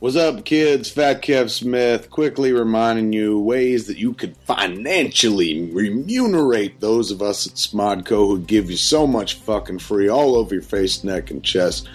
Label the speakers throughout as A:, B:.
A: What's up, kids? Fat Kev Smith quickly reminding you ways that you could financially remunerate those of us at Smodco who give you so much fucking free all over your face, neck, and chest.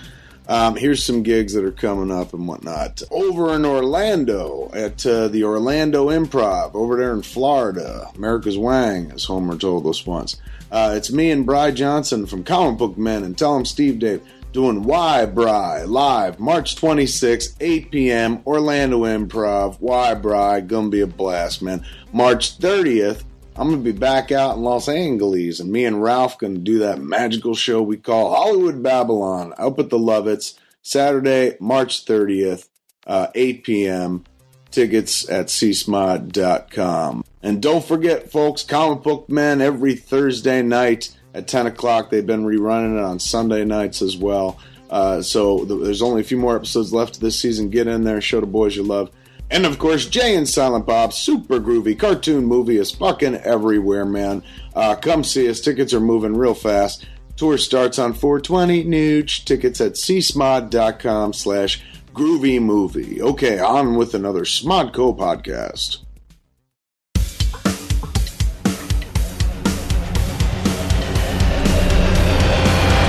A: Um, here's some gigs that are coming up and whatnot. Over in Orlando at uh, the Orlando Improv, over there in Florida, America's Wang, as Homer told us once. Uh, it's me and Bry Johnson from Comic Book Men and Tell 'em Steve Dave doing Why Bry live March 26, 8 p.m., Orlando Improv. Why Bry, gonna be a blast, man. March 30th, I'm gonna be back out in Los Angeles, and me and Ralph gonna do that magical show we call Hollywood Babylon up at the Lovitz, Saturday, March 30th, uh, 8 p.m. Tickets at csmod.com. And don't forget, folks, Comic Book Men every Thursday night at 10 o'clock. They've been rerunning it on Sunday nights as well. Uh, so th- there's only a few more episodes left this season. Get in there, show the boys you love. And of course, Jay and Silent Bob, super groovy cartoon movie is fucking everywhere, man. Uh, come see us. Tickets are moving real fast. Tour starts on 420 Nooch. Tickets at csmod.com slash groovy movie. Okay, on with another Smodco podcast.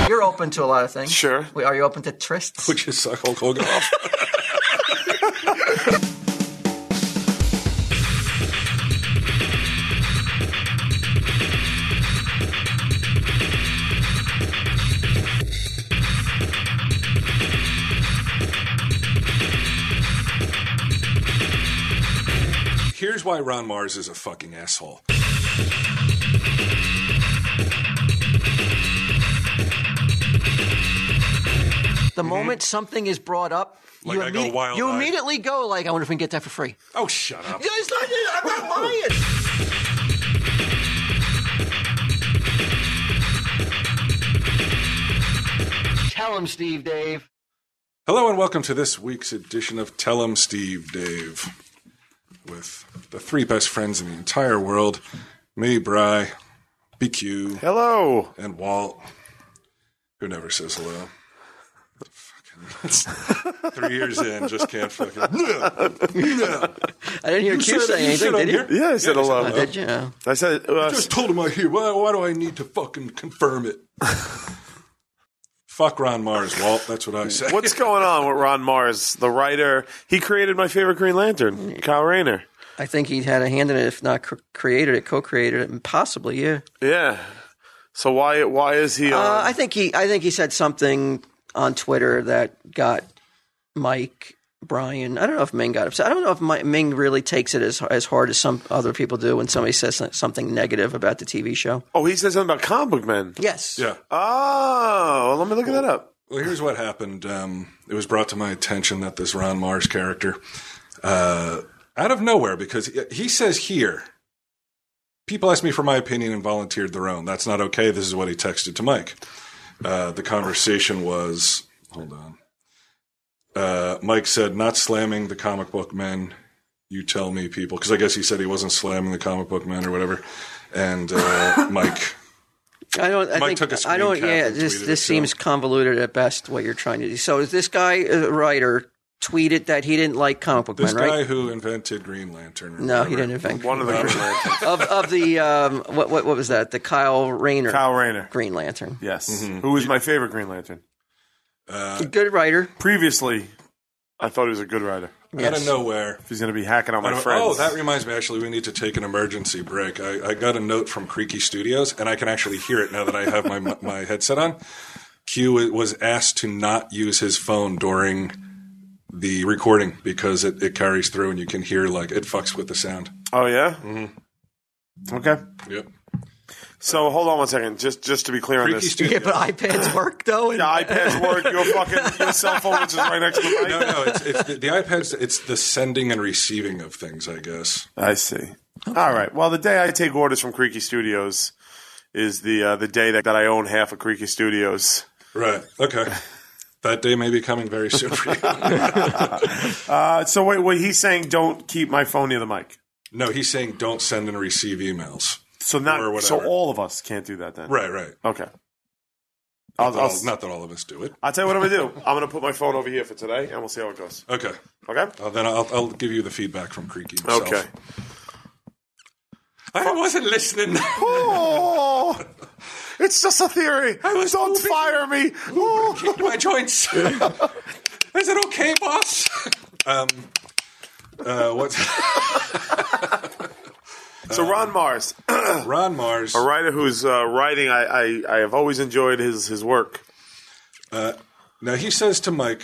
B: You're open to a lot of things.
C: Sure.
B: Wait, are you open to trysts?
C: Which is suck Hulk Hogan off. Here's why Ron Mars is a fucking asshole.
B: The moment something is brought up,
C: mm-hmm. Like
B: you,
C: I go
B: immedi-
C: wild-eyed.
B: you immediately go like, I wonder if we can get that for free.
C: Oh, shut up.
B: Yeah, it's not, I'm not lying. Tell him, Steve, Dave.
C: Hello and welcome to this week's edition of Tell 'em Steve Dave with the three best friends in the entire world me, Bry, BQ,
D: Hello.
C: and Walt, who never says hello. Fucking- Three years in, just can't fucking. No, no.
B: I didn't hear Q
C: said-
B: say
C: you
B: anything,
C: said I'm
B: did you?
C: here.
D: Yeah, I said
C: you
D: hello.
C: said
B: Did you? Oh.
D: I said, uh,
C: Just told him I hear. Why, why do I need to fucking confirm it? Fuck Ron Mars, Walt. That's what I say.
D: what's going on with Ron Mars, the writer? He created my favorite Green Lantern, Kyle Rayner.
B: I think he had a hand in it, if not cr- created it, co-created it, and possibly, yeah.
D: Yeah. So why why is he
B: Uh,
D: on?
B: I think he I think he said something on Twitter that got Mike Brian. I don't know if Ming got upset. I don't know if Mi- Ming really takes it as as hard as some other people do when somebody says so- something negative about the TV show.
D: oh, he said something about comic book men.
B: Yes.
C: Yeah.
D: Oh, well, let me look that up.
C: Well, here's what happened. Um, it was brought to my attention that this Ron Mars character, uh, out of nowhere, because he- he says here, people asked me for my opinion and volunteered their own. That's not okay. This is what he texted to Mike. Uh, the conversation was, hold on. Uh, Mike said, not slamming the comic book men. You tell me, people, because I guess he said he wasn't slamming the comic book men or whatever. And uh, Mike,
B: I don't. I
C: Mike
B: think
C: took a
B: I don't.
C: screen cap
B: Yeah.
C: and
B: This
C: tweeted
B: this
C: it, so-
B: seems convoluted at best. What you're trying to do. So is this guy a writer tweeted that he didn't like comic book
C: this
B: men,
C: guy
B: right?
C: who invented Green Lantern. or
B: No, he
C: whatever.
B: didn't invent
D: One of the Green Lanterns.
B: of of the um what what what was that? The Kyle Rayner
D: Kyle Rayner.
B: Green Lantern.
D: Yes. Who was my favorite Green Lantern?
B: Good writer.
D: Previously, I thought he was a good writer.
C: Out of
B: Yes.
C: nowhere.
D: If he's going to be hacking on my
C: I don't-
D: friends.
C: Oh, that reminds me. Actually, we need to take an emergency break. I, I got a note from Creaky Studios, and I can actually hear it now that I have my my headset on. Q was asked to not use his phone during the recording because it, it carries through, and you can hear like it fucks with the sound.
D: oh yeah? Okay.
C: Yep.
D: So hold on one second. Just just to be clear on
C: Creaky
D: this.
B: Yeah,
C: Studios.
B: but iPads work though. and-
D: Your iPad's work, your fucking your cell phone, which is right next to the mic.
C: no, no, it's, it's the, the iPads. It's the sending and receiving of things, I guess.
D: I see. All right. Well, the day I take orders from Creaky Studios is the uh, the day that, that I own half of Creaky Studios.
C: Right. Okay. That day may be coming very soon for you.
D: Uh, so wait, wait, he's saying don't keep my phone near the mic.
C: no, he's saying don't send and receive emails.
D: So
C: Or
D: not
C: whatever.
D: so all of us can't do that then.
C: Right. Right.
D: Okay. I'll,
C: Not,
D: I'll,
C: all- not that all of us do it.
D: I'll tell you what I'm gonna do. I'm gonna put my phone over here for today, and we'll see how it goes.
C: Okay.
D: Okay.
C: Uh, then I'll, I'll give you the feedback from Creaky himself.
D: Okay.
C: I wasn't listening.
D: Oh, it's just a theory.
C: I was
D: Don't
C: hoping-
D: fire me. Oh.
C: Kicked my joints. Is it okay, boss? um, uh, what's
D: So Ron Mars,
C: Ron Mars?
D: a writer whose uh, writing I, I I have always enjoyed his his work.
C: Now he says to Mike,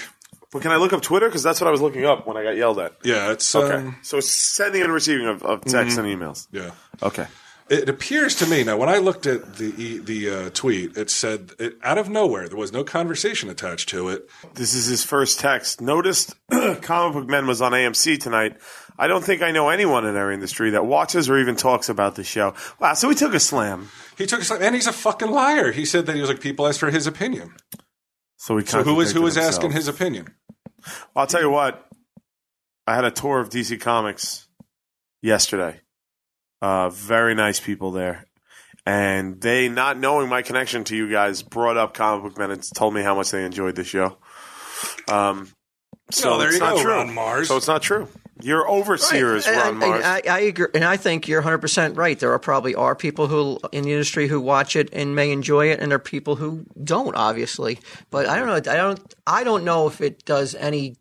D: But can I look up Twitter? Because that's what I was looking up when I got yelled at.
C: "Yeah, it's
D: Okay.
C: um, mm-hmm.
D: so it's sending and receiving of, of texts and emails.
C: yeah."
D: Okay.
C: It appears to me now. When I looked at the e- the uh, tweet, it said it, out of nowhere there was no conversation attached to it.
D: This is his first text. Noticed Comic Book Men was on AMC tonight. I don't think I know anyone in our industry that watches or even talks about the show. Wow, so we took a slam.
C: He took his and he's a fucking liar. He said that he was like people asked for his opinion.
D: So we
C: So who was who was
D: contradicted
C: asking
D: himself.
C: his opinion?
D: I'll tell you what. I had a tour of DC Comics yesterday. Uh, very nice people there. And they, not knowing my connection to you guys, brought up Comic Book Men and told me how much they enjoyed the show. Um, so
C: Well, there
D: it's
C: you
D: not
C: go,
D: true.
C: Ron Mars.
D: So it's not true. Your overseer is
B: And-
D: Ron
B: and-
D: Mars.
B: and I, I agree, and I think you're 100 percent right. There are probably are people who in the industry who watch it and may enjoy it, and there are people who don't, obviously. But I don't know. I don't. I don't know if it does any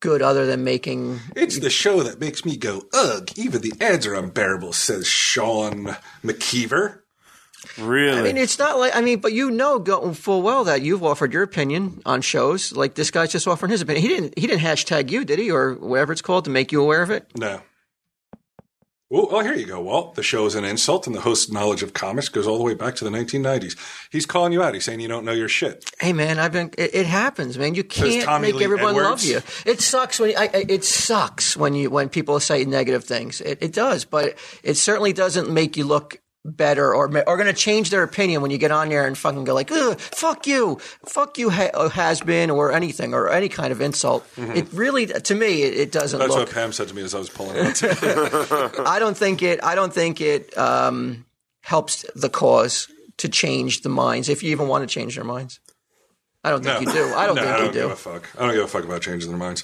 B: good other than making.
C: It's the show that makes me go ugh. Even the ads are unbearable," says Sean McKeever.
D: really?
B: I mean, it's not like I mean, but you know, go full well that you've offered your opinion on shows. Like this guy's just offering his opinion. He didn't. He didn't hashtag you, did he, or whatever it's called to make you aware of it?
C: No. Well, oh, here you go, Walt. The show is an insult, and the host's knowledge of comics goes all the way back to the 1990s. He's calling you out. He's saying you don't know your shit.
B: Hey man, I've been. It, it happens, man. You can't
C: Tommy
B: make
C: Lee
B: everyone love
C: Edwards.
B: you. It sucks when I, I, it sucks when you when people say negative things. It, it does, but it certainly doesn't make you look better or ma- or going to change their opinion when you get on there and fucking go like, Ugh, "Fuck you, fuck you, ha- has been," or anything or any kind of insult. It really, to me, it, it doesn't
C: Mm-hmm. That's uh,
B: look.
C: what Pam said to me as I was pulling out.
B: I don't think it. I don't think it um, helps the cause to change the minds, if you even want to change their minds. I don't think you do. I don't
C: No,
B: think
C: I don't
B: you
C: give
B: do.
C: a fuck. I don't give a fuck about changing their minds.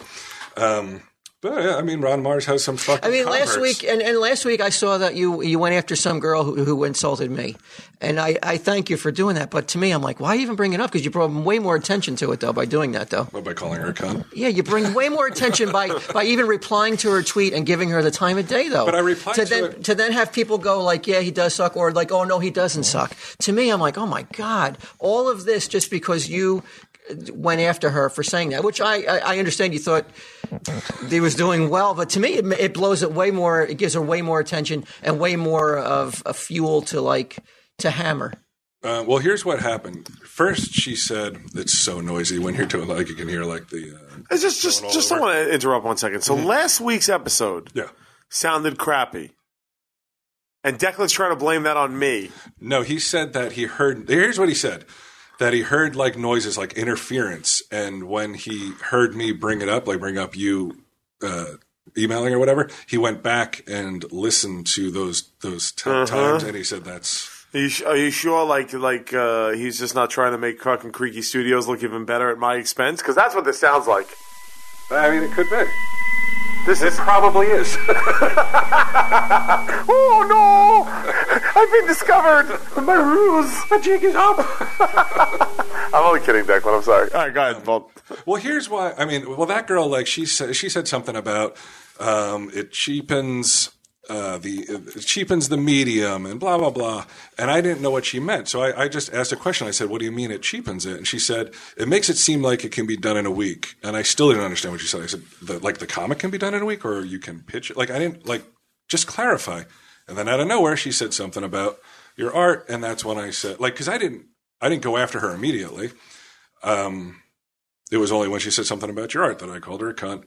C: Um, but yeah, I mean, Ron Mars has some fucking.
B: I mean, last
C: converts.
B: week and, and last week I saw that you you went after some girl who, who insulted me, and I, I thank you for doing that. But to me, I'm like, why even bring it up? Because you brought way more attention to it though by doing that though.
C: What by calling her a cunt?
B: Yeah, you bring way more attention by by even replying to her tweet and giving her the time of day, though.
C: But I replied to
B: then
C: it-
B: to then have people go like, "Yeah, he does suck," or like, "Oh no, he doesn't suck." To me, I'm like, "Oh my god!" All of this just because you went after her for saying that, which I I, I understand you thought he was doing well, but to me, it, it blows it way more. It gives her way more attention and way more of a fuel to like to hammer.
C: Uh, well, here's what happened. First, she said it's so noisy when you're doing like you can hear like the uh,
D: it's just, just,
C: all
D: just I
C: over. Mm-hmm.
D: want to interrupt one second. So last week's episode
C: yeah.
D: sounded crappy. And Declan's trying to blame that on me.
C: No, he said that he heard. Here's what he said that he heard like noises, like interference. And when he heard me bring it up, like bring up you uh, emailing or whatever, he went back and listened to those those t- times, and he said that's
D: Are you, su- are you sure? Like, like uh, he's just not trying to make Cruck and Creaky Studios look even better at my expense? Because that's what this sounds like.
C: I mean, it could be.
D: This is
C: Probably is.
D: Oh no! I've been discovered. My ruse, my jig is up. I'm only kidding, Declan. I'm sorry. All right, go ahead, Bolt.
C: Well, here's why. I mean, well, that girl, like she said, she said something about um, it cheapens uh, the it cheapens the medium and blah blah blah. And I didn't know what she meant, so I, I just asked a question. I said, "What do you mean it cheapens it?" And she said, "It makes it seem like it can be done in a week." And I still didn't understand what she said. I said, the, "Like the comic can be done in a week, or you can pitch it." Like I didn't like just clarify. And then out of nowhere, she said something about your art, and that's when I said, like, because I didn't I didn't go after her immediately. It was only when she said something about your art that I called her a cunt,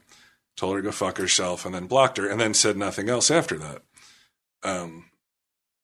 C: told her to go fuck herself, and then blocked her, and then said nothing else after that. Um,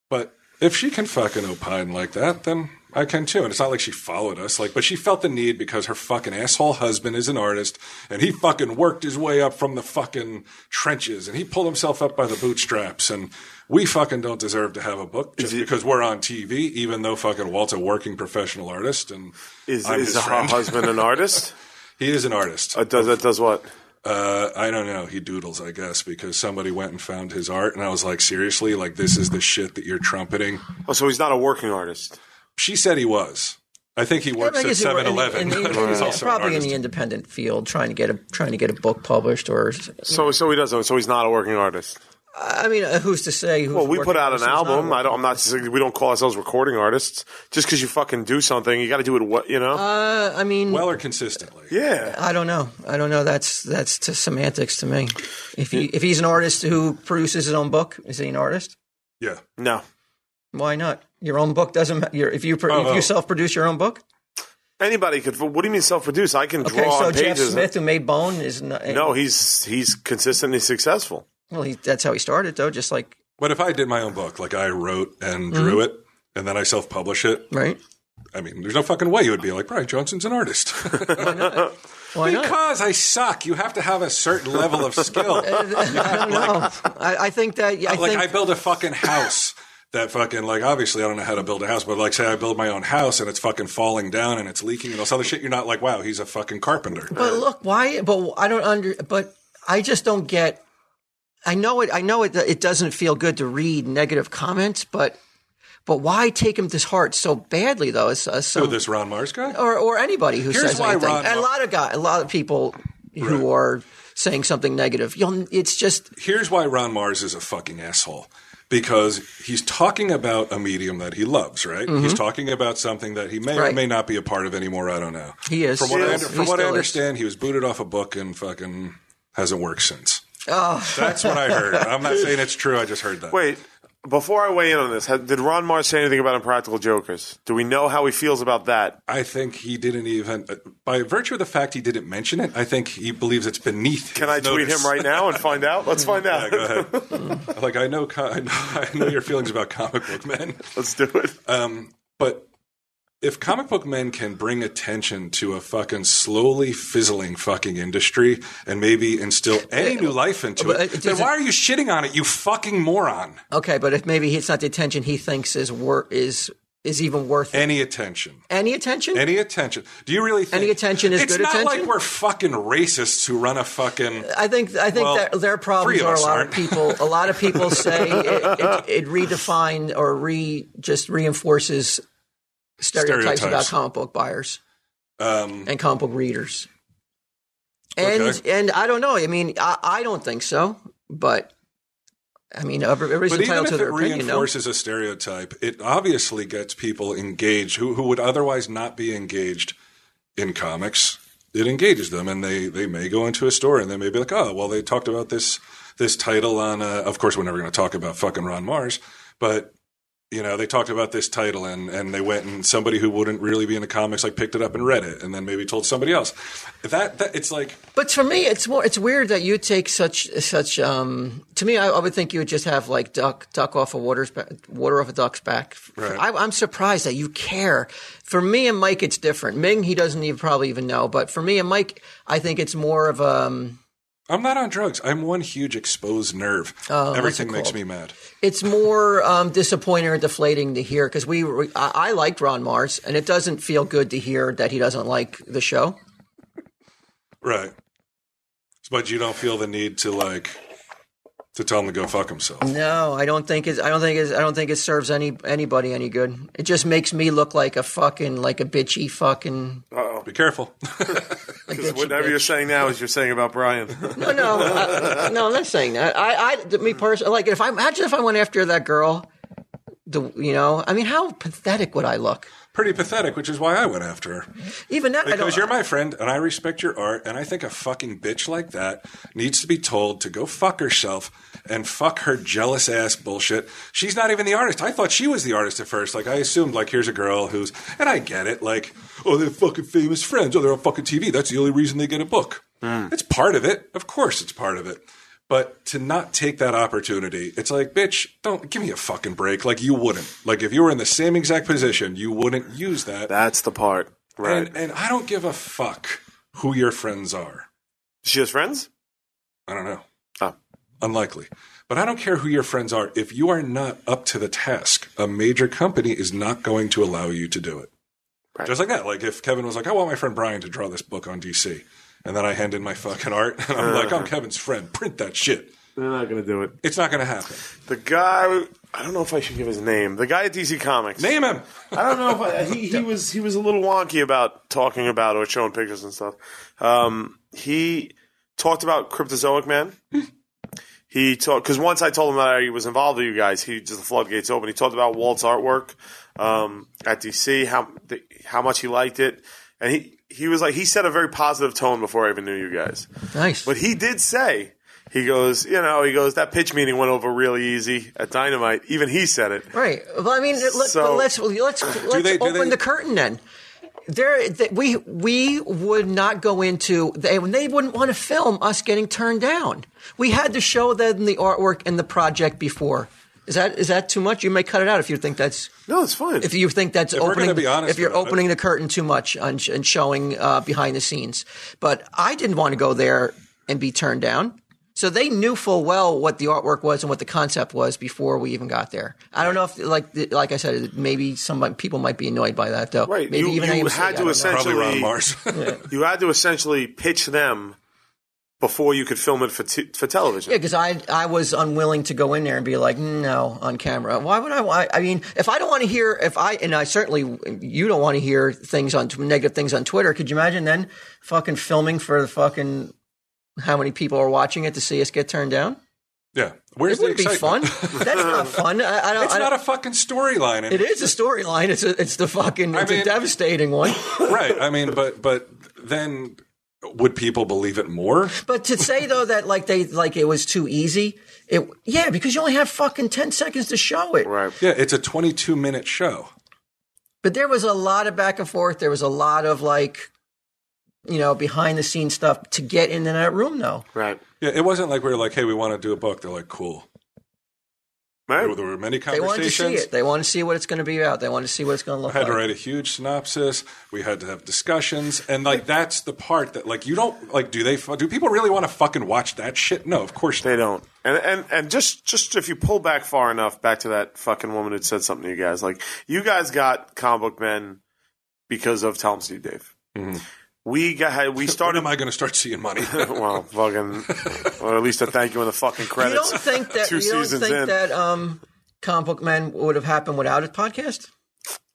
C: but if she can fucking opine like that, then I can too, and it's not like she followed us. Like, but she felt the need because her fucking asshole husband is an artist, and he fucking worked his way up from the fucking trenches, and he pulled himself up by the bootstraps, and we fucking don't deserve to have a book just because we're on TV, even though fucking Walt's a working professional artist, and
D: Is,
C: I'm
D: is
C: his
D: her
C: friend.
D: husband an artist?
C: he is an artist.
D: Uh, does that does what?
C: Uh, I don't know. He doodles, I guess, because somebody went and found his art, and I was like, seriously, like this is the shit that you're trumpeting.
D: Oh, so he's not a working artist.
C: She said he was. I think he works
B: I
C: at
B: guess it were- in the-
C: 7-Eleven.
B: in the-
C: but he's also an
B: Probably in
C: artist.
B: the independent field, trying to get a trying to get a book published, or
D: So so he doesn't. So he's not a working artist.
B: I mean, uh, who's to say? Who's
D: Well, we
B: working
D: put out
B: on
D: an
B: this, who's
D: album.
B: not
D: I don't. I'm not. saying- We don't call ourselves recording artists. Just because you fucking do something, you got to do it. What you know?
B: working? Uh, I mean,
C: well or consistently.
D: yeah.
B: I don't know. I don't know. That's that's to semantics to me. If he if he's an artist who produces his own book, is he an artist?
C: Yeah.
D: No.
B: Why not? Your own book doesn't. ma- Your, if you pro- if
C: oh.
D: Uh-huh.
B: you self produce your own book,
D: Anybody could. What do you mean self-produce? I can draw
B: okay. So
D: on
B: Jeff
D: pages.
B: Smith, who made Bone, is not.
D: No, he's he's consistently successful.
B: well, he, that's how he started though. Just like
C: But if I did my own book, like I wrote and
B: Mm-hmm.
C: drew it, and then I self publish it,
B: right.
C: I mean, there's no fucking way you would be like, Brian Johnson's an artist.
B: Why not?
C: because I suck. You have to have a certain level of skill.
B: I don't know. I, I think that I
C: like
B: think
C: I build a fucking house that fucking like obviously I don't know how to build a house, but like say I build my own house and it's fucking falling down and it's leaking and all this other shit, you're not like, wow, he's a fucking carpenter.
B: But look, why? But I don't under. But I just don't get. I know it. I know it. It doesn't feel good to read negative comments, but but why take him to heart so badly though? As, as some,
C: Who, this Ron Mars guy?
B: or or anybody who
C: Here's
B: says
C: why
B: anything.
C: Ron-
B: and a lot of guy, a lot of people who are saying something negative. You'll. It's just
C: here's why Ron Mars is a fucking asshole. Because he's talking about a medium that he loves, right? He's talking about something that he may or
B: Mm-hmm. Right.
C: may not be a part of anymore. I don't know.
B: He is.
C: From what,
B: He
C: I,
B: is.
C: under- from
B: He
C: what I
B: still is.
C: understand, he was booted off a book and fucking hasn't worked since.
B: Oh.
C: That's what I heard. I'm not saying it's true. I just heard that.
D: Wait, before I weigh in on this, had, did Ron Mars say anything about Impractical Jokers? Do we know how he feels about that?
C: I think he didn't even, uh, by virtue of the fact he didn't mention it, I think he believes it's beneath.
D: Can I tweet him right now and find out? Let's find out.
C: Go ahead. like I know, co- I know, I know your feelings about comic book men,
D: Let's do it.
C: but if comic book men can bring attention to a fucking slowly fizzling fucking industry and maybe instill any new life into
B: But uh,
C: it,
B: it
C: then
B: doesn't-
C: why are you shitting on it, you fucking moron?
B: okay. But if maybe it's not the attention he thinks is wor- is is even worth it.
C: Any attention.
B: any attention.
C: Any attention? Do you really think
B: Any attention is
C: it's
B: good
C: not like
B: attention?
C: we're fucking racists who run a fucking.
B: I think I think
C: Well,
B: that their problems
C: three of
B: are a
C: us
B: lot
C: aren't.
B: of people. A lot of people say it, it, it redefined or re just reinforces stereotypes,
C: Stereotypes.
B: about comic book buyers
C: Um,
B: and comic book readers. And
C: Okay.
B: and I don't know. I mean, I, I don't think so. But I mean, everybody's
C: But even
B: entitled
C: if
B: to
C: it
B: their opinion. though.
C: reinforces a stereotype, it obviously gets people engaged who, who would otherwise not be engaged in comics. It engages them, and they, they may go into a store and they may be like, oh, well, they talked about this this title on. Uh, of course, we're never going to talk about fucking Ron Mars, but you know, they talked about this title and, and they went and somebody who wouldn't really be into comics like picked it up and read it and then maybe told somebody else. That, that it's like
B: But for me, it's more, it's weird that you take such such. Um, to me, I, I would think you would just have like duck duck off a water's ba- water off a duck's back.
C: Right.
B: I, I'm surprised that you care. For me and Mike, it's different. Ming, he doesn't even probably even know. But for me and Mike, I think it's more of um,
C: I'm not on drugs. I'm one huge exposed nerve.
B: Oh,
C: Everything makes me mad.
B: it's more um, disappointing or deflating to hear because we we- I, I liked Ron Mars, and it doesn't feel good to hear that he doesn't like the show.
C: Right. But you don't feel the need to like to tell him to go fuck himself.
B: No, I don't think it's. I don't think it's. I don't think it serves any anybody any good. It just makes me look like a fucking like a bitchy fucking.
C: Be careful.
B: a bitchy
D: Whatever you're
B: bitch.
D: saying now is you're saying about Brian.
B: No, no, I, no. I'm not saying that. I, I, me personally, like if I imagine if I went after that girl, the you know, I mean, how pathetic would I look?
C: Pretty pathetic, which is why I went after her.
B: Even that, I
C: Because
B: don't.
C: you're my friend and I respect your art and I think a fucking bitch like that needs to be told to go fuck herself and fuck her jealous ass bullshit. She's not even the artist. I thought she was the artist at first. Like I assumed like here's a girl who's and I get it, like, oh they're fucking famous friends, oh they're on fucking TV. That's the only reason they get a book. It's part of it. Of course it's part of it. But to not take that opportunity, it's like, bitch, don't give me a fucking break. Like you wouldn't. Like if you were in the same exact position, you wouldn't use that.
D: That's the part, right?
C: And, and I don't give a fuck who your friends are.
D: she has friends.
C: I don't know.
D: Oh.
C: Unlikely. But I don't care who your friends are. If you are not up to the task, a major company is not going to allow you to do it.
D: Right.
C: Just like that. Like if Kevin was like, I want my friend Brian to draw this book on DC. And then I hand in my fucking art and I'm like,
B: Uh.
C: I'm Kevin's friend. Print that shit.
D: They're not going to do it.
C: It's not going to happen.
D: The guy, I don't know if I should give his name. The guy at DC Comics.
C: Name him.
D: I don't know if I, he, he was he was a little wonky about talking about or showing pictures and stuff. Um, he talked about Cryptozoic Man. he talked because once I told him that I was involved with you guys, he just the floodgates open. He talked about Walt's artwork um, at DC, how the, how much he liked it, and he he was like he set a very positive tone before I even knew you guys.
B: Nice.
D: But he did say, he goes, you know, he goes, that pitch meeting went over really easy at Dynamite. Even he said it.
B: Right. Well, I mean, let,
D: So-
B: but let's let's let's
C: they- do
B: open
C: they-
B: the curtain then. There, th- we we would not go into they they wouldn't want to film us getting turned down. We had to show them the artwork and the project before. Is that is that too much? You may cut it out if you think that's
D: No, it's fine.
B: if you think that's
C: we're
B: opening
C: gonna be honest
B: if you're
C: about it.
B: opening the curtain too much on, sh- and showing uh, behind the scenes. But I didn't want to go there and be turned down. So they knew full well what the artwork was and what the concept was before we even got there. I don't know if, like, the- like I said, maybe some people might be annoyed by that though.
D: Right.
B: Maybe
D: You- you
B: AMC,
D: had
B: I
D: to
B: don't know.
D: essentially-
C: Probably Ron
D: Actually-
C: Mars.
D: you had to essentially pitch them before you could film it for t- for television.
B: Yeah, because I I was unwilling to go in there and be like no on camera. Why would I? Why, I mean, if I don't want to hear, if I and I certainly you don't want to hear things on negative things on Twitter. Could you imagine then fucking filming for the fucking how many people are watching it to see us get turned down?
C: yeah. Where's
B: It
C: the
B: wouldn't be fun.
C: excitement?
B: That's not fun. I, I don't.
C: It's
B: I
C: not
B: don't
C: a fucking storyline. and
B: it is a storyline. It's a, it's the fucking it's
C: mean-
B: a devastating one.
C: right. I mean, but but then would people believe it more?
B: But to say though that like they like it was too easy. It yeah because you only have fucking ten seconds to show it.
D: Right.
C: Yeah, it's a 22 minute show.
B: But there was a lot of back and forth. There was a lot of like, you know, behind the scenes stuff to get into that room, though.
D: Right.
C: Yeah, it wasn't like we were like, hey, we want to do a book. They're like, cool. There,
D: Right.
C: there were many
B: They wanted to
C: conversations.
B: see it. They want to see what it's going to be about. They want to see what it's going to look
C: I had
B: like.
C: to write a huge synopsis. We had to have discussions, and like that's the part that like you don't like. Do they? Do people really want to fucking watch that shit? No, of course not.
D: They don't. And and and just just if you pull back far enough, back to that fucking woman who said something to you guys, like you guys got comic book men because of Tom Steve Dave.
B: Mm-hmm.
D: We got we
C: When
D: started.
C: am I going to start seeing money?
D: well, fucking, or at least a thank you in the fucking
B: You
D: credits.
B: don't think that
D: Two
B: you don't
D: seasons
B: think
D: in.
B: that um, comic book man would have happened without a podcast?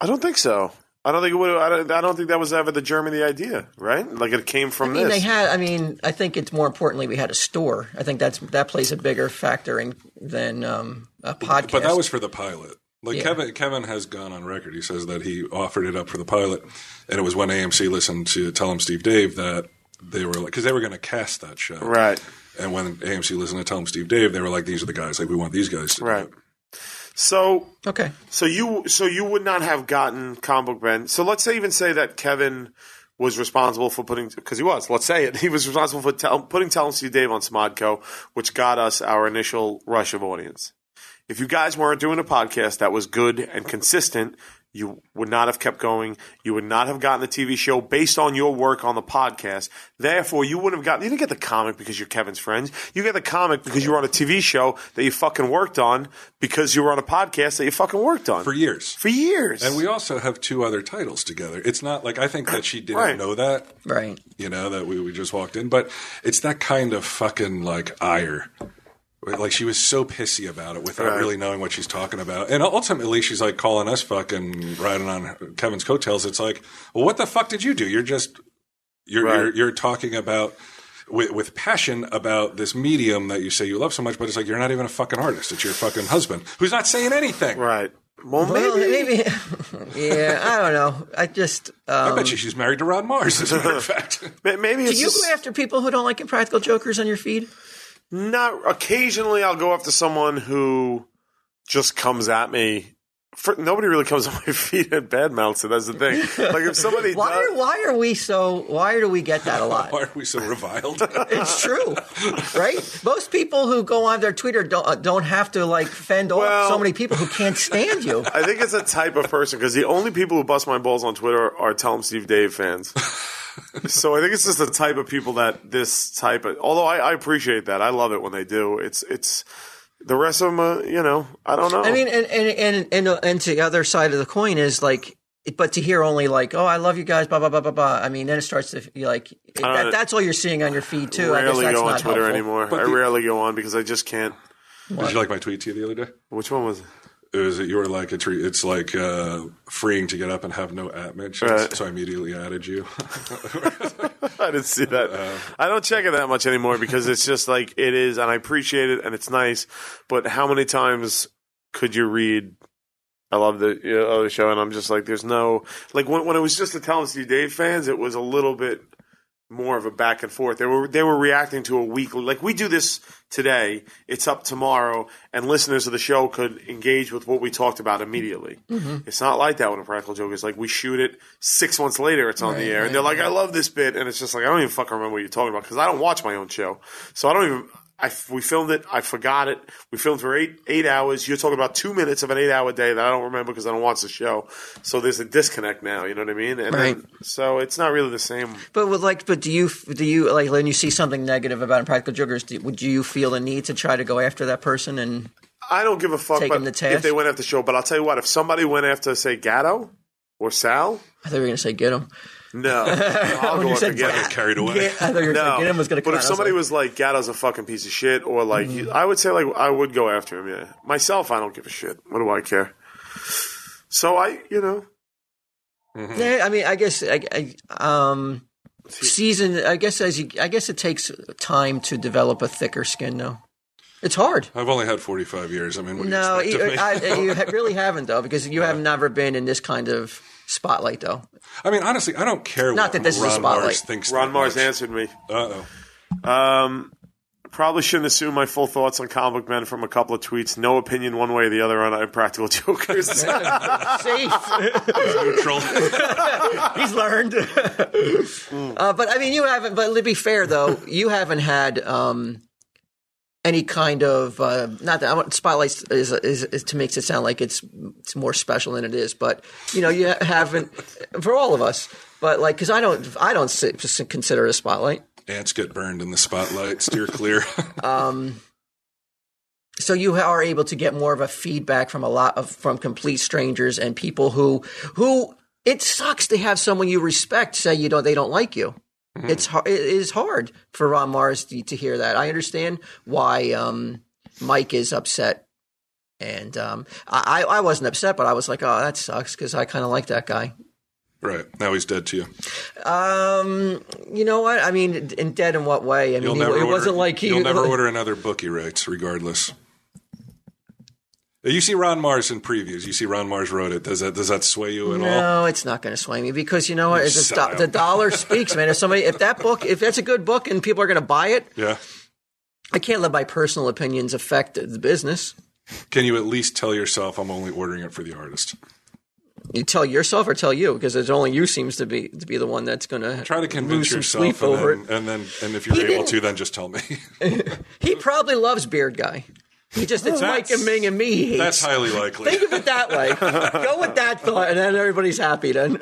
D: I don't think so. I don't think it would. I don't, I don't think that was ever the germ of the idea, right? Like it came from
B: I mean,
D: this.
B: they had. I mean, I think it's more importantly we had a store. I think that's that plays a bigger factor in than um, a podcast.
C: But that was for the pilot. Like
B: Yeah.
C: Kevin, Kevin has gone on record. He says that he offered it up for the pilot, and it was when AMC listened to Tell Him Steve Dave that they were like, because they were going to cast that show,
D: right.
C: And when AMC listened to Tell Him Steve Dave, they were like, these are the guys. Like we want these guys. To do
D: Right.
C: it.
D: So
B: okay.
D: so you so you would not have gotten comic book men. So let's say even say that Kevin was responsible for putting because he was. Let's say it. He was responsible for tell, putting Talent Steve Dave on Smodco, which got us our initial rush of audience. If you guys weren't doing a podcast that was good and consistent, you would not have kept going. You would not have gotten the TV show based on your work on the podcast. Therefore, you wouldn't have gotten. You didn't get the comic because you're Kevin's friends. You get the comic because you were on a TV show that you fucking worked on because you were on a podcast that you fucking worked on
C: for years.
D: for years.
C: And we also have two other titles together. It's not like I think that she didn't
D: Right.
C: know that,
B: Right.
C: you know, that we, we just walked in, but it's that kind of fucking like ire. Like she was so pissy about it without
D: Right.
C: really knowing what she's talking about. And ultimately, she's like calling us fucking riding on Kevin's coattails. It's like, well, what the fuck did you do? You're just, you're,
D: Right.
C: you're, you're talking about. With, with passion about this medium that you say you love so much, but it's like you're not even a fucking artist. It's your fucking husband who's not saying anything.
D: right. Well,
B: Well,
D: maybe.
B: maybe. yeah, I don't know. I just. Um,
C: I bet you she's married to Ron Mars, as a matter of fact.
D: ma- Maybe it's
B: Do you
D: just-
B: go after people who don't like impractical jokers on your feed?
D: not occasionally I'll go after someone who just comes at me fr- nobody really comes on my feet and bad mouths it. That's the thing. Like if somebody
B: Why
D: does,
B: are, why are we so? Why do we get that a lot?
C: Why are we so reviled?
B: It's true, right? Most people who go on their Twitter don't, uh, don't have to like fend
D: Well-
B: off so many people who can't stand you.
D: I think it's a type of person because the only people who bust my balls on Twitter are Tell 'em Steve Dave fans. so I think it's just the type of people that this type of. Although I, I appreciate that, I love it when they do. It's it's the rest of them. Uh, you know, I don't know.
B: I mean, and and and and, uh, and to the other side of the coin is like, but to hear only like, oh, I love you guys, blah blah blah blah blah. I mean, then it starts to be like that, that's all you're seeing on your feed too. I guess
D: rarely
B: that's
D: go on
B: not
D: Twitter
B: helpful.
D: anymore.
C: But
D: I
C: the-
D: rarely go on because I just can't.
C: Did you like my tweet to you the other day?
D: Which one was it?
C: It was that you were like a tree. It's like uh, freeing to get up and have no at mentions.
D: Right.
C: So I immediately added you.
D: I didn't see that. I don't check it that much anymore because it's just like it is, and I appreciate it, and it's nice. But how many times could you read? I love the you know, other show, and I'm just like, there's no like when when it was just the Tell 'Em Steve Dave fans, it was a little bit more of a back and forth. They were they were reacting to a weekly like we do this today. It's up tomorrow, and listeners of the show could engage with what we talked about immediately. It's not like that when a practical joke is like we shoot it six months later. It's on the air, and they're like, "I love this bit," and it's just like I don't even fucking remember what you're talking about because I don't watch my own show, so I don't even. I, we filmed it. I forgot it. We filmed for eight eight hours. You're talking about two minutes of an eight hour day that I don't remember because I don't watch the show. So there's a disconnect now. You know what I mean? And
B: Right.
D: then, so it's not really the same.
B: But with like, but do you do you like when you see something negative about Impractical Jokers? Do, would you feel the need to try to go after that person? And
D: I don't give a fuck
B: Take
D: about
B: him to task?
D: if they went after the show, but I'll tell you what, if somebody went after, say, Gatto or Sal,
B: I thought you were going to say get him.
D: no. I'll
B: When
D: go
B: you
D: after
B: said
D: Gatto.
B: Gat-
C: Carried away.
B: Yeah, I thought you were going to
D: No.
B: say get him was going to.
D: but if somebody was like, Gatto's a fucking piece of shit, or like,
B: Mm-hmm.
D: I would say, like, I would go after him, yeah. Myself, I don't give a shit. What do I care? So I, you know,
B: yeah, I mean, I guess I, I um. Season, I guess as you, I guess it takes time to develop a thicker skin. though. it's hard.
C: I've only had 45 years. I mean, what do
B: No,
C: you
B: you,
C: expect of me?
B: I, uh, you ha- really haven't though, because you have never been in this kind of spotlight though.
C: I mean, honestly, I don't care
B: Not
C: what
B: that this is a
C: Ron
B: spotlight.
C: Mars thinks.
D: Ron Mars answered me.
C: Uh oh.
D: Um, probably shouldn't assume my full thoughts on comic book men from a couple of tweets. No opinion one way or the other on uh, Impractical Jokers.
B: See,
C: Neutral.
B: he's learned. uh, but I mean, you haven't. But to be fair though, you haven't had um, any kind of uh, not that I want spotlight is, is, is to makes it sound like it's it's more special than it is, but you know, you haven't for all of us. But like, because I don't, I don't sit, consider it a spotlight.
C: Ants get burned in the spotlight. Steer clear.
B: Um, so you are able to get more of a feedback from a lot of from complete strangers and people who who it sucks to have someone you respect say you don't they don't like you.
C: Mm-hmm.
B: It's hard. It is hard for Ron Mars to, to hear that. I understand why um, Mike is upset, and um, I I I wasn't upset, but I was like, oh, that sucks because I kind of like that guy.
C: right now, he's dead to you.
B: Um, you know what? I mean, in dead in what way? I mean,
C: You'll
B: he-
C: never.
B: it
C: order,
B: wasn't like he.
C: You'll never order another book he writes, regardless. You see Ron Mars in previews. You see Ron Mars wrote it. Does that does that sway you at all?
B: No, it's not going to sway me because you know what? It's
C: Shut
B: the,
C: up.
B: the dollar speaks, man. If somebody, if that book, if that's a good book and people are going to buy it,
C: Yeah.
B: I can't let my personal opinions affect the business.
C: Can you at least tell yourself I'm only ordering it for the artist?
B: You tell yourself or tell you because it's only you seems to be to be the one that's going to
C: Try to
B: lose
C: convince
B: some
C: yourself,
B: sleep
C: and,
B: over
C: then,
B: it.
C: and then and if you're
B: He
C: able
B: didn't-
C: to, then just tell me.
B: He probably loves Beard Guy. He just it's
C: That's-
B: Mike and Ming and me. He hates.
C: That's highly likely.
B: Think of it that way. Go with that thought, and then everybody's happy. Then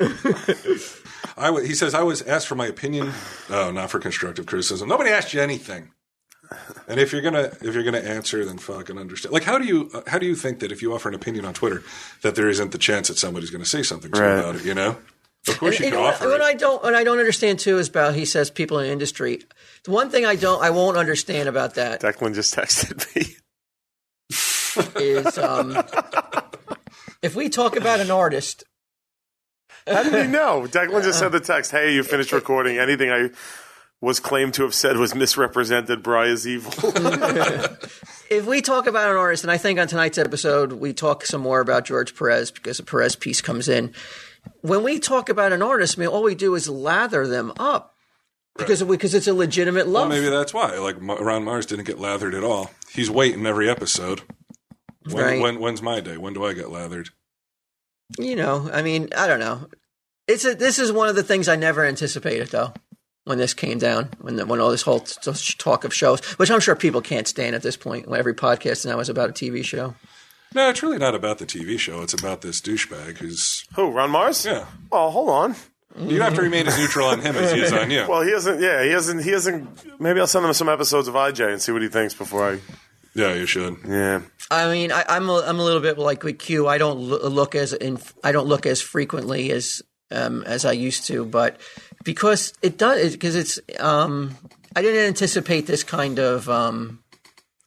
C: I w- he says I was asked for my opinion. Oh, not for constructive criticism. Nobody asked you anything. And if you're gonna if you're gonna answer, then fucking understand. Like, how do you uh, how do you think that if you offer an opinion on Twitter, that there isn't the chance that somebody's going to say something to you
D: Right.
C: about it? You know, of course you
B: You
C: can
B: know what,
C: offer
B: what
C: it.
B: I don't what I don't understand too is about he says people in the industry. The one thing I don't I won't understand about that
D: Declan just texted me.
B: is um, if we talk about an artist,
D: How did he know? Declan just sent the text. Hey, you finished recording. Anything I was claimed to have said was misrepresented. Bry is evil.
B: if we talk about an artist, and I think on tonight's episode we talk some more about George Perez because the Perez piece comes in. When we talk about an artist, I mean, all we do is lather them up because because it's a legitimate
C: Well,
B: love.
C: maybe that's why. Like M- Ron Mars didn't get lathered at all. He's waiting every episode. When,
B: Right.
C: when when's my day? When do I get lathered?
B: you know, I mean, I don't know. It's a, this is one of the things I never anticipated though. When this came down, when the, when all this whole t- t- talk of shows, which I'm sure people can't stand at this point, when every podcast now is about a TV show.
C: No, it's really not about the TV show. It's about this douchebag who's.
D: Who? Ron Mars?
C: Yeah.
D: Well, hold on.
C: You have to remain as neutral on him as he is on you.
D: Well, he hasn't. Yeah, he hasn't. He hasn't. Maybe I'll send him some episodes of IJ and see what he thinks before I.
C: yeah, you should.
D: Yeah.
B: I mean, I, I'm a, I'm a little bit like with Q. I don't lo- look as in, I don't look as frequently as um, as I used to, but because it does because it's um, I didn't anticipate this kind of um,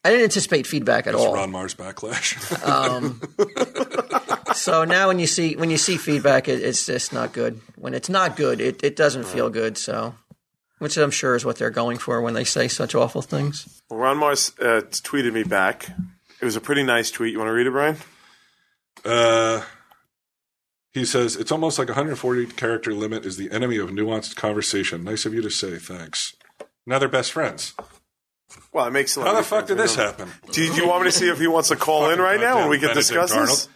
B: I didn't anticipate feedback at all.
C: Ron Mars backlash.
B: So now when you see when you see feedback, it, it's just not good. When it's not good, it, it doesn't feel good. So, which I'm sure is what they're going for when they say such awful things.
D: Well, Ron Mars uh, tweeted me back. It was a pretty nice tweet. You want to read it, Brian?
C: uh, he says it's almost like 140 character limit is the enemy of nuanced conversation. Nice of you to say. Thanks. Now they're best friends.
D: Well, it makes.
C: How the fuck did this happen?
D: Do you, do you want me to see if he wants to call in right now and we can
C: Benedict
D: discuss this?
C: Arnold.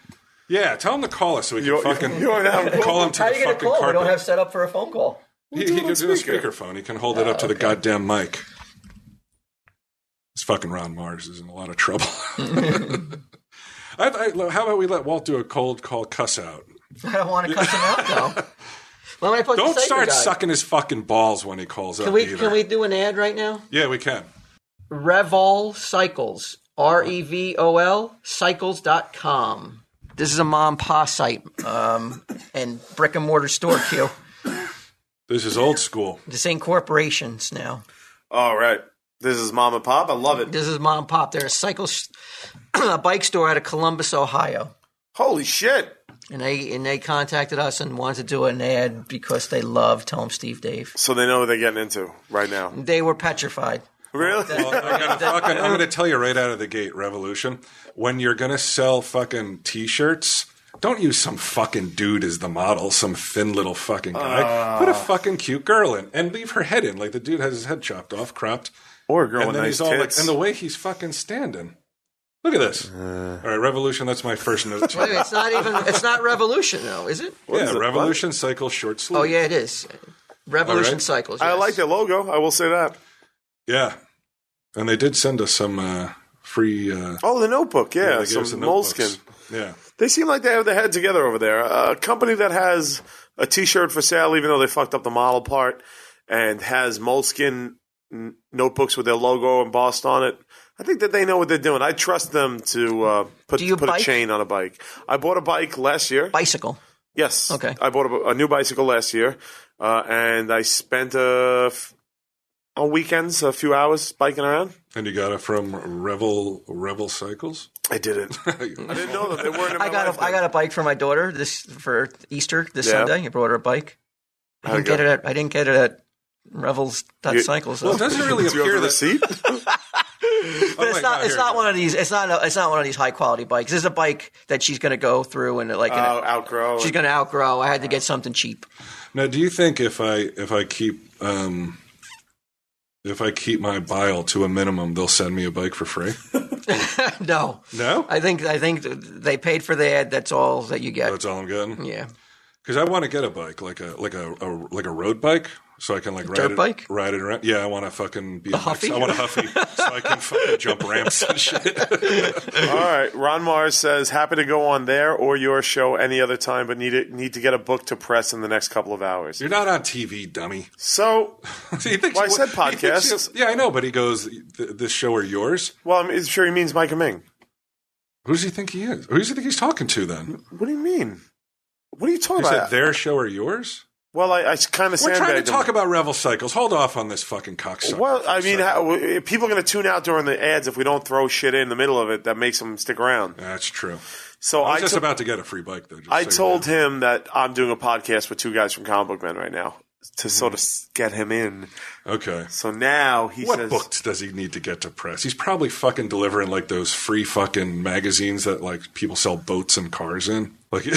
C: Yeah, tell him to call us so we can
D: You- you-
C: fucking
D: you don't have-
C: call him to the fucking carpet.
B: set up for a phone call.
C: he, he can do the speakerphone. He can hold it up to the goddamn mic. This fucking Ron Mars is in a lot of trouble. I, I, how about we let Walt do a cold call cuss out?
B: I don't want to cut them out though. What am I supposed to
C: Don't
B: say to
C: start
B: the guy?
C: sucking his fucking balls when he calls
B: Can
C: up
B: we
C: either.
B: can we do an ad right now?
C: Yeah, we can.
B: Revol Cycles. R E V O L cycles.com. This is a mom pa site um, and brick and mortar store queue.
C: This is old school.
B: This ain't corporations now.
D: All right. This is Mom and Pop. I love it.
B: This is mom and pop. They're a cycle, s- a bike store out of Columbus, Ohio,
D: Holy shit!
B: and they and they contacted us and wanted to do an ad because they love Tell 'em Steve Dave.
D: So they know what they're getting into right now.
B: They were petrified.
D: Really?
C: Well, I'm gonna Oh, fucking- I'm going to tell you right out of the gate, Revolution. When you're going to sell fucking t-shirts, don't use some fucking dude as the model, some thin little fucking guy.
D: Uh.
C: Put a fucking cute girl in and leave her head in, like the dude has his head chopped off, cropped,
D: Or a girl
C: and
D: with
C: then
D: nice
C: he's all like,
D: tits.
C: and the way he's fucking standing. Look at this.
D: Uh.
C: all right, Revolution. That's my first note.
B: Wait, it's not even. It's not revolution though, is it?
D: is
C: yeah,
D: it?
C: Revolution cycle short sleeve.
B: Oh yeah, it is. Revolution
C: All right.
B: cycles.
D: I
B: yes.
D: like their logo. I will say that.
C: yeah. And they did send us some uh, free. Uh,
D: Oh, the Notebook.
C: they
D: Yeah,
C: gave us the
D: some
C: notebooks.
D: moleskin.
C: Yeah.
D: They seem like they have their head together over there. A company that has a T-shirt for sale, even though they fucked up the model part, and has moleskin n- notebooks with their logo embossed on it. I think that they know what they're doing. I trust them to uh, put
B: Do you
D: put
B: bike?
D: a chain on a bike. I bought a bike last year.
B: bicycle.
D: Yes.
B: Okay.
D: I bought a, a new bicycle last year, uh, and I spent a f- on weekends a few hours biking around.
C: And you got it from Revel Revel Cycles.
D: I did it. I didn't know that they weren't. In my
B: I got
D: life
B: a, I got a bike for my daughter this for Easter this
D: Yeah.
B: Sunday. I brought her a bike. I didn't
D: it
B: get it at I didn't get it at Revels dot cycles.
C: Well,
B: though.
C: it doesn't really
D: Do you
C: appear
D: have the
C: that.
D: receipt?
B: But it's
C: wait,
B: not
C: no,
B: it's
C: here it
B: not
C: is.
B: one of these it's not a, it's not one of these high quality bikes. This is a bike that she's going to go through and like
D: Oh, outgrow.
B: she's going to outgrow. I had to get something cheap.
C: Now, do you think if I if I keep um, if I keep my bile to a minimum, they'll send me a bike for free?
B: no.
C: No,
B: I think I think they paid for the ad. That's all that you get.
C: that's all I'm getting.
B: yeah.
C: Because I want to get a bike, like a like a, a like a road bike, so I can like ride
B: dirt
C: it,
B: bike?
C: ride it around. Yeah, I want to fucking be a
B: Huffy?
C: I want a huffy, so I can fucking jump ramps and shit.
D: All right. Ron Mars says, happy to go on there or your show any other time, but need it, need to get a book to press in the next couple of hours.
C: You're not on TV, dummy.
D: So,
C: See, he thinks
D: Well, I
C: he-
D: said
C: he thinks he-
D: podcasts.
C: yeah, I know, but he goes, "Th- "This show or yours."
D: well, I'm sure he means Micah Ming.
C: Who does he think he is? Who does he think he's talking to then?
D: What do you mean? What are you
C: He
D: talking
C: said
D: about?
C: their show or yours?
D: well, I, I kind of
C: We're
D: sandbagged
C: trying to
D: him.
C: talk about Revel Cycles. Hold off on this fucking cocksucker.
D: Well,
C: for a
D: I mean,
C: second.
D: how, w- people are going to tune out during the ads if we don't throw shit in the middle of it that makes them stick around.
C: that's true.
D: So
C: I was
D: I,
C: just
D: to-
C: about to get a free bike though. Just
D: I
C: so you
D: told
C: know.
D: him that I'm doing a podcast with two guys from Comic Book Men right now to sort of s- get him in.
C: Okay.
D: So now he
C: Mm-hmm. What
D: says,
C: books does he need to get to press? He's probably fucking delivering like those free fucking magazines that like people sell boats and cars in. Like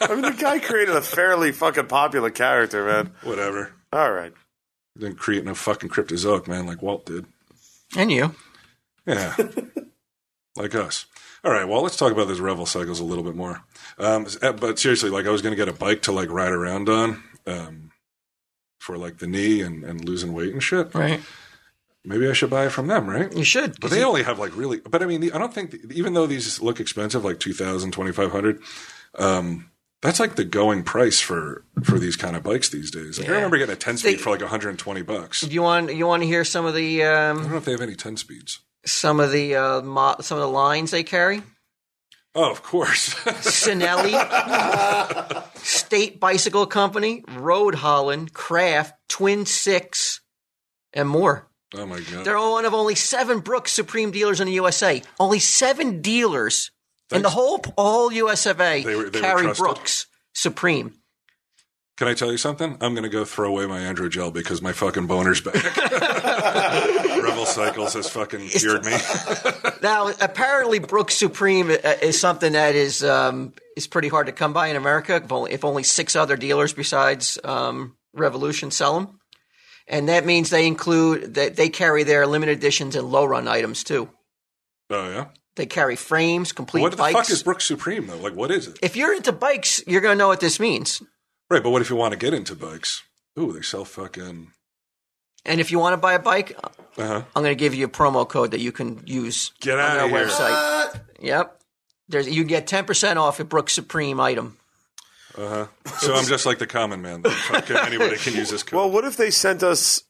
D: I mean, the guy created a fairly fucking popular character, man.
C: whatever.
D: All right.
C: Then creating a fucking cryptozoic man like Walt did.
B: And you.
C: Yeah. like us. All right, well, let's talk about those revel cycles a little bit more. Um, but seriously, like I was going to get a bike to like ride around on um, for like the knee and, and losing weight and shit.
B: Right.
C: Maybe I should buy it from them, right?
B: You should.
C: But
B: 'cause
C: they
B: you-
C: only have like really, but I mean, the- I don't think, even though these look expensive, like 2000 2500 um, that's like the going price for for these kind of bikes these days. Like, I
B: Yeah.
C: remember getting a 10 speed
B: They-
C: for like 120 bucks. I
B: you want you want to hear some of the um,
C: don't know if they have any 10 speeds.
B: some of the uh, mo- some of the lines they carry?
C: Oh, of course.
B: Sinelli, State Bicycle Company, Road Holland, Kraft, Twin Six, and more.
C: oh my God.
B: They're one of only seven Brooks Supreme dealers in the USA. Only seven dealers in the
C: Thanks.
B: whole all US of A
C: They were- they were
B: carry
C: trusted.
B: Brooks Supreme.
C: Can I tell you something? I'm going to go throw away my Androgel because my fucking boner's back. Rebel Cycles has fucking cured me.
B: Now, apparently, Brooks Supreme uh, is something that is um, is pretty hard to come by in America. If only, if only six other dealers besides um, Revolution sell them, and that means they include that they carry their limited editions and low run items too.
C: Oh, yeah?
B: They carry frames, complete
C: What the
B: bikes.
C: fuck is Brooks Supreme, though? Like, what is it?
B: if you're into bikes, you're going to know what this means.
C: Right, but what if you want to get into bikes? Ooh, they sell fucking.
B: And if you want to buy a bike, I'm
C: Uh huh.
B: going to give you a promo code that you can use
C: Get
B: on
C: out
B: our
C: of here.
B: website. Yep, There's, you get ten percent off a Brooks Supreme item.
C: Uh huh. So I'm just like the common man. Then. Fucking anybody can use this code.
D: Well, what if they sent us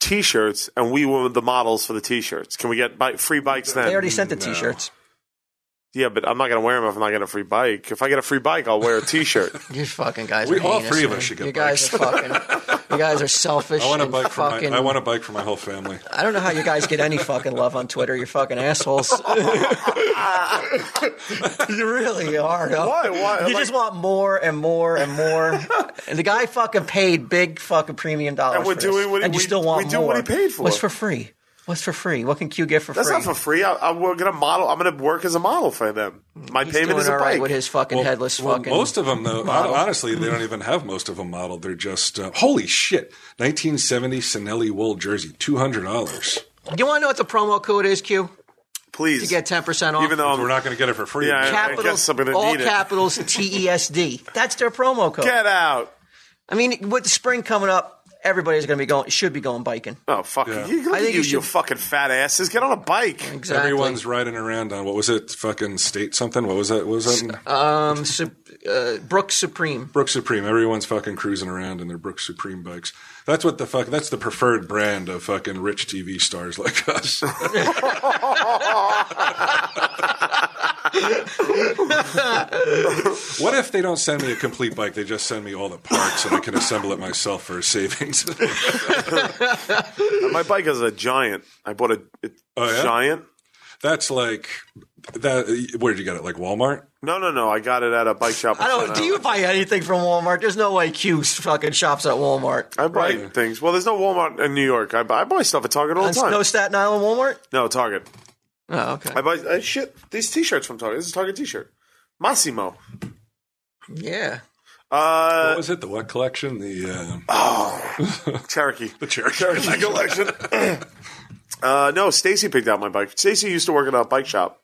D: T-shirts and we were the models for the T-shirts? Can we get bi- free bikes
B: They
D: then?
B: already sent the
C: No.
B: T-shirts.
D: yeah, but I'm not going to wear them if I'm not getting a free bike. If I get a free bike, I'll wear a T-shirt.
B: You fucking guys.
C: We-
B: are
C: all
B: heinous,
C: three of
B: man.
C: us should get
B: You guys are fucking. You guys are selfish.
C: I want a
B: and
C: bike for
B: fucking.
C: my. I want a bike for my whole family.
B: I don't know how you guys get any fucking love on Twitter. You're fucking assholes. you really are. yo.
D: Why? Why?
B: You
D: Like-
B: just want more and more and more. and the guy fucking paid big fucking premium dollars.
D: And we're
B: for
D: doing
B: this.
D: what he-
B: and you
D: we-
B: still want
D: we do what he
B: more.
D: paid for.
B: What's for free? What's for free? What can Q get for
D: That's
B: free?
D: not for free. I, I, we're going to model. I'm going to work as a model for them. My
B: Mm. He's
D: payment
B: doing
D: is a
B: all right
D: bike.
B: with his fucking headless
C: Well,
B: fucking.
C: most of them, though, hon- honestly, they don't even have most of them modeled. They're just uh, holy shit. 1970 Sinelli wool jersey, two hundred dollars.
B: you want to know what the promo code is, Q?
D: Please,
B: To get ten percent off.
D: even though
C: Oh, We're
D: I'm
C: not going to get it for free.
D: Yeah, I-
B: capitals,
D: guess somebody that
B: all
D: need it.
B: capitals T E S D. That's their promo code.
D: get out.
B: I mean, with spring coming up, everybody's going to be going, should be going biking.
D: Oh fuck!
C: Yeah.
D: You, look
B: I
D: at
B: think
D: you,
B: you
D: you
B: should-
D: fucking fat asses. Get on a bike.
B: Exactly.
C: Everyone's riding around on what was it? Fucking state something. What was that? What was that?
B: um, Sup- uh, Brooks Supreme.
C: Brooks Supreme. Everyone's fucking cruising around in their Brooks Supreme bikes. That's what the fuck. That's the preferred brand of fucking rich TV stars like us. what if they don't send me a complete bike? They just send me all the parts and I can assemble it myself for savings.
D: My bike is a giant. I bought a, a
C: Oh, yeah?
D: giant.
C: that's like that. Where'd you get it? Like Walmart?
D: No, no, no. I got it at a bike shop.
B: I don't. Do you buy anything from Walmart? There's no way Q fucking shops at Walmart.
D: I buy things. Well, there's no Walmart in New York. I buy, I buy stuff at Target all the
B: That's
D: time.
B: no
D: No,
B: Staten Island Walmart.
D: Target.
B: Oh, okay.
D: I buy I, shit. These T-shirts from Target. This is a Target T-shirt. Massimo.
B: Yeah.
C: What
D: Uh,
C: was it? The what collection? The uh,
D: Cherokee.
C: the Cherokee.
D: My collection. uh, no, Stacy picked out my bike. Stacy used to work at a bike shop,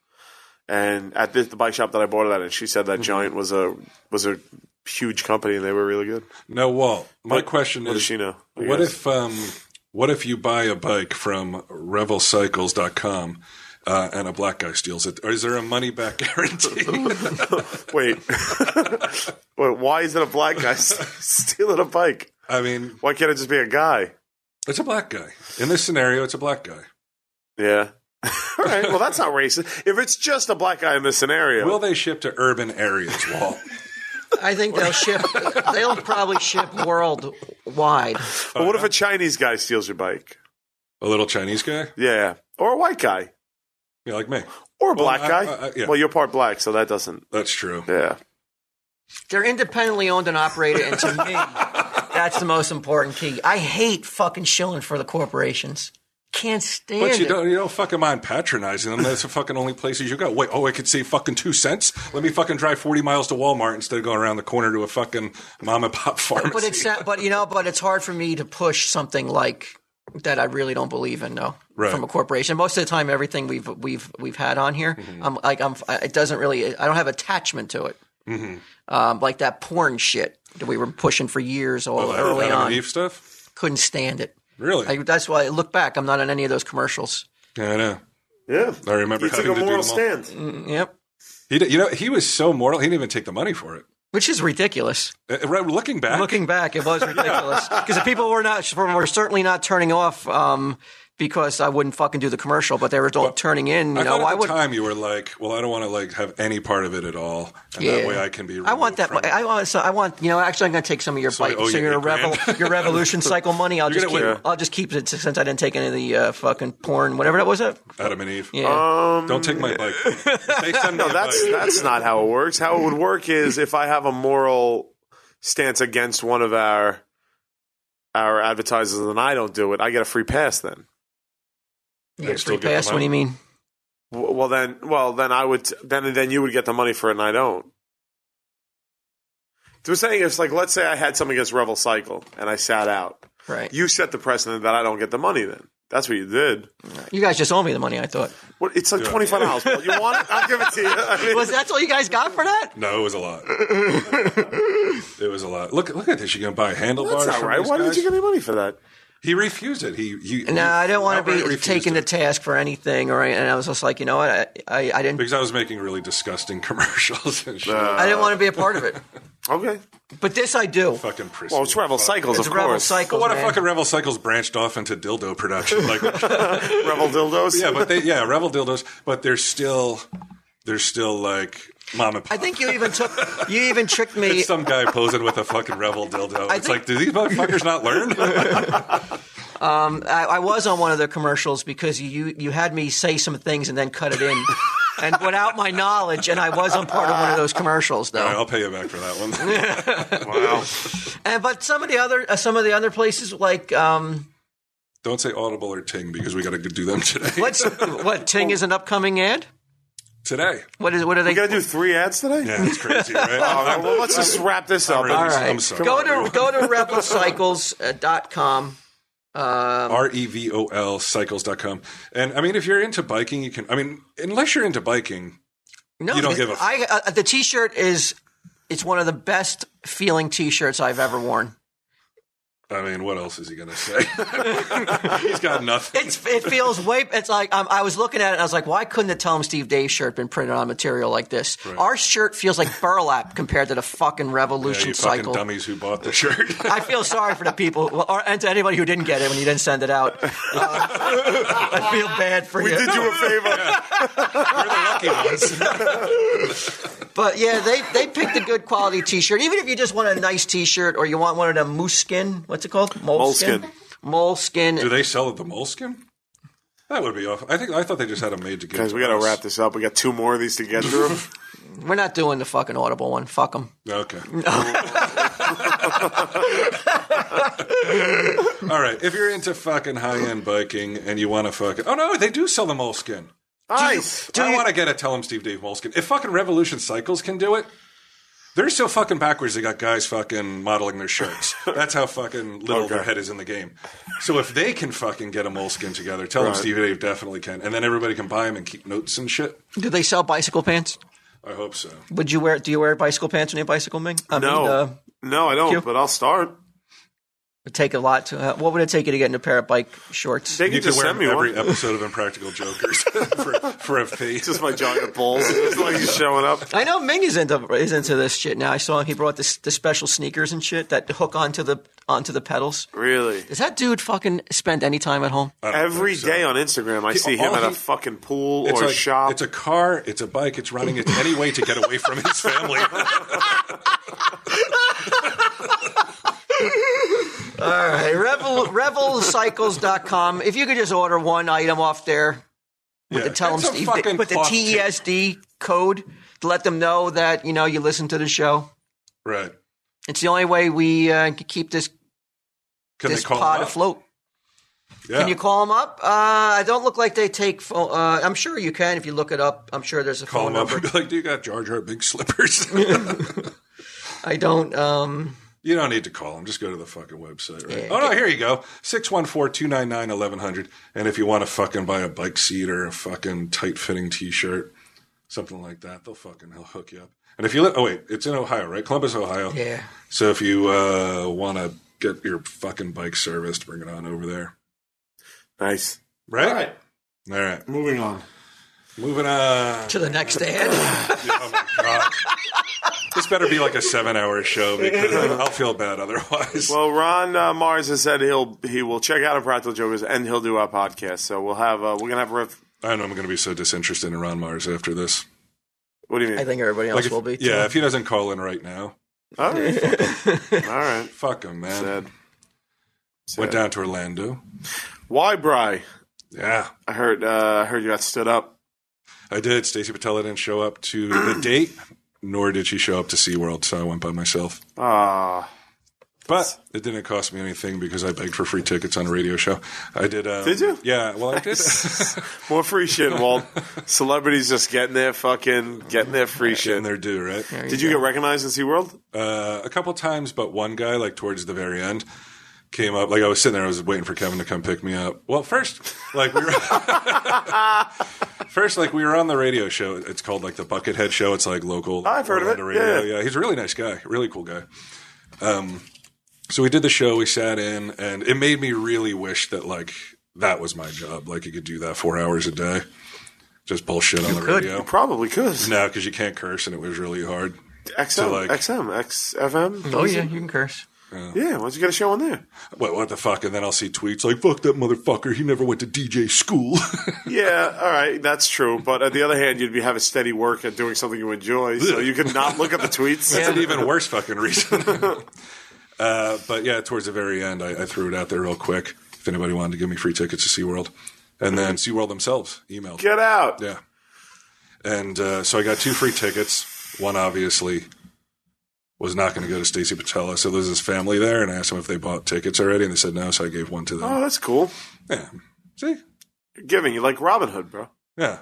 D: and at this, the bike shop that I bought it at, and she said that
C: Mm-hmm.
D: Giant was a was a huge company, and they were really good.
C: No, Walt. My question
D: What
C: is,
D: does she know? I
C: what
D: guess.
C: if um, what if you buy a bike from RevelCycles.com uh, and a black guy steals it? Or is there a money back guarantee?
D: Wait. Wait, why is it a black guy s- stealing a bike?
C: I mean,
D: Why can't it just be a guy?
C: it's a black guy. In this scenario, it's a black guy.
D: Yeah. All right. Well, that's not racist. If it's just a black guy in this scenario,
C: Will they ship to urban areas, Walt?
B: I think they'll ship. They'll probably ship worldwide.
D: but what if a Chinese guy steals your bike?
C: a little Chinese guy?
D: Yeah. Or a white guy.
C: Yeah, like me.
D: Or a black
C: I-
D: guy.
C: I- I- yeah.
D: Well, you're part black, so that doesn't.
C: That's true.
D: Yeah.
B: They're independently owned and operated, and to me, that's the most important key. I hate fucking shilling for the corporations. Can't stand
C: But you
B: it.
C: don't, you don't fucking mind patronizing them. That's the fucking only places you go. Wait, oh, I could save fucking two cents. Let me fucking drive forty miles to Walmart instead of going around the corner to a fucking mom and pop pharmacy.
B: But it's but you know, but it's hard for me to push something like that I really don't believe in. No,
C: Right.
B: from a corporation. Most of the time, everything we've we've we've had on here, I'm like I'm. I- It doesn't really. I don't have attachment to it. Um, like that porn shit that we were pushing for years all early
C: Adam
B: on.
C: and Eve stuff.
B: Couldn't stand it.
C: Really?
B: I, that's why I look back. I'm not on any of those commercials.
C: yeah, I know.
D: Yeah.
C: I remember
D: He took
C: having
D: a
C: to do
D: moral
C: them all.
D: stand.
B: Mm, Yep.
C: He, did- you know, he was so moral. He didn't even take the money for it.
B: Which is ridiculous.
C: Uh, right, looking back,
B: Looking back, it was ridiculous because the people were not were certainly not turning off um, because I wouldn't fucking do the commercial, but they were all turning in. You
C: I
B: know,
C: thought
B: why
C: at the
B: would
C: time you were like, "Well, I don't want to like have any part of it at all, and
B: Yeah.
C: that way I can be."
B: I want
C: removed
B: that.
C: from it.
B: I want. So I want. You know, actually, I'm going to take some of your
C: So I
B: bite.
C: owe
B: So
C: you
B: your
C: eight Oh, grand.
B: revel, your revolution cycle money. I'll
C: You're
B: just keep.
C: gonna win.
B: I'll just keep it since I didn't take any of the uh, fucking porn, whatever that was. That
C: Adam and Eve.
B: yeah.
D: Um,
C: Mm. Don't take my bike. If They send me
D: no,
C: a
D: that's
C: bike.
D: that's not how it works. How it would work is if I have a moral stance against one of our our advertisers and I don't do it, I get a free pass then.
B: you
C: I
B: get a
C: still
B: free
C: get the
B: pass. What do
C: money.
B: you mean?
D: W- Well then, well then I would then then you would get the money for it and I don't. So we're saying it's like let's say I had something against Revel Cycle and I sat out.
B: Right. You,
D: You set the precedent that I don't get the money then. That's what you did.
B: guys just owe me the money. I thought.
D: What, it's like twenty five dollars. Well, you want it? I'll give it to you. I mean,
B: Was that's all you guys got for that?
C: No, it was a lot. it was a lot. Look, look at this. You can buy handlebars.
D: that's not
C: from
D: right.
C: these
D: Why
C: guys?
D: did you give me money for that?
C: He refused it. He, he
B: No, I didn't want
C: outright
B: to be
C: refused
B: taken to
C: it
B: task for anything, or any- and I was just like, you know what? I I, I didn't.
C: because I was making really disgusting commercials and shit.
B: I didn't want to be a part of it.
D: Okay.
B: But this I do.
C: fucking prissy.
D: Well, it's Revel
C: Fuck.
D: Cycles,
B: It's
D: of
B: rebel
D: course.
B: cycles.
C: But what if
B: man.
C: fucking Revel Cycles branched off into dildo production? Like,
D: Revel dildos.
C: yeah, but they, yeah, Revel dildos, but they're still, they're still like mom and pop.
B: I think you even took. You even tricked me.
C: It's some guy posing with a fucking Revel dildo. It's
B: think-
C: like, do these motherfuckers not learn?
B: I, I was on one of the commercials because you you had me say some things and then cut it in, and without my knowledge. And I was on part of one of those commercials, though.
C: I'll pay you back for that one.
D: Wow.
B: And but some of the other uh, some of the other places like um,
C: Don't say Audible or Ting because we got to do them today.
B: what's what Ting is an upcoming ad.
C: Today.
B: What is what are they?
D: You got to do three ads today?
C: Yeah, it's crazy, right?
D: All right, well, let's just wrap this up.
C: really
B: All
C: I'm
B: right,
C: sorry.
B: go to go to replicycles.com.
C: R E V O L cycles.com. And I mean, if you're into biking, you can, I mean, unless you're into biking,
B: No,
C: You don't
B: because
C: give a-
B: I uh, the T-shirt is it's one of the best feeling T-shirts I've ever worn.
C: I mean, what else is he going to say? He's got nothing.
B: It's, it feels way. It's like um, I was looking at it. and I was like, why couldn't the Tell 'em Steve Dave shirt been printed on material like this? Our shirt feels like burlap compared to the fucking
C: Yeah,
B: Revolution
C: you fucking
B: cycle.
C: dummies who bought the shirt.
B: I feel sorry for the people, well, or, and to anybody who didn't get it when you didn't send it out. Uh, I feel bad for
D: We
B: you.
D: did you a favor.
C: We're the lucky ones.
B: But yeah, they they picked a good quality T-shirt. Even if you just want a nice T-shirt, or you want one of the moose skin, what's it called? Moleskin.
D: Moleskin.
B: Moleskin.
C: Do they sell the moleskin? That would be awful. I think I thought they just had them made to give.
D: Guys, we got to wrap this up. We got two more of these to get through.
B: We're not doing the fucking Audible one. Fuck them.
C: Okay. All right. If you're into fucking high end biking and you want to fucking oh no, they do sell the moleskin.
D: Nice.
C: I want to get a tell 'em Steve Dave moleskin. If fucking Revolution Cycles can do it, they're so fucking backwards. They got guys fucking modeling their shirts. That's how fucking little their
D: Okay.
C: head is in the game. So if they can fucking get a moleskin together, tell 'em
D: Right.
C: Steve Dave definitely can, and then everybody can buy them and keep notes and shit.
B: Do they sell bicycle pants?
C: I hope so.
B: Would you wear? Do you wear bicycle pants when you bicycle, Ming? I
D: No.
B: Mean, uh,
D: No, I don't,
B: you.
D: but I'll start.
B: It'd take a lot to. Uh, what would it take you to get in a pair of bike shorts?
D: They can
C: You could
D: just
C: wear
D: send me
C: every
D: one.
C: episode of Impractical Jokers for, for a fee.
D: just my giant balls. It's like he's showing up.
B: I know Ming is into is into this shit now. I saw he brought this the special sneakers and shit that hook onto the onto the pedals.
D: Really?
B: Does that dude fucking spend any time at home?
C: I don't
D: Every
C: think so.
D: day on Instagram, I see him
C: all
D: at a
C: he-
D: fucking pool
C: It's
D: or a
C: like-
D: shop.
C: It's a car. It's a bike. It's running. It's any way to get away from his family.
B: All right, revel revelcycles.com. If you could just order one item off there,
C: Yeah.
B: to tell them
C: That's a
B: Steve,
C: fucking
B: put the
C: cloth tip.
B: TESD code to let them know that you know you listen to the show.
C: Right.
B: It's the only way we uh, can keep this
C: Can
B: this
C: they call him
B: pod
C: up?
B: afloat.
C: Yeah.
B: Can you call them up? Uh, I don't look like they take phone. Uh, I'm sure you can if you look it up. I'm sure there's a
C: call
B: phone
C: him up and
B: number.
C: be like, "Do you got Jar Jar big slippers?"
B: I don't. Um,
C: You don't need to call them. Just go to the fucking website, right?
B: Yeah.
C: Oh, no, here you go. 614-299-1100. And if you want to fucking buy a bike seat or a fucking tight-fitting t-shirt, something like that, they'll fucking they'll hook you up. And if you li- – oh, wait. It's in Ohio, right? Columbus, Ohio.
B: Yeah.
C: So if you uh, want to get your fucking bike serviced, bring it on over there.
D: Nice.
C: Right? All right.
D: Moving on.
C: Moving on.
B: To the next ad.
C: oh, my God. This better be like a seven-hour show because I'll feel bad otherwise.
D: Well, Ron uh, Mars has said he'll he will check out Impractical Jokers and he'll do our podcast. So we'll have uh, we're gonna have a rev-
C: I know I'm going to be so disinterested in Ron Mars after this.
D: what do you
B: I
D: mean?
B: think everybody else
C: if,
B: will be. Too.
C: yeah, if he doesn't call in right now,
D: All right, all right.
C: fuck him, man.
D: Sad.
C: Went
D: Sad.
C: down to Orlando.
D: Why, Bry?
C: Yeah,
D: I heard uh, I heard you got stood up.
C: I did. Stacey Patella didn't show up to the date, nor did she show up to SeaWorld, so I went by myself.
D: Ah,
C: But it didn't cost me anything because I begged for free tickets on a radio show. I did. Um,
D: Did you?
C: Yeah. Well, I did.
D: more free shit, Walt. Celebrities just getting their fucking getting their free
C: Getting
D: shit.
C: their due, right?
B: There
D: Did you
B: go.
D: get recognized in SeaWorld?
C: uh, a couple times, but one guy, like towards the very end, came up. Like I was sitting there, I was waiting for Kevin to come pick me up. Well, first, like we were, first, like we were on the radio show. It's called like the Buckethead Show. It's like local.
D: Oh, I've heard of it.
C: Orlando
D: Yeah,
C: Radio.
D: yeah.
C: yeah, he's a really nice guy, really cool guy. Um, so we did the show. We sat in, and it made me really wish that like that was my job. Like you could do that four hours a day, just bullshit on the radio.
D: Probably could.
C: No, because you can't curse, and it was really hard.
D: XM,
C: like- Hmm.
D: XM, XFM.
B: Oh yeah, you can curse.
D: Yeah, why don't you get a show on there?
C: What, what the fuck? And then I'll see tweets like, fuck that motherfucker. He never went to DJ school.
D: Yeah, all right, that's true. But on the other hand, you'd be have a steady work at doing something you enjoy, so you could not look at the tweets.
C: That's an even worse fucking reason. uh, but yeah, towards the very end, I, I threw it out there real quick if anybody wanted to give me free tickets to SeaWorld. And then SeaWorld themselves emailed.
D: Get out.
C: Yeah. And uh, so I got two free tickets. One obviously was not going to go to Stacy Patella. So there's his family there, and I asked them if they bought tickets already, and they said no. So I gave one to them.
D: Oh, that's cool.
C: yeah. See?
D: You're giving you like Robin Hood, bro.
C: Yeah.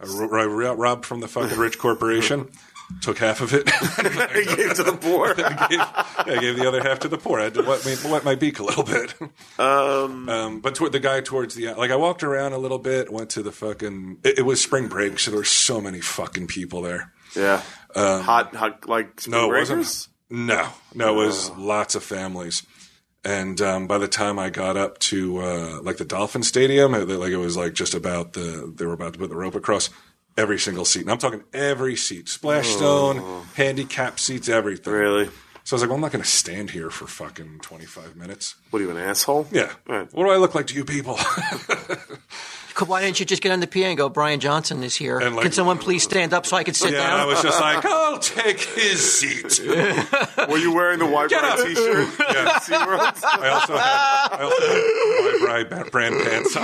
C: I ro- I ro- robbed from the fucking rich corporation, took half of it.
D: I gave to the poor.
C: I gave, I gave the other half to the poor. I had to wet, me, wet my beak a little bit.
D: Um,
C: Um, but toward the guy towards the like, I walked around a little bit. Went to the fucking. It, it was spring break, so there were so many fucking people there.
D: yeah. hot, hot, like spring
C: Um, No, it
D: breakers?
C: wasn't. No, no, it was lots of families. And um, by the time I got up to uh, like the Dolphin Stadium, it, like it was like just about the they were about to put the rope across every single seat, and I'm talking every seat, splash zone, handicap seats, everything.
D: Oh. Really?
C: So I was like, well, I'm not going to stand here for fucking 25 minutes.
D: What are you, an asshole?
C: Yeah.
D: Right.
C: What do I look like to you people?
B: Why didn't you just get on the PA and go? Brian Johnson is here.
C: And, like-
B: can someone please stand up so I can sit
C: yeah,
B: down?
C: and I was just like, I'll take his seat.
D: Were you wearing the white
C: Get
D: Bride
C: up.
D: t-shirt?
C: Yeah.
D: SeaWorld?
C: I also had, I also had my bride brand pants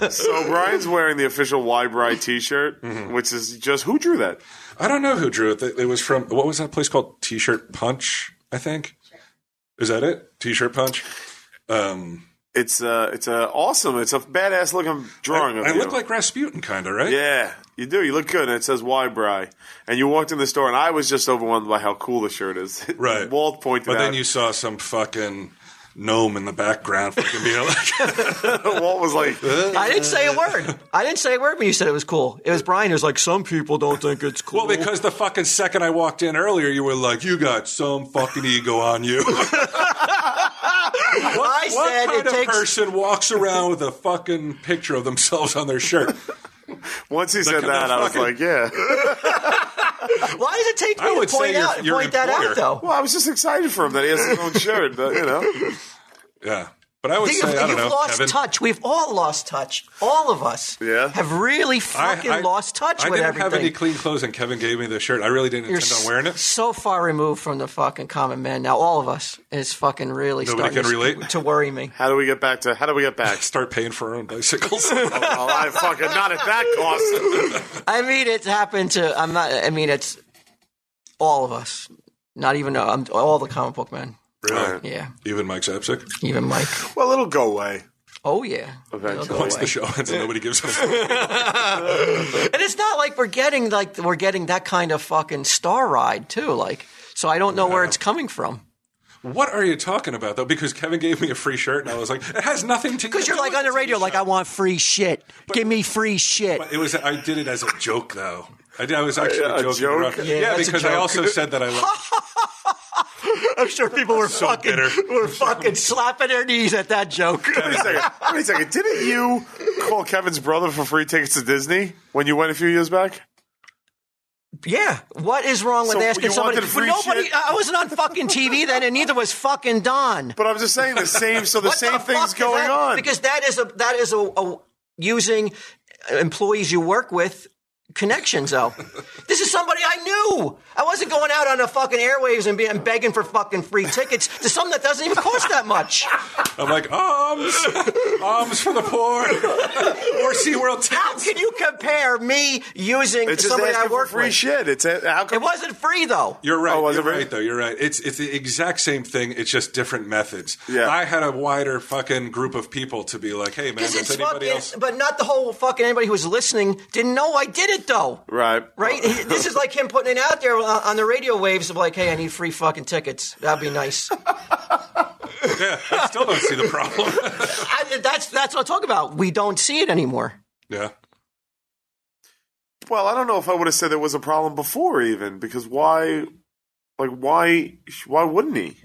C: on.
D: so Brian's wearing the official Y Bride t-shirt,
C: Mm-hmm.
D: which is just who drew that?
C: I don't know who drew it. It was from, what was that place called? T shirt Punch, I think. Is that it? T shirt Punch? Um,
D: It's uh, it's uh, awesome. It's a badass looking drawing of
C: I
D: you.
C: look like Rasputin, kind of, right?
D: yeah, you do. You look good, and it says Y Bride. And you walked in the store, and I was just overwhelmed by how cool the shirt is.
C: Right.
D: Walt pointed
C: But
D: out.
C: then you saw some fucking gnome in the background fucking being like,
D: Walt was like,
B: I didn't say a word. I didn't say a word when you said it was cool. It was Brian who's like, some people don't think it's cool.
C: Well, because the fucking second I walked in earlier, you were like, "You got some fucking ego on you." what
B: I
C: what
B: said
C: kind
B: it
C: of
B: takes.
C: person walks around with a fucking picture of themselves on their shirt?
D: once he said
C: the
D: that, I was
C: fucking-
D: like, yeah.
B: Why does it take
C: I
B: me
C: would
B: to
C: say
B: point
C: your-
B: out
C: your
B: point that out
C: employer.
B: though?
D: Well, I was just excited for him that he has his own shirt, but, you know.
C: Yeah, but I would
B: You've,
C: say I
B: you've
C: don't know,
B: lost
C: Kevin.
B: touch. We've all lost touch. All of us
D: Yeah.
B: have really
C: I-
B: fucking
C: I-
B: lost touch
C: I
B: with
C: didn't
B: everything.
C: have any clean clothes, and Kevin gave me the shirt. I really didn't
B: You're
C: intend on wearing it.
B: so far removed from the fucking common man now. All of us is fucking really
C: Nobody
B: starting
C: can
B: to-
C: relate?
B: to worry me.
D: How do we get back to, how do we get back?
C: Start paying for our own bicycles.
D: Oh, I fucking, not at that cost.
B: I mean, it's happened to. I'm not. I mean, it's all of us. Not even um, all the comic book men.
C: really?
B: Yeah,
C: Even Mike Zapsik.
B: even Mike.
D: Well, it'll go away.
B: Oh yeah. They'll go
C: Once
B: away.
C: the show ends, and nobody gives a fuck.
B: And it's not like we're getting like we're getting that kind of fucking star ride too. Like, so I don't know where it's coming from.
C: What are you talking about though? Because Kevin gave me a free shirt, and I was like, "It has nothing to."
B: Because you're like on the radio, like I want free shit. Give me free shit.
C: It was. I did it as a joke, though. I, did, I was actually
D: A
C: joking.
D: joke?
C: around.
D: Yeah,
C: Yeah,
B: that's a
C: because I
B: joke.
C: also said that I love.
B: I'm sure people were fucking
C: bitter.
B: were fucking slapping their knees at that joke.
D: Wait a second. Wait a second. Didn't you call Kevin's brother for free tickets to Disney when you went a few years back?
B: yeah, what is wrong with
D: So
B: asking
D: you
B: somebody?
D: wanted free
B: nobody,
D: shit?
B: I wasn't on fucking TV then, and neither was fucking Don.
D: But I'm just saying the same. So the
B: What
D: same
B: the fuck
D: thing's
B: is
D: going
B: that?
D: on.
B: because that is a that is a, a using employees you work with connections though this is somebody i knew i wasn't going out on the fucking airwaves and being begging for fucking free tickets to something that doesn't even cost that much
C: I'm like arms, arms for the poor, or SeaWorld
B: how
C: tickets.
B: can you compare me using
D: it's just
B: somebody i
D: asking for
B: work
D: free
B: with
D: shit. It's a, how
B: it
D: come
B: wasn't free though
C: You're right.
D: Oh, was
C: you're
D: it really?
C: right, though. You're right. It's it's the exact same thing. It's just different methods.
D: Yeah.
C: I had a wider fucking group of people to be like, hey man,
B: because it's
C: does anybody
B: fucking
C: else?
B: but not the whole fucking anybody who was listening didn't know i did it though
D: right?
B: Right? He- this is like him putting it out there on on the radio waves of like, hey, I need free fucking tickets. That'd be nice.
C: Yeah, I still don't see the problem.
B: I, that's that's what I'm talking about. We don't see it anymore.
C: yeah.
D: Well, I don't know if I would have said there was a problem before, even because why? Like why? Why wouldn't he?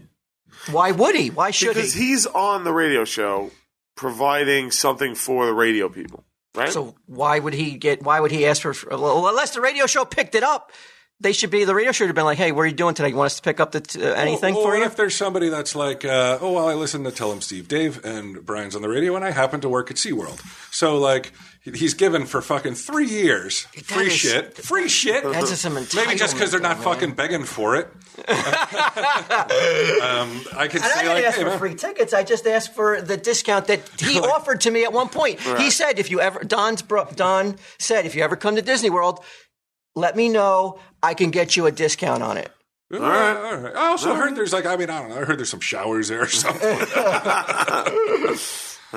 B: Why would he? Why should
D: Because
B: he?
D: he's on the radio show, providing something for the radio people, right?
B: So why would he get? Why would he ask for? well, Unless the radio show picked it up, they should be. The radio show should have been like, hey, what are you doing today? You want us to pick up the t- uh, anything
C: or,
B: for
C: or
B: you?
C: if there's somebody that's like, uh, oh, well, I listen to Tell Him Steve Dave and Brian's on the radio, and I happen to work at SeaWorld. So, like, he- he's given for fucking three years free
B: is-
C: shit. Free shit.
B: That's just some
C: Maybe just because they're
B: entitlement,
C: not
B: though,
C: fucking begging for it. um, I could
B: And I
C: say,
B: didn't
C: like,
B: ask
C: hey,
B: for
C: man,
B: free tickets. I just asked for the discount that he offered to me at one point. He said, "If you ever Don's bro, Don said, if you ever come to Disney World, let me know. I can get you a discount on it."
C: all right, all right. I also heard there's like, I mean, I don't know. I heard there's some showers there or something.
D: All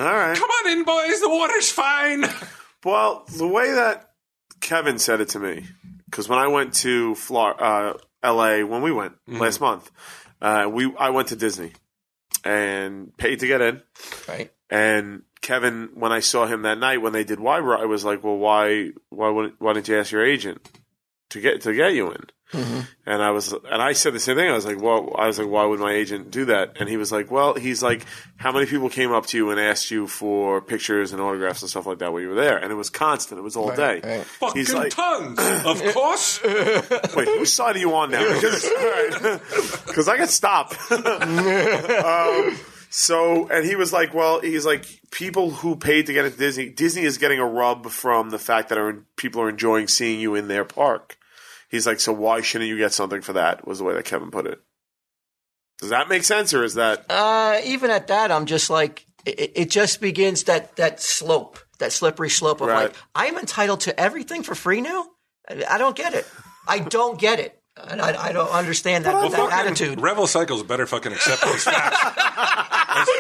D: right.
C: Come on in, boys. The water's fine.
D: Well, the way that Kevin said it to me, because when I went to Flor- uh, L.A. when we went
B: Mm-hmm.
D: last month, uh, we I went to Disney and paid to get in.
B: Right.
D: And Kevin, when I saw him that night when they did Y, I was like, "Well, why why wouldn't why didn't you ask your agent to get to get you in?" And I was and I said the same thing. I was like, "Well, I was like, why would my agent do that?" And he was like, "Well, he's like, how many people came up to you and asked you for pictures and autographs and stuff like that while you were there?" And it was constant. It was all day.
C: Fucking
D: He's like,
C: tons. Of course.
D: Wait, whose side are you on now? Because I can stop. Um, so, and he was like, well, he's like, people who paid to get into Disney, Disney is getting a rub from the fact that are, people are enjoying seeing you in their park. He's like, so why shouldn't you get something for that? Was the way that Kevin put it. Does that make sense, or is that
B: Uh, even at that, I'm just like it, it just begins that that slope, that slippery slope of
D: Right.
B: like I'm entitled to everything for free now. I, I don't get it. I don't get it, and I, I don't understand that,
C: Well,
B: that
C: fucking
B: attitude.
C: Revel Cycles better fucking accept those facts. That's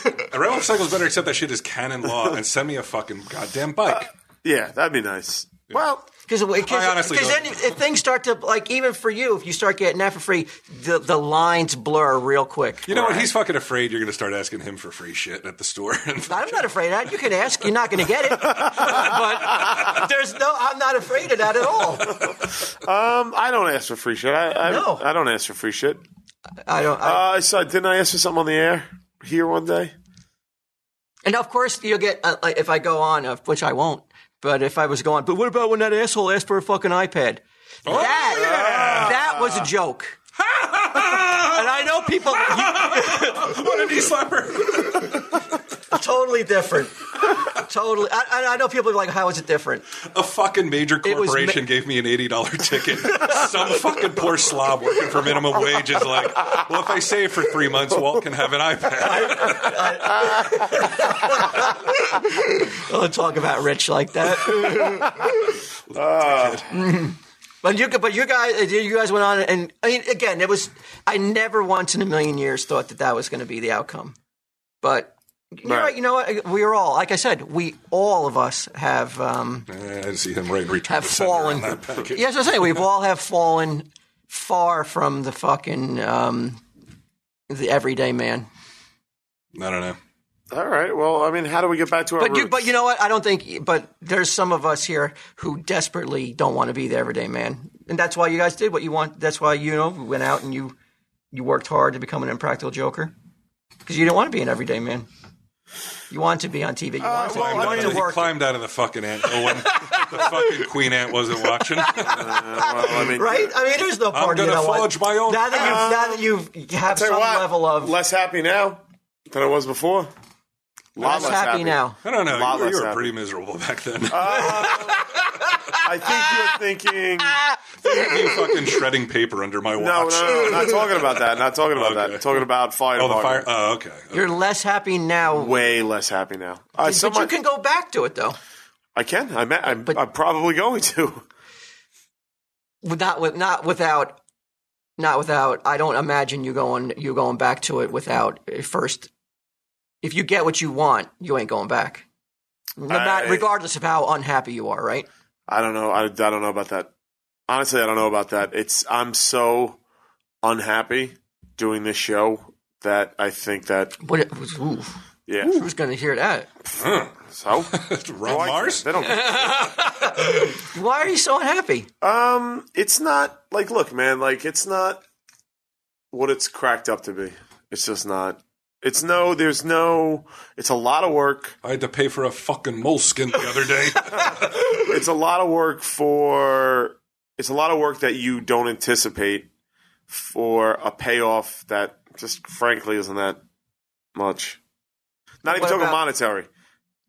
C: fucking- Revel Cycles better accept that shit as canon law and send me a fucking goddamn bike.
D: yeah? That'd be nice. Well,
B: Because
C: I honestly
B: because then
C: don't.
B: if things start to like even for you, if you start getting that for free, the the lines blur real quick.
C: You know what? He's fucking afraid you're going to start asking him for free shit at the store.
B: I'm not afraid of that. You can ask. You're not going to get it. but there's no. I'm not afraid of that at all.
D: um, I don't ask for free shit. I, I,
B: No.
D: I don't ask for free shit.
B: I don't. I,
D: Uh, I saw. Didn't I ask for something on the air here one day?
B: And of course, you'll get uh, like, if I go on, of which I won't. But if I was going, but what about when that asshole asked for a fucking iPad?
C: Oh,
B: that that was a joke. and I know people
C: what a knee slapper.
B: totally different. totally. I, I- I know people are like, how is it different?
C: A fucking major
B: It was ma-
C: corporation gave me an $80 ticket. Some fucking poor slob working for minimum wage is like, well, if I save for three months, Walt can have an iPad.
B: Don't talk about rich like that. but you, but you guys, uh, you guys went on, and I mean, again, it was. I never once in a million years thought that that was going to be the outcome. But you're right.
D: Right.
B: You know what? We are all, like I said, we all of us have. Um,
C: Eh, I didn't see him right in return.
B: have
C: to sender
B: fallen.
C: on that package.
B: Yes, I'm saying we've all have fallen far from the fucking um, the everyday man.
C: I don't know.
D: All right. Well, I mean, how do we get back to our
B: But you,
D: roots?
B: but you know what? I don't think. But there's some of us here who desperately don't want to be the everyday man, and that's why you guys did what you want. That's why you know went out and you you worked hard to become an impractical joker because you didn't want to be an everyday man. You want to be on TV. You want to,
D: Uh, well,
B: you
D: I
B: want
D: mean,
B: to
C: he
B: work.
C: climbed out of the fucking ant hole when the fucking queen ant wasn't watching.
D: Well, I mean,
B: Right? I mean, there's no part of you
C: gonna
B: that want-
C: forge my own
B: Now that you now that you have
D: Tell
B: some
D: you what,
B: level of
D: less happy now than I was before. Lot
B: I'm happy, now.
C: I don't know.
D: Lot
C: You were, you
D: less
C: were
D: happy. Uh,
C: pretty miserable back then.
D: I think you're thinking.
C: you fucking shredding paper under my watch.
D: No, no, no, not talking about that. Not talking about that.
C: Okay.
D: talking about fire.
C: Oh, the fire.
D: department.
C: Oh, okay.
B: You're less happy now.
D: Way less happy now. I,
B: but
D: so
B: you
D: much,
B: can go back to it though.
D: I can. I met, I'm, I'm probably going to.
B: With- not with not without not without I don't imagine you going you going back to it without uh, first if you get what you want, you ain't going back. No
D: I-
B: mat- regardless of how unhappy you are, right?
D: I don't know. I, I don't know about that. Honestly, I don't know about that. It's I'm so unhappy doing this show that I think that
B: What it was, ooh,
D: yeah.
B: who's going to hear that?
D: So
C: Ron
D: Why-
C: Mars?
D: They don't.
B: Why are you so unhappy?
D: Um, it's not like look, man. Like it's not what it's cracked up to be. It's just not. It's no. There's no. It's a lot of work.
C: I had to pay for a fucking moleskin the other day.
D: It's a lot of work for. It's a lot of work that you don't anticipate for a payoff that just frankly isn't that much. Not even
B: What
D: talking
B: about-
D: monetary,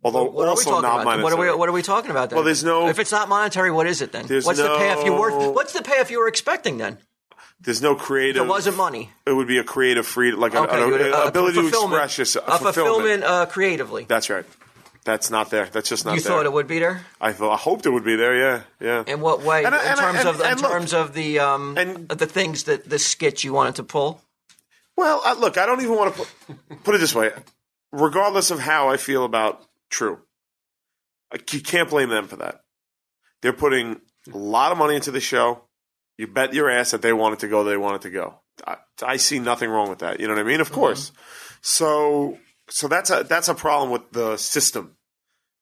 D: although
B: What are we
D: Oh, also
B: talking
D: not
B: about?
D: monetary.
B: What are we What are we talking about then?
D: Well, there's no-
B: If it's not monetary, what is it then?
D: There's
B: What's the payoff you
D: no-
B: were? What's the payoff you were expecting then?
D: there's no creative.
B: If it wasn't money.
D: It would be a creative freedom, like an,
B: Okay,
D: an-
B: you would-
D: an
B: uh,
D: ability to
B: fulfillment.
D: express yourself.
B: A fulfillment uh, creatively.
D: That's right. That's not there. That's just not
B: You
D: there.
B: thought it would be there.
D: I thought. I hoped it would be there. Yeah, yeah.
B: In what way?
D: And I-
B: in
D: and I-
B: terms
D: and-
B: of in
D: and look-
B: terms of the um
D: And-
B: the things that the skit you wanted to pull.
D: well, I, look, I don't even want to put, put it this way. Regardless of how I feel about True, I, you can't blame them for that. They're putting a lot of money into the show. You bet your ass that they want it to go. They want it to go. I, I see nothing wrong with that. You know what I mean? Of
B: Mm-hmm.
D: course. So, so that's a that's a problem with the system.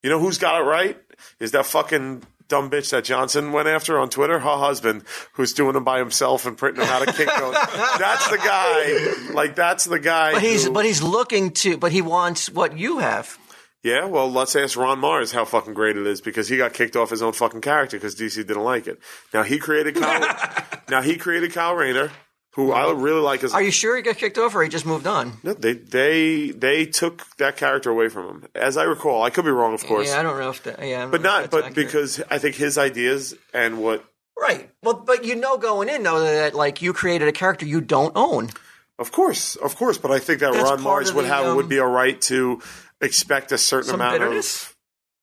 D: You know who's got it right? Is that fucking dumb bitch that Johnson went after on Twitter? Her husband, who's doing them by himself and printing them out of kick notes. that's the guy. Like that's the guy.
B: But he's
D: who-
B: but he's looking to but he wants what you have.
D: yeah, well, let's ask Ron Mars how fucking great it is because he got kicked off his own fucking character because DC didn't like it. Now he created Kyle. now he created Kyle Rayner, who I really like as.
B: Are you sure he got kicked off or he just moved on?
D: no, they they they took that character away from him, as I recall. I could be wrong, of course,
B: Yeah, I don't know if that. Yeah, I don't
D: but
B: know if
D: not.
B: that's
D: But
B: accurate.
D: because I think his ideas and what,
B: right. Well, but you know going in though that like you created a character you don't own.
D: of course, of course. But I think that
B: That's
D: Ron
B: part
D: Mars
B: of
D: would
B: the,
D: have
B: um,
D: would be a right to expect a certain
B: Some
D: amount
B: bitterness.
D: of.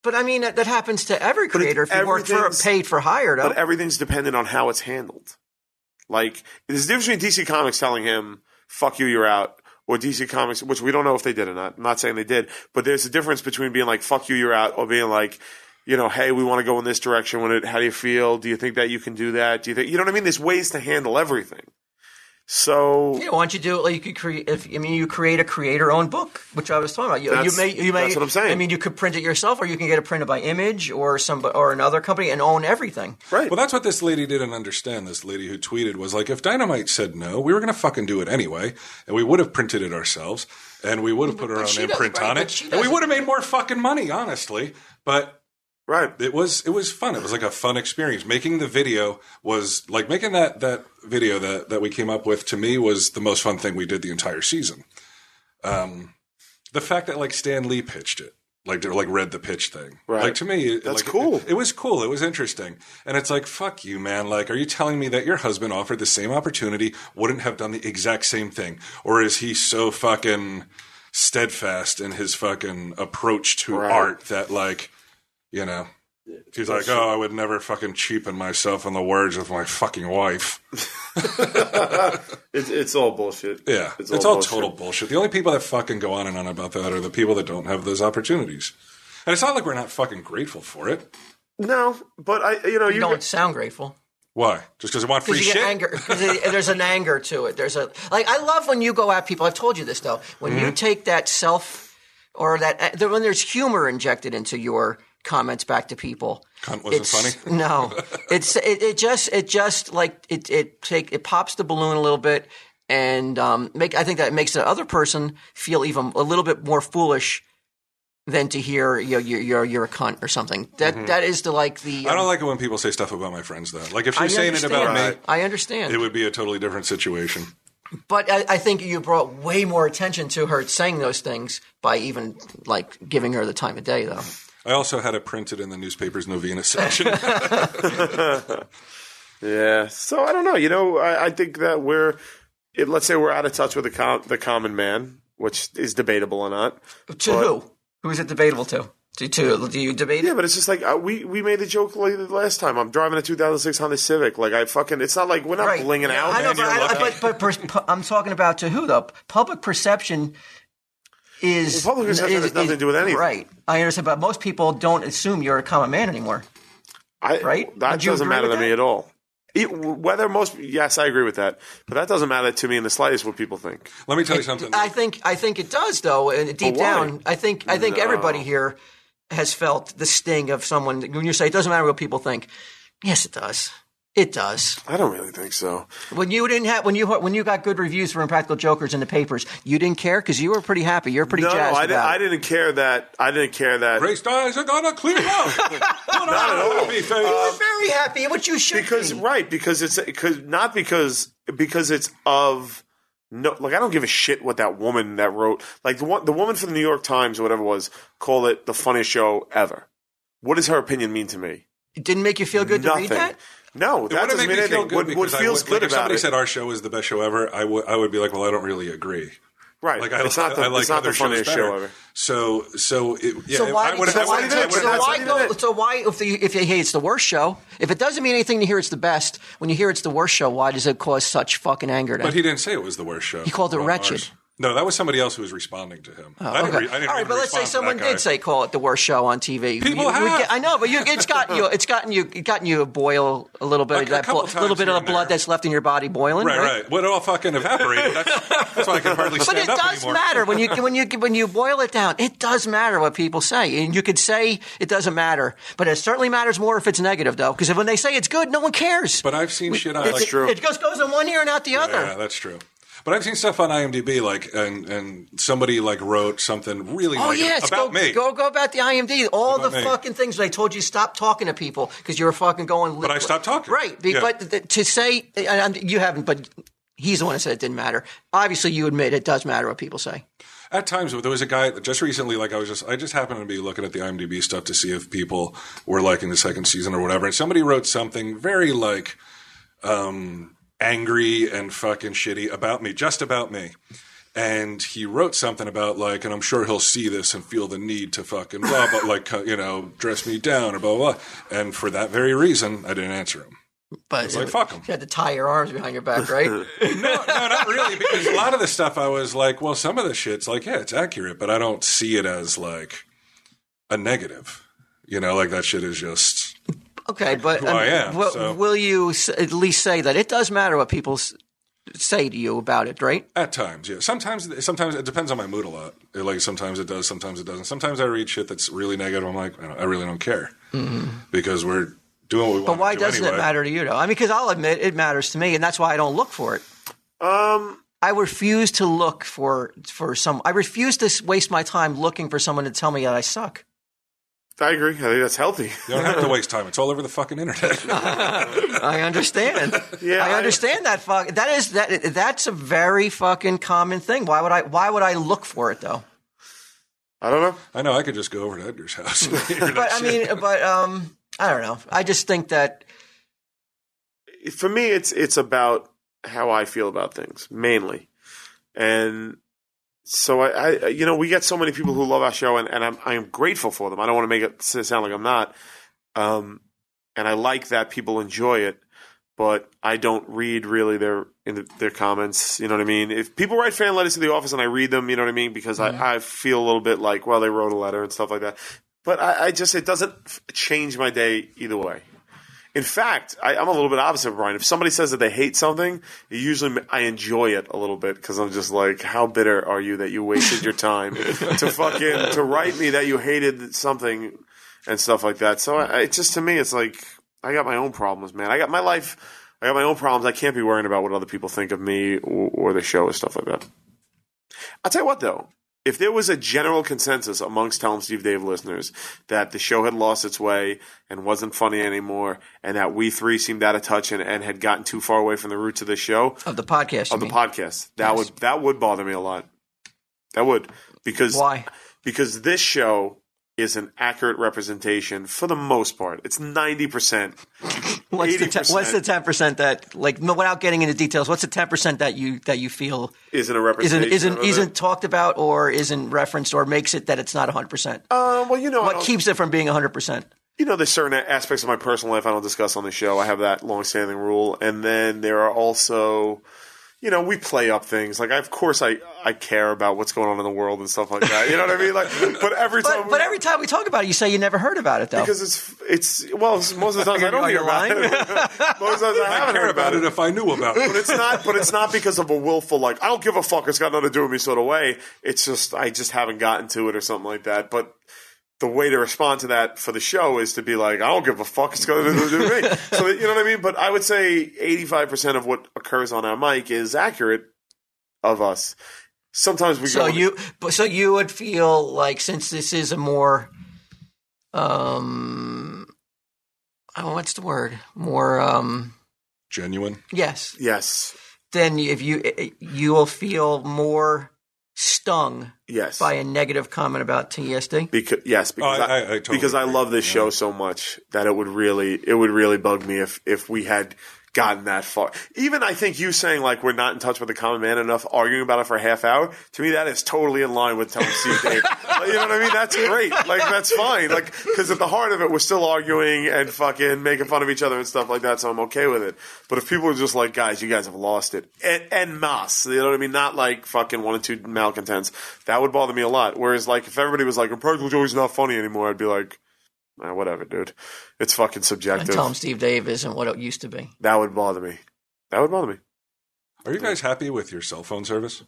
B: But I mean that, that happens to every
D: it-
B: creator if you work for
D: everything's-
B: paid for hired.
D: but everything's dependent on how it's handled. Like there's a difference between DC Comics telling him "fuck you, you're out," or DC Comics, which we don't know if they did or not. I'm not saying they did, but there's a difference between being like "fuck you, you're out" or being like, you know, "hey, we want to go in this direction. When it, how do you feel? Do you think that you can do that? Do you think you know what I mean?" There's ways to handle everything. So
B: Yeah, why don't you do it like you could create? If I mean, you create a creator-owned book, which I was talking about. You, you
D: That's-
B: may, you may.
D: that's what I'm saying.
B: I mean, you could print it yourself, or you can get it printed by Image or some or another company and own everything.
D: right,
C: Well, that's what this lady didn't understand. This lady who tweeted was like, if Dynamite said no, we were going to fucking do it anyway, and we would have printed it ourselves, and we would have put our own
B: she
C: imprint
B: doesn't-
C: on
B: but
C: it,
B: she
C: and we
B: doesn't-
C: would have made more fucking money, honestly. But
D: right.
C: it was it was fun. It was like a fun experience. Making the video was like making that that video that that we came up with to me was the most fun thing we did the entire season. Um, the fact that like Stan Lee pitched it, like like read the pitch thing,
D: Right.
C: Like to me, it-
D: That's
C: like,
D: cool.
C: It, it was cool. It was interesting, and it's like fuck you, man. Like, are you telling me that your husband offered the same opportunity, wouldn't have done the exact same thing, or is he so fucking steadfast in his fucking approach to
D: Right.
C: art that like, you know. He's like, oh, I would never fucking cheapen myself on the words of my fucking wife.
D: It's it's all bullshit.
C: Yeah, it's, all, total bullshit. The only people that fucking go on and on about that are the people that don't have those opportunities. And it's not like we're not fucking grateful for it.
D: No, but I you know
B: You
D: you
B: don't sound grateful.
C: Why? Just because I want free
B: Because you
C: shit?
B: get anger. 'cause There's an anger to it. There's a like. I love when you go at people. I've told you this though. When
C: Mm-hmm.
B: you take that self or that that- when there's humor injected into your comments back to people.
C: Cunt wasn't
B: it's-
C: funny?
B: No, it's it, it just it just like it it take it pops the balloon a little bit and um make I think that makes the other person feel even a little bit more foolish. Than to hear you know, you're you're you're a cunt or something. That that is the like the.
C: Mm-hmm. I
B: um,
C: don't like it when people say stuff about my friends, though. Like, if
B: I
C: you're saying it about
B: understand.
C: me,
B: I understand.
C: it would be a totally different situation.
B: But I, I think you brought way more attention to her saying those things by even like giving her the time of day, though.
C: I also had it printed in the newspaper's Novena section.
D: Yeah. So I don't know. You know, I, I think that we're, if, let's say we're out of touch with the com- the common man, which is debatable or not.
B: To who? Who is it debatable to? To, to do you debate
D: Yeah,
B: it?
D: but it's just like uh, we we made the joke like the last time. I'm driving a 2006 Honda Civic. Like I fucking. It's not like we're not blinging
B: Yeah,
D: out.
B: I know,
D: man.
B: but,
C: you're
B: I,
C: lucky.
B: but, but pers- pu- I'm talking about to who though? Public perception is
D: Well, public perception
B: is-
D: has nothing
B: is-
D: to do with anything.
B: right? I understand, but most people don't assume you're a common man anymore.
D: I,
B: right?
D: That
B: Would you
D: doesn't
B: agree
D: matter
B: with
D: to me
B: that?
D: at all. It, whether most, yes, I agree with that, but that doesn't matter to me in the slightest what people think.
C: Let me tell you something.
B: I think I think it does though, and deep
D: why?
B: down, I think I think
D: No.
B: everybody here has felt the sting of someone when you say it doesn't matter what people think. Yes, it does. It does.
D: I don't really think so.
B: When you didn't have when you when you got good reviews for Impractical Jokers in the papers, you didn't care because you were pretty happy. You're pretty
D: No,
B: jazzed
D: I, di-
B: about
D: I
B: it.
D: didn't care that. I didn't care that.
C: Race dies are gonna clean up. Not
D: at all. Uh,
B: You were very happy, which you should
D: because
B: be.
D: right because it's because not because because it's of no like I don't give a shit what that woman that wrote like the one the woman from the New York Times or whatever it was called it the funniest show ever. What does her opinion mean to me?
B: It didn't make you feel good
D: Nothing.
B: to read that.
D: No, that
C: That
D: doesn't
C: make
D: mean
C: me feel
D: anything.
C: good
D: What, what
C: because I
D: feels
C: would- like,
D: good
C: if
D: about
C: somebody
D: it?
C: said our show is the best show ever, I would I would be like, well, I don't really agree.
D: right.
C: Like I
D: it's
C: li-
D: not the,
C: I like
D: it's not
C: other
D: the funniest
C: shows
D: show
C: better.
D: ever.
C: So so it, yeah,
B: So why?
C: I would,
B: so
C: I
B: why?
C: would,
D: that's
C: I
B: So
C: would,
D: what it is.
B: why
D: That's what it
B: go?
D: is.
B: So why? If, the, if you hey, it's the worst show. If it doesn't mean anything to hear, it's the best. When you hear it's the worst show, why does it cause such fucking anger? To
C: But he didn't say it was the worst show. He
B: called it wretched. Oh,
C: No, that was somebody else who was responding to him. I didn't,
B: Okay.
C: re- I didn't
B: All right,
C: even
B: but let's say
C: respond to
B: someone
C: that guy.
B: did say call it the worst show on TV.
C: People
B: You- you would
C: have.
B: get- I know, but you, it's gotten you. It's gotten you. It's gotten you a boil a little bit
C: A-
B: of
C: a
B: that
C: couple
B: blo- little
C: times
B: bit
C: here
B: of
C: and
B: blood
C: there.
B: that's left in your body boiling.
C: Right, right. What all fucking evaporated. That's, that's why I can hardly
B: But
C: stand
B: it
C: up
B: does
C: anymore.
B: matter when you when you when you boil it down. It does matter what people say, and you could say it doesn't matter, but it certainly matters more if it's negative, though, because when they say it's good, no one cares.
C: But I've seen shit on like
D: true.
B: It just goes in one ear and out the other.
C: Yeah, that's true. But I've seen stuff on IMDb, like and and somebody like wrote something really
B: Oh
C: negative
B: yes,
C: about
B: go,
C: me.
B: go go about the IMD. All
C: About
B: the
C: me.
B: fucking things they told you stop talking to people because you were fucking going.
C: But I stopped talking.
B: Right, be-
C: Yeah.
B: but th- to say and I'm- you haven't, but he's the one that said it didn't matter. Obviously, you admit it does matter what people say.
C: At times, there was a guy just recently. Like I was just, I just happened to be looking at the IMDb stuff to see if people were liking the second season or whatever, and somebody wrote something very like um, angry and fucking shitty about me, just about me. And he wrote something about like, and I'm sure he'll see this and feel the need to fucking blah, but like, you know, dress me down or blah, blah, blah. And for that very reason, I didn't answer him.
B: But
C: like, fuck 'em.
B: You had to tie your arms behind your back, right?
C: no, no, not really. Because a lot of the stuff I was like, well, some of the shit's like, yeah, it's accurate, but I don't see it as like a negative. You know, like that shit is just.
B: okay, but
C: I am,
B: wha-
C: so-
B: will you s- at least say that it does matter what people s- say to you about it, right?
C: At times, yeah. Sometimes, sometimes it depends on my mood a lot. It, like sometimes it does, sometimes it doesn't. Sometimes I read shit that's really negative. I'm like, I, don't, I really don't care because we're doing what we want.
B: Mm-hmm. But why
C: to do
B: doesn't
C: anyway.
B: it matter to you, though? I mean, because I'll admit it matters to me, and that's why I don't look for it.
D: Um,
B: I refuse to look for for some. I refuse to s- waste my time looking for someone to tell me that I suck.
D: I agree. I think that's healthy.
C: You don't have to waste time. It's all over the fucking internet.
B: I understand.
D: Yeah,
B: I
D: I-
B: understand that. Fuck. That is that. That's a very fucking common thing. Why would I? Why would I look for it though?
D: I don't know.
C: I know I could just go over to Edgar's house. and hear that
B: But I mean, but um, I don't know. I just think that
D: for me it's it's about how I feel about things mainly, and so I, I you know we get so many people who love our show and, and I'm I'm grateful for them. I don't want to make it s- sound like I'm not, um, and I like that people enjoy it, but I don't read really their in the, their comments. You know what I mean? If people write fan letters to the office and I read them, you know what I mean? Because I, I feel a little bit like well they wrote a letter and stuff like that. But I, I just it doesn't f- change my day either way In fact, I, I'm a little bit opposite, of Brian. If somebody says that they hate something, it usually m- I enjoy it a little bit because I'm just like, how bitter are you that you wasted your time to fucking to write me that you hated something and stuff like that. So I, it's just to me, it's like I got my own problems, man. I got my life. I got my own problems. I can't be worrying about what other people think of me or, or the show and stuff like that. I'll tell you what, though. If there was a general consensus amongst Tell 'em Steve Dave listeners that the show had lost its way and wasn't funny anymore, and that we three seemed out of touch and, and had gotten too far away from the roots of the show,
B: of the podcast. you
D: of the
B: mean.
D: podcast, that
B: Yes.
D: would that would bother me a lot. That would because
B: Why?
D: because this show is an accurate representation for the most part. It's ninety percent.
B: What's the, te-
D: 80%.
B: what's the ten percent that like no, without getting into details? What's the ten percent that you that you feel
D: Isn't a representation.
B: isn't isn't
D: of it.
B: isn't talked about or isn't referenced or makes it that it's not hundred percent?
D: Uh, well, you know, I
B: What
D: don't-
B: keeps it from being hundred percent?
D: you know, there's certain aspects of my personal life I don't discuss on the show. I have that long-standing rule, and then there are also, you know, we play up things. Like, I, of course, I I care about what's going on in the world and stuff like that. You know what I mean? Like, but every time,
B: But, but every time we talk about it, you say you never heard about it though.
D: because it's it's well, most of the times I don't
B: Are you
D: hear about it.
B: lying?
D: Most of the times I
C: I
D: haven't
C: care
D: heard
C: about it if I knew about it.
D: but it's not. But it's not because of a willful like I don't give a fuck. It's got nothing to do with me sort of way. It's just I just haven't gotten to it or something like that. But the way to respond to that for the show is to be like I don't give a fuck. It's got nothing to do with me. so that, you know what I mean. But I would say eighty five percent of what occurs on our mic is accurate of us. Sometimes we
B: so
D: go
B: you but so you would feel like since this is a more um oh, what's the word more um
C: Genuine.
B: yes
D: yes
B: then if you eh, you will feel more stung
D: yes
B: by a negative comment about TSD.
D: Because yes, because
C: I-
D: I,
C: I- I totally
D: because I
C: agree.
D: love this show so much that it would really it would really bug me if if we had gotten that far. Even I think you saying like we're not in touch with the common man enough, arguing about it for a half hour. To me, that is totally in line with telling Steve Dave. Like, you know what I mean? That's great. Like that's fine. Like because at the heart of it, we're still arguing and fucking making fun of each other and stuff like that. So I'm okay with it. But if people are just like, guys, you guys have lost it, and and mass, you know what I mean? Not like fucking one or two malcontents. That would bother me a lot. Whereas like if everybody was like, "Practical Joey's not funny anymore," I'd be like. "Ah, whatever, dude. It's fucking
B: I
D: subjective.
B: tell him Steve Dave isn't what it used to be.
D: That would bother me. That would bother me.
C: Are you guys happy with your cell phone service?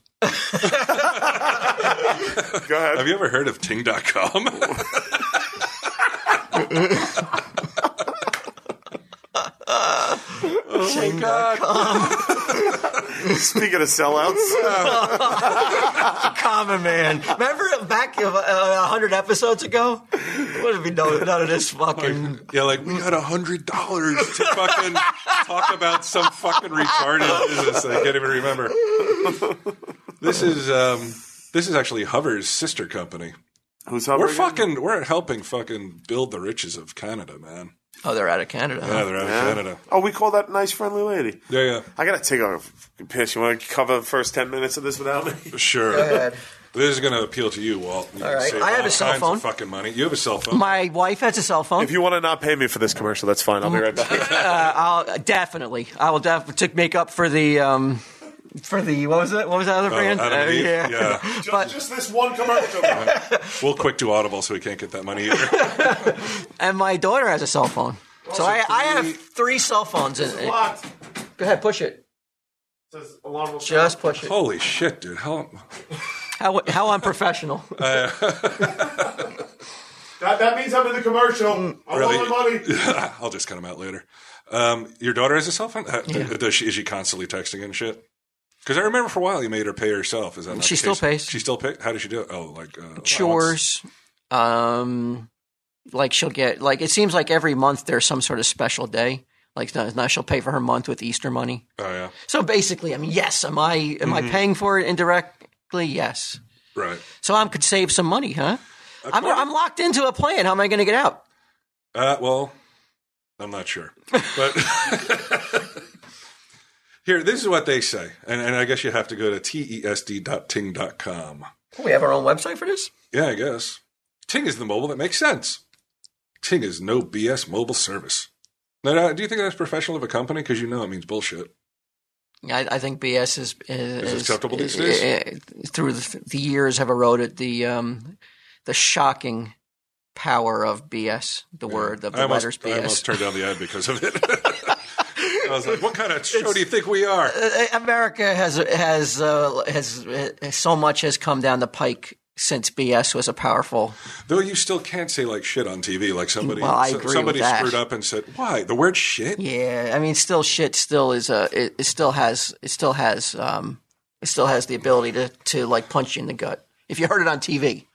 D: Go ahead.
C: Have you ever heard of Ting.com? oh my god!
D: Speaking of sellouts,
B: Common man. Remember back a uh, hundred episodes ago? Wouldn't be no, none of this fucking.
C: Oh, Yeah, like we got a hundred dollars to fucking talk about some fucking retarded business. that I can't even remember. This is um, this is actually Hover's sister company.
D: who's
C: We're
D: hovering?
C: fucking we're helping fucking build the riches of Canada, man.
B: Oh, they're out of Canada. huh?
C: Yeah, they're out of Canada.
D: Oh, we call that nice, friendly lady.
C: Yeah,
D: I gotta take a fucking piss. You want to cover the first ten minutes of this without me?
C: yeah, sure.
B: Go ahead.
C: This is going to appeal to you, Walt. You
B: right.
C: can save
B: I have a
C: all
B: cell
C: kinds of
B: phone.
C: Fucking money. You have a cell phone.
B: My wife has a cell phone.
D: If you want to not pay me for this commercial, that's fine. I'll be right back.
B: Uh, I'll definitely. I will def- to make up for the um, for the what was that? What was that other brand?
C: Adam
B: Uh,
C: and Eve?
B: yeah.
C: yeah.
B: But
D: this one commercial.
C: We'll quick do Audible so we can't get that money either.
B: and my daughter has a cell phone. So I, I have three cell phones in it. Go
D: Locked.
B: ahead, push it.
D: Says alarm will
B: Just push it.
C: Holy shit, dude. How,
B: How how unprofessional.
D: That, that means I'm in the commercial.
B: Mm.
D: I
C: Really?
D: money.
C: I'll just cut him out later. Um, your daughter has a cell phone? Uh, does she, is she constantly texting and shit? Because I remember for a while you made her pay herself. Is that not
B: She
C: the
B: still
C: case?
B: pays.
C: She still pays? How does she do it? Oh, like uh, allowance.
B: Chores. Um, like she'll get like it seems like every month there's some sort of special day. Like now now she'll pay for her month with Easter money.
C: Oh yeah,
B: So basically, I mean, yes. Am I am I paying for it indirectly? Yes.
C: right.
B: So I could save some money, huh? I'm,
C: course.
B: I'm locked into a plan. How am I going to get out?
C: Uh, well, I'm not sure, but here, this is what they say, and, and I guess you have to go to E tesd.ting.com.
B: We have our own website for this.
C: Yeah, I guess Ting is the mobile that makes sense. Ting is no BS mobile service. Now, uh, do you think that's professional of a company? Because you know it means bullshit.
B: I, I think BS is is, eh,
C: Is acceptable these days?
B: i- i- through the, the years have eroded the um, the shocking power of BS, the word, of the
C: I almost,
B: letters
C: I
B: BS.
C: almost turned down the ad because of it. I was like, what kind of show do you think we are?
B: Uh, America has has uh, has uh, so much has come down the pike since BS was a powerful.
C: Though you still can't say like shit on TV. Like somebody,
B: Well, I
C: so-
B: agree with
C: somebody
B: that.
C: screwed up and said, "Why the word shit?"
B: Yeah, I mean, still shit. Still is a. It, it still has. It still has. Um, it still has the ability to to like punch you in the gut if you heard it on TV.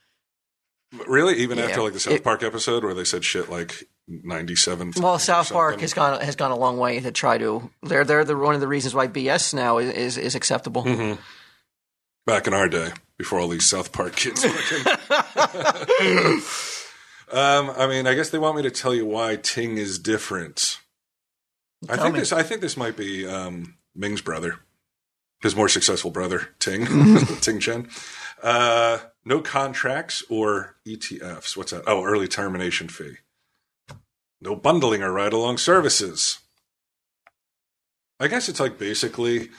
C: Really? Even
B: Yeah.
C: after like the South
B: It-
C: Park episode where they said shit like ninety-seven.
B: Well,
C: times or
B: South Park
C: something.
B: has gone has gone a long way to try to. They're they're the one of the reasons why BS now is is, is acceptable.
C: Mm-hmm. back in our day before all these South Park kids. fucking- um, I mean, I guess they want me to tell you why Ting is different. I
B: Tell
C: think
B: me.
C: this. I think this might be um, Ming's brother, his more successful brother, Ting Ting Chen. Uh, no contracts or ETFs. What's that? Oh, early termination fee. No bundling or ride along services. I guess it's like basically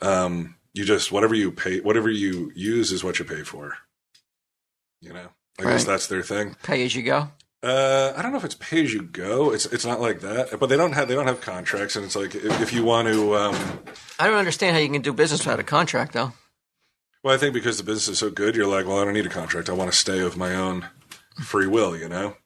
C: um, you just whatever you pay, whatever you use is what you pay for. You know, I guess
B: Right.
C: that's their thing.
B: Pay as you go.
C: Uh, I don't know if it's pay as you go. It's it's not like that, but they don't have they don't have contracts, and it's like if, if you want to. Um,
B: I don't understand how you can do business without a contract, though.
C: well, I think because the business is so good, you're like, well, I don't need a contract. I want to stay of my own free will. You know.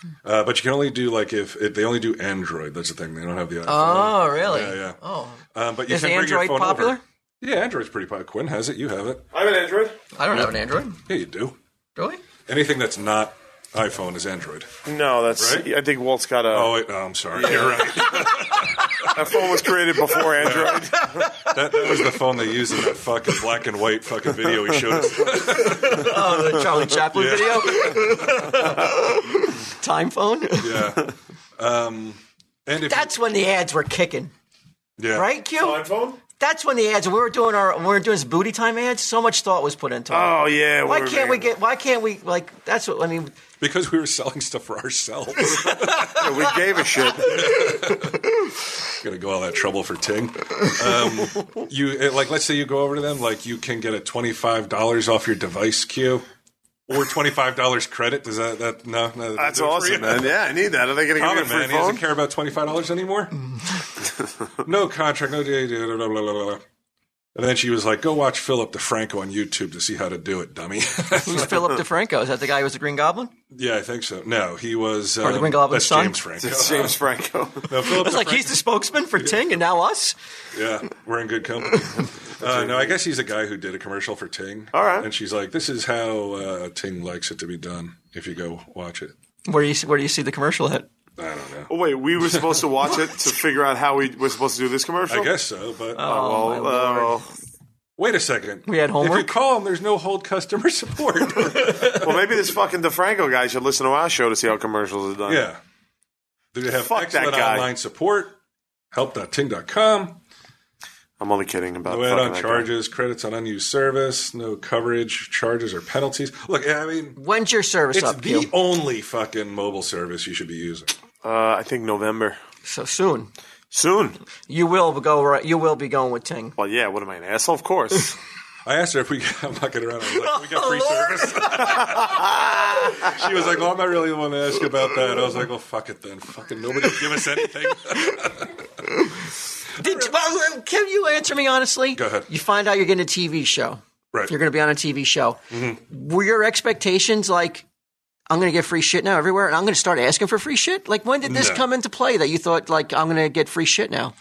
B: Hmm.
C: Uh, but you can only do like if, if they only do Android. That's the thing. They don't have the iPhone.
B: Oh, really?
C: Yeah, yeah.
B: Oh,
C: Um, but you
B: is
C: can bring
B: Android
C: your phone
B: popular?
C: Over. Yeah, Android's pretty popular. Quinn has it. You have it.
D: I'm an Android.
B: I don't have an Android.
C: Yeah, you do.
B: Do I?
C: Anything that's not iPhone is Android.
D: No, that's.
C: Right?
D: I think Walt's got a.
C: Oh, wait, no, I'm sorry. You're right.
D: That phone was created before Android.
C: That, that was the phone they used in that fucking black and white fucking video he showed us.
B: Oh, the Charlie Chaplin video. Time phone.
C: Yeah. Um, and if
B: That's when the ads were kicking,
C: yeah,
B: right, Q?
D: phone?
B: That's when the ads. We were doing our we were doing this booty time ads. So much thought was put into it.
D: Oh yeah.
B: why
D: we're
B: can't we
D: making-
B: get? Why can't we like? That's what I mean.
C: because we were selling stuff for ourselves.
D: Yeah, we gave a shit.
C: Gonna go all that trouble for Ting. Um, you it- like, let's say you go over to them, like you can get a twenty five dollars off your device queue. Or twenty five dollars credit? Does that that no? no that
D: That's
C: do it for you?
D: awesome, man. Yeah, I need that. Are they going to give me
C: Common
D: a free
C: man, he doesn't
D: phone?
C: care about twenty five dollars anymore. no contract, no. da- da- da- blah, blah, blah, blah, blah. And then she was like, "Go watch Philip DeFranco on YouTube to see how to do it, dummy."
B: Who's Philip DeFranco? Is that the guy who was the Green Goblin?
C: yeah, I think so. No, he was. um,
B: the Green Goblin's
C: that's
B: son?
C: James Franco.
D: It's James Franco.
C: No, Philip
B: It's like
C: DeFranco-
B: he's the spokesman for Ting and now us.
C: Yeah, we're in good company. uh, no, I guess he's a guy who did a commercial for Ting.
D: All right.
C: and she's like, "This is how uh, Ting likes it to be done. If you go watch it,
B: Where do you where do you see the commercial hit?
C: I don't know.
D: Oh, wait, we were supposed to watch it to figure out how we were supposed to do this commercial.
C: I guess so, but
D: Oh,
B: my
D: well,
B: Lord.
D: uh,
C: wait a second.
B: We had
C: If you
B: homework?
C: call him, there's no hold customer support.
D: well, maybe this fucking DeFranco guy should listen to our show to see how commercials are done.
C: Yeah. They have
D: Fuck that
C: excellent
D: guy.
C: online support, help.ting.com.
D: I'm only kidding about
C: No add
D: fucking
C: on
D: that
C: charges, credits on unused service, no coverage, charges, or penalties. Look, I mean,
B: When's your service
C: it's
B: up,
C: the
B: Q?
C: only fucking mobile service you should be using.
D: guy. Uh, I think November
B: So soon.
D: soon.
B: You will go right. You will be going with Ting.
D: Well, yeah. What am I, an asshole? Of course.
C: I asked her if we I'm fucking around. I was like, we got free
B: Oh, Lord.
C: service. she was like, well, I'm not really the one to ask about that. I was like, well, fuck it then. Fucking nobody will give us anything.
B: Did, well, uh, can you answer me honestly?
C: Go ahead.
B: You find out you're getting a TV show.
C: right.
B: You're going to be on a TV show. Were your expectations like, I'm going to get free shit now everywhere, and I'm going to start asking for free shit? Like, when did this
C: No.
B: come into play that you thought like I'm going to get free shit now?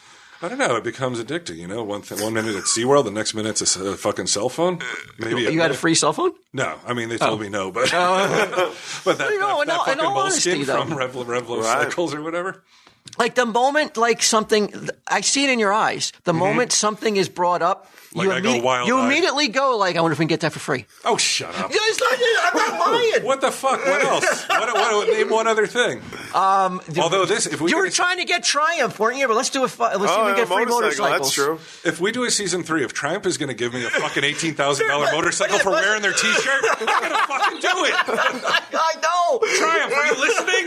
C: I don't know. It becomes addicting, you know. One th- one minute it's SeaWorld, the next minute it's a, a fucking cell phone. Maybe
B: Uh, You had a free cell phone?
C: No, I mean they told me no, but but that,
B: You know,
C: that,
B: Oh. in all- in
C: that fucking
B: all
C: moleskin
B: honesty, though.
C: from Revlo Revlo
D: Right.
C: Cycles or whatever.
B: Like the moment, like something, I see it in your eyes. The moment something is brought up,
C: Like, I go wild-eyed.
B: you immediately go like, I wonder if we can get that for free.
C: Oh, shut up!
B: Yeah, it's not- I'm not lying.
C: What the fuck? What else? what, what, name one other thing. Um, Although this, if we
B: You
C: do
B: were
C: a-
B: trying to get Triumph, weren't you? But let's do a. Fu- let's see
D: oh,
B: if we
D: yeah,
B: can get free
D: motorcycle.
B: motorcycles.
D: That's true.
C: if we do a season three, if Triumph is going to give me a fucking eighteen thousand dollar motorcycle for wearing their T-shirt, I'm going to fucking do it.
B: I know.
C: Triumph, are you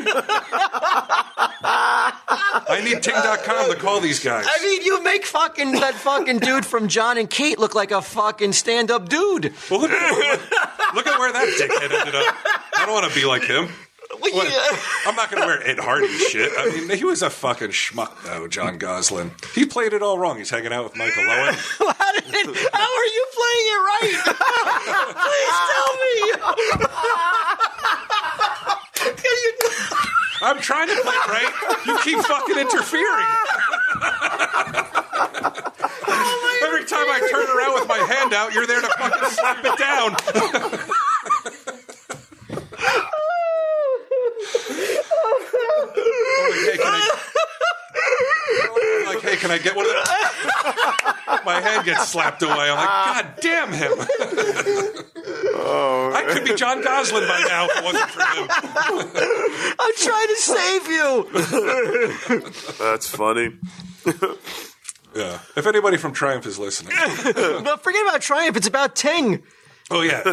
C: listening? I need Ting.com to call these guys.
B: I mean, you make fucking that fucking dude from John and Kate look like a fucking stand-up dude.
C: Well, look, look at where that dickhead ended up. I don't want to be like him. What- I'm not going to wear Ed Hardy shit. I mean, he was a fucking schmuck, though, John Goslin. He played it all wrong. He's hanging out with Michael Owen.
E: How, did, how are you playing it right? Please tell me. 'Cause you-
C: I'm trying to play it right. You keep fucking interfering. Every time I turn around with my hand out, you're there to fucking slap it down. Like, Oh, hey, can I- like, hey, can I get one of those? My hand gets slapped away. I'm like, God damn him. I could be John Goslin by now if it wasn't for him.
E: I'm trying to save you.
D: That's funny.
C: Yeah. If anybody from Triumph is listening.
E: No, forget about Triumph. It's about Ting.
C: Oh yeah. E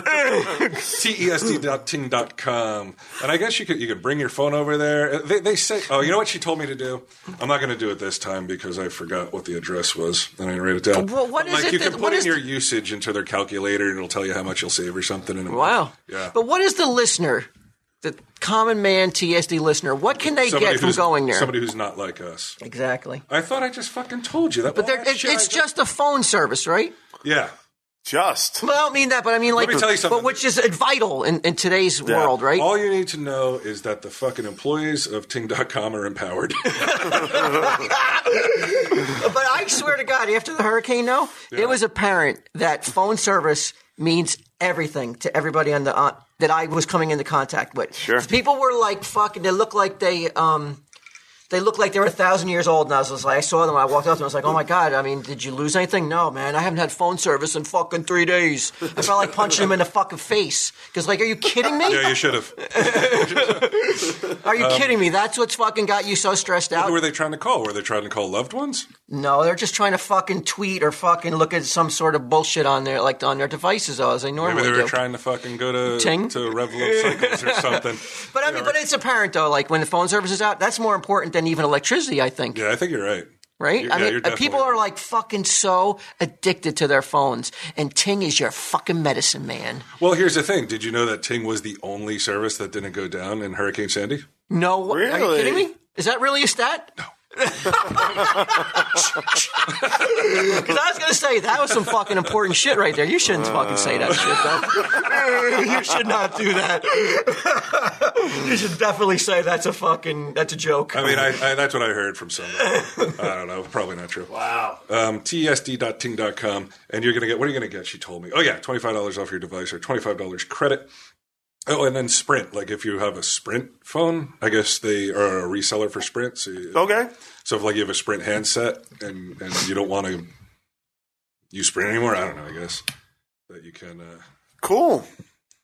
C: TESD.ting.com. And I guess you could you could bring your phone over there. They they say oh, you know what she told me to do? I'm not gonna do it this time because I forgot what the address was and I didn't write it down.
B: Well, what is
C: But, like
B: it
C: you
B: that-
C: can put
B: what
C: in
B: is
C: your usage into their calculator and it'll tell you how much you'll save or something and it-
B: Wow.
C: Yeah.
B: But what is the listener, the common man TSD listener, what can they
C: Somebody
B: get from
C: who's-
B: going there?
C: Somebody who's not like us.
B: exactly.
C: I thought I just fucking told you that.
B: But
C: all
B: there,
C: that
B: it,
C: shit
B: it's
C: Oh, I
B: just a phone service, right?
C: Yeah.
D: Just
B: Well, I don't mean that, but I mean like,
C: me tell you something.
B: but which is vital in, in today's world, right?
C: All you need to know is that the fucking employees of Ting.com are empowered.
B: But I swear to God, after the hurricane, though, it was apparent that phone service means everything to everybody on the uh, that I was coming into contact with. Sure, people were like fucking. They look like they um, they look like they were a thousand years old. And I was just like, I saw them. I walked up to them. I was like, Oh my God! I mean, did you lose anything? No, man. I haven't had phone service in fucking three days. I felt like punching them in the fucking face because, like, are you kidding me?
C: yeah, Um, you should have.
B: Are you kidding me? That's what's fucking got you so stressed out.
C: Who were they trying to call? Were they trying to call loved ones?
B: No, they're just trying to fucking tweet or fucking look at some sort of bullshit on their like on their devices though, as they normally
C: Maybe they were
B: do.
C: trying to fucking go to
B: Ting?
C: to Revlon Cycles or something.
B: but I mean, but it's apparent though, like when the phone service is out, that's more important than even electricity. I think,
C: yeah, I think you're right.
B: right?
C: You're-
B: I
C: yeah,
B: mean,
C: you're
B: uh, people
C: definitely
B: are
C: right.
B: like fucking so addicted to their phones, and Ting is your fucking medicine, man.
C: Well, here's the thing. Did you know that Ting was the only service that didn't go down in Hurricane Sandy?
B: No, are you
D: Really?
B: kidding me? Is that really a stat? No. Because I was going to say that was some fucking important shit right there. You shouldn't fucking say that shit. Though. you should not do that. you should definitely say that's a fucking that's a joke.
C: I mean, I, I, that's what I heard from somebody. I don't know. Probably not true. Wow. Um, TSD.ting.com. And you're going to get, what are you going to get? She told me. Oh, yeah, $25 off your device or $25 credit. Oh, and then Sprint. Like if you have a Sprint phone, I guess they are a reseller for Sprint. So you,
D: okay.
C: So if like you have a Sprint handset and and you don't want to use Sprint anymore, I don't know. I guess that you can. Uh,
D: Cool.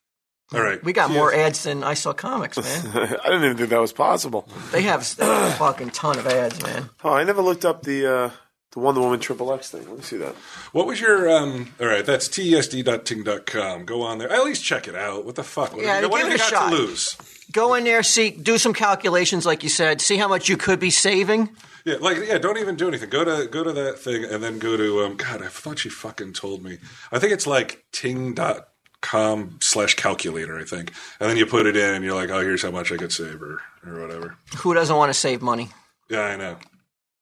C: all right,
B: we got more ads than I saw comics, man.
D: I didn't even think that was possible.
B: They have, they have a fucking ton of ads, man.
D: Oh, I never looked up the uh, the Wonder Woman Triple X thing. Let me see that.
C: What was your? um All right, that's tesd.ting.com. Go on there. At least check it out. What the fuck? What,
B: Yeah,
C: have you- what
B: give it
C: have you
B: a
C: got
B: shot.
C: to lose?
B: Go in there, see, do some calculations, like you said. See how much you could be saving.
C: Yeah, like yeah, don't even do anything. Go to go to that thing and then go to um God, I thought she fucking told me. I think it's like ting.com slash calculator, I think. And then you put it in and you're like, oh, here's how much I could save or or whatever.
B: Who doesn't want to save money?
C: Yeah, I know.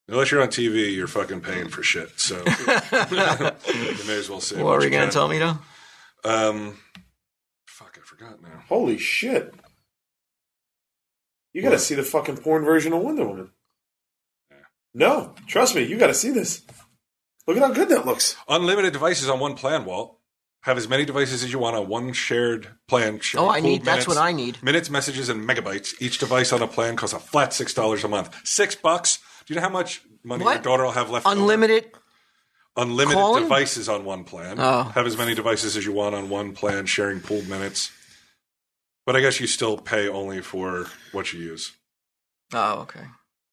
C: Unless you're on TV, you're fucking paying for shit. So you may as well say.
B: What
C: are
B: were you going to tell me, though?
C: Um, fuck, I forgot now.
D: Holy shit! You got to see the fucking porn version of Wonder Woman. No, trust me, you got to see this. Look at how good that looks.
C: Unlimited devices on one plan, Walt. Have as many devices as you want on one shared plan. Share
B: Oh, I
C: pooled
B: need. That's what
C: minutes-
B: I need.
C: Minutes, messages, and megabytes. Each device on a plan costs a flat six dollars a month. Six bucks. Do you know how much money your
B: What?
C: daughter will have left? over?
B: Unlimited.
C: Unlimited
B: calling? Oh.
C: devices on one plan. Have as many devices as you want on one plan, sharing pooled minutes. But I guess you still pay only for what you use.
B: Oh, okay.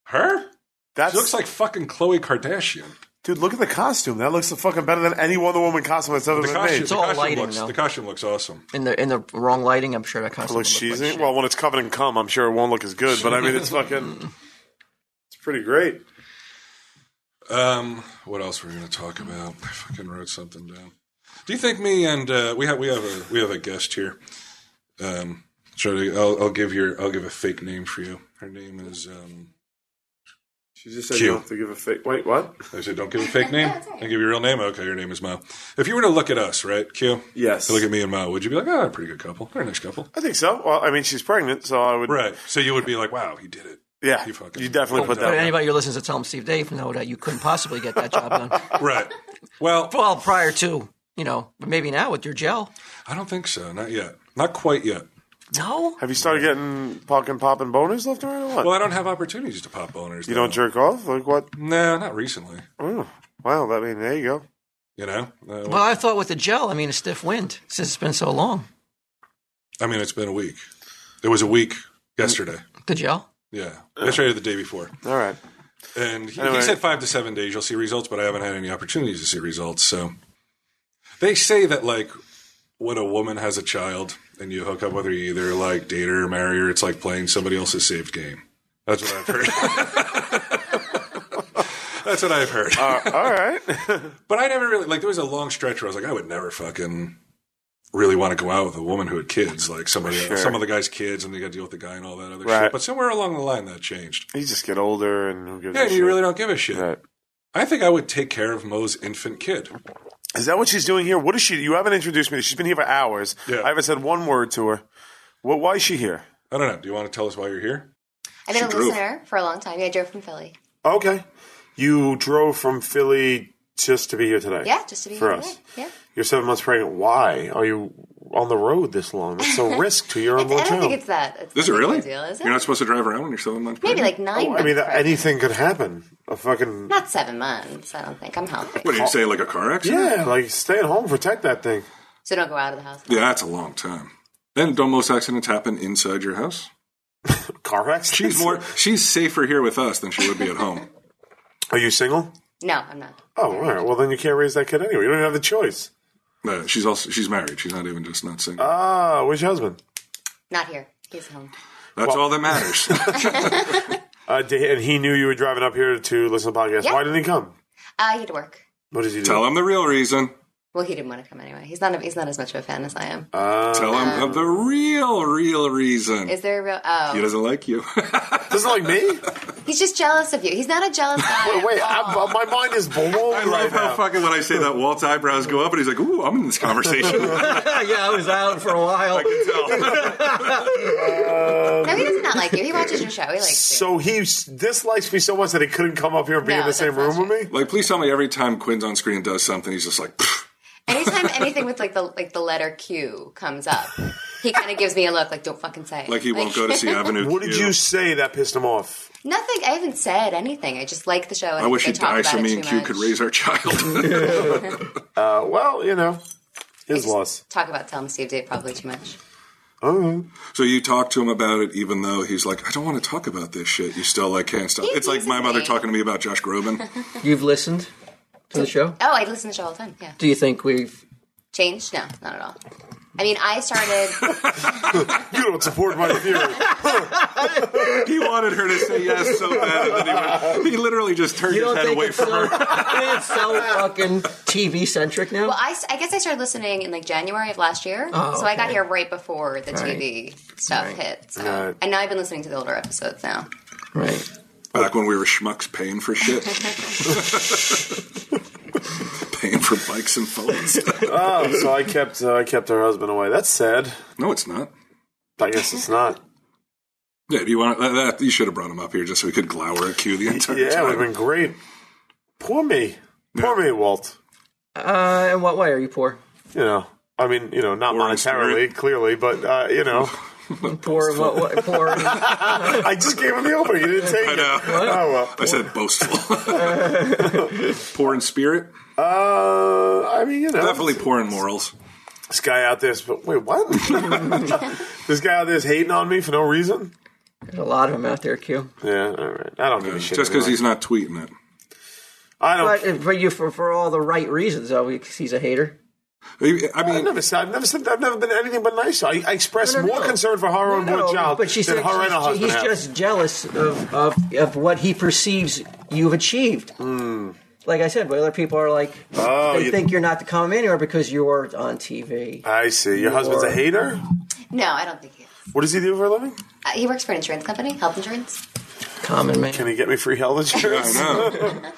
C: Her?
D: That
C: She looks like fucking Chloe Kardashian.
D: dude. Look at the costume. That looks fucking better than any Wonder Woman costume that's ever
C: The
D: been
C: costume,
D: made.
C: the
B: all
C: costume
B: lighting,
C: looks,
B: though.
C: the costume looks awesome.
B: In the in the wrong lighting, I'm sure that costume
D: looks
B: will look
D: cheesy.
B: Like shit.
D: well, when it's covered in cum, I'm sure it won't look as good. But I mean, it's fucking. It's pretty great.
C: Um, what else were we going to talk about? I fucking wrote something down. Do you think me and uh, we have we have a we have a guest here? Um, Should I, will I'll give your I'll give a fake name for you. Her name is. Um,
D: She just said
C: Cute.
D: you have to give a fake. Wait, what?
C: I said, don't give a fake name. I give your real name. Okay, your name is Mo. If you were to look at us, right, Q?
D: Yes.
C: To look at me and Mo, would you be like, oh, pretty good couple. They're a nice couple.
D: I think so. Well, I mean, she's pregnant, so I would.
C: Right. So you would be like, wow, he did it.
D: Yeah,
C: You
D: you,
C: fucking-
D: definitely put
F: But
D: that.
F: anybody who listens to Tell 'em Steve Dave know that you couldn't possibly get that job done.
C: Right. Well,
F: Well, prior to, you know, but maybe now with your gel.
C: I don't think so. Not yet. Not quite yet.
F: No?
D: Have you started getting popping, popping boners left and right, or what?
C: Well, I don't have opportunities to pop boners.
D: you don't jerk off? Like what?
C: No, not recently.
D: Oh, wow. I mean, there you go.
C: You know. Uh,
F: Well, I thought with the gel, I mean, a stiff wind since it's been so long.
C: I mean, it's been a week. It was a week yesterday.
F: The gel?
C: Yeah, yesterday or the day before.
D: All right.
C: And he,
D: Anyway.
C: he said five to seven days you'll see results, but I haven't had any opportunities to see results. So they say that like when a woman has a child and you hook up with her, you either like date her or marry her. It's like playing somebody else's saved game. That's what I've heard. That's what I've heard.
D: All right.
C: But I never really like. There was a long stretch where I was like, I would never fucking really want to go out with a woman who had kids, like somebody,
D: Sure.
C: some of the guy's kids, and they got to deal with the guy and all that other
D: Right.
C: shit. But somewhere along the line, that changed.
D: you just get older, and who gives
C: Yeah,
D: a
C: and
D: shit?
C: you really don't give a shit.
D: Right.
C: I think I would take care of Mo's infant kid.
D: Is that what she's doing here? What is she? You haven't introduced me. She's been here for hours.
C: Yeah.
D: I haven't said one word to her. What? Why is she here?
C: I don't know. Do you want to tell us why you're here?
G: I've been
D: She
G: a
D: drove.
G: listener for a long time. Yeah, I drove from Philly.
D: Okay. You drove from Philly just to be here today.
G: Yeah, just to be
D: for
G: here
D: us.
G: Yeah.
D: You're seven months pregnant. Why are you on the road this long? It's a risk to your
G: It's, I
D: unborn
G: don't
D: child.
G: think it's that. It's
C: Is it
G: not a big
C: really?
G: Deal, is it?
C: You're not supposed to drive around when you're seven months.
G: Maybe
C: pregnant?
G: like nine.
D: Oh, I mean,
G: months pregnant.
D: anything could happen. A fucking
G: not seven months. I don't think I'm healthy.
C: What do you say? Like a car accident?
D: yeah, like stay at home, protect that thing.
G: So don't go out of the house.
C: Yeah, that's a long time. Then don't most accidents happen inside your house?
D: Car accidents.
C: She's more. She's safer here with us than she would be at home.
D: Are you single?
G: No, I'm not.
D: Oh, all right. Well, then you can't raise that kid anyway. You don't even have the choice.
C: Uh, she's also she's married. She's not even just not single.
D: Ah, which husband?
G: Not here. He's home.
C: That's all that matters.
D: Uh, did, and he knew you were driving up here to listen to podcasts.
G: Yeah.
D: Why didn't he come?
G: Uh, he had to work.
D: What did he do?
C: Tell him the real reason.
G: Well, he didn't want to come anyway. He's not. A, he's not as much of a fan as I am.
D: Uh,
C: Tell him of the real, real reason.
G: Is there a real?
C: he
G: Oh,
C: doesn't like you.
D: doesn't like me.
G: he's just jealous of you. He's not a jealous guy.
D: Wait, I'm, my mind is blown
C: I
D: right
C: love how
D: now.
C: fucking when I say that, Walt's eyebrows go up, and he's like, "Ooh, I'm in this conversation."
F: yeah, I was out for a while.
G: no, he does not like you. He watches your show. He likes
D: so he s- dislikes me so much that he couldn't come up here and be
G: No,
D: in the same
G: that's
D: room
G: not
D: with me.
C: like, please tell me every time Quinn's on screen and does something, he's just like, "Pfft."
G: you. Anytime anything with like the like the letter Q comes up, he kind of gives me a look like, "Don't fucking say it."
C: like he won't go to see Avenue.
D: What did
C: Q.
D: you say that pissed him off?
G: Nothing. I haven't said anything. I just like the show. And
C: I wish
G: they
C: he'd
G: talk
C: die so
G: about it
C: me and
G: too
C: Q
G: much.
C: could raise our child.
D: Uh, well, you know, his loss.
G: Talk about Tell 'em Steve Dave probably too much.
D: Oh,
C: so you talk to him about it, even though he's like, "I don't want to talk about this shit." You still like can't stop.
G: He
C: It's like my
G: teases
C: mother
G: me.
C: talking to me about Josh Groban.
B: You've listened to the show.
G: Oh, I listen to the show all the time. Yeah.
B: Do you think we've?
G: Changed? No, not at all. I mean, I started.
D: you don't support my theory.
C: He wanted her to say yes so bad, and then he, went, he literally just turned his head away
B: it's
C: from
B: so,
C: her.
B: I think it's so fucking TV centric now?
G: Well, I, s- I guess I started listening in like January of last year,
B: Oh,
G: so I got
B: okay.
G: here right before the TV stuff hit. So,
D: Right.
G: and now I've been listening to the older episodes now.
B: right.
C: Back when we were schmucks paying for shit, paying for bikes and phones.
D: Oh, so I kept uh, I kept her husband away. That's sad.
C: no, it's not.
D: I guess it's not.
C: Yeah, do you want that, that? You should have brought him up here just so we could glower at Q the entire
D: Yeah, it would
C: time.
D: have been great. Poor me. Poor me, Walt.
B: Uh, in what way are you poor?
D: You know, I mean, you know, not
C: Poor in
D: monetarily,
C: spirit.
D: clearly, but uh, you know,
B: Poor. in What, what? Poor.
D: I just gave him the opening. He didn't take
C: I
D: it.
C: know.
D: Oh
C: I said boastful, poor in spirit,
D: well. Uh, I mean, you know,
C: definitely poor in morals.
D: This guy out there's but wait, what? this guy out there's hating on me for no reason.
B: There's a lot of them out there, Q.
D: Yeah, all right. I don't give a shit.
C: Just because
D: anyway.
C: he's not tweeting it.
D: I don't.
B: But for you, for, for all the right reasons, though, because he's a hater.
C: I
D: I've
C: mean,
D: never said. I've never said. I've never been anything but nice. I, I express
B: No, no,
D: more
B: no.
D: concern for her own
B: No,
D: no, job
B: but she
D: than
B: said
D: her and her
B: she's-
D: husband.
B: he's
D: have.
B: just jealous of, of, of what he perceives you've achieved. Like I said, but other people are like,
D: Hmm. Oh,
B: they
D: you-
B: think you're not the common man anymore because you're on TV.
D: I see. Your husband's a
B: Or-
D: hater.
G: No, I don't think he is.
D: What does he do for a living?
G: Uh, he works for an insurance company, health insurance.
B: Common man.
D: Can he get me free health insurance?
C: know.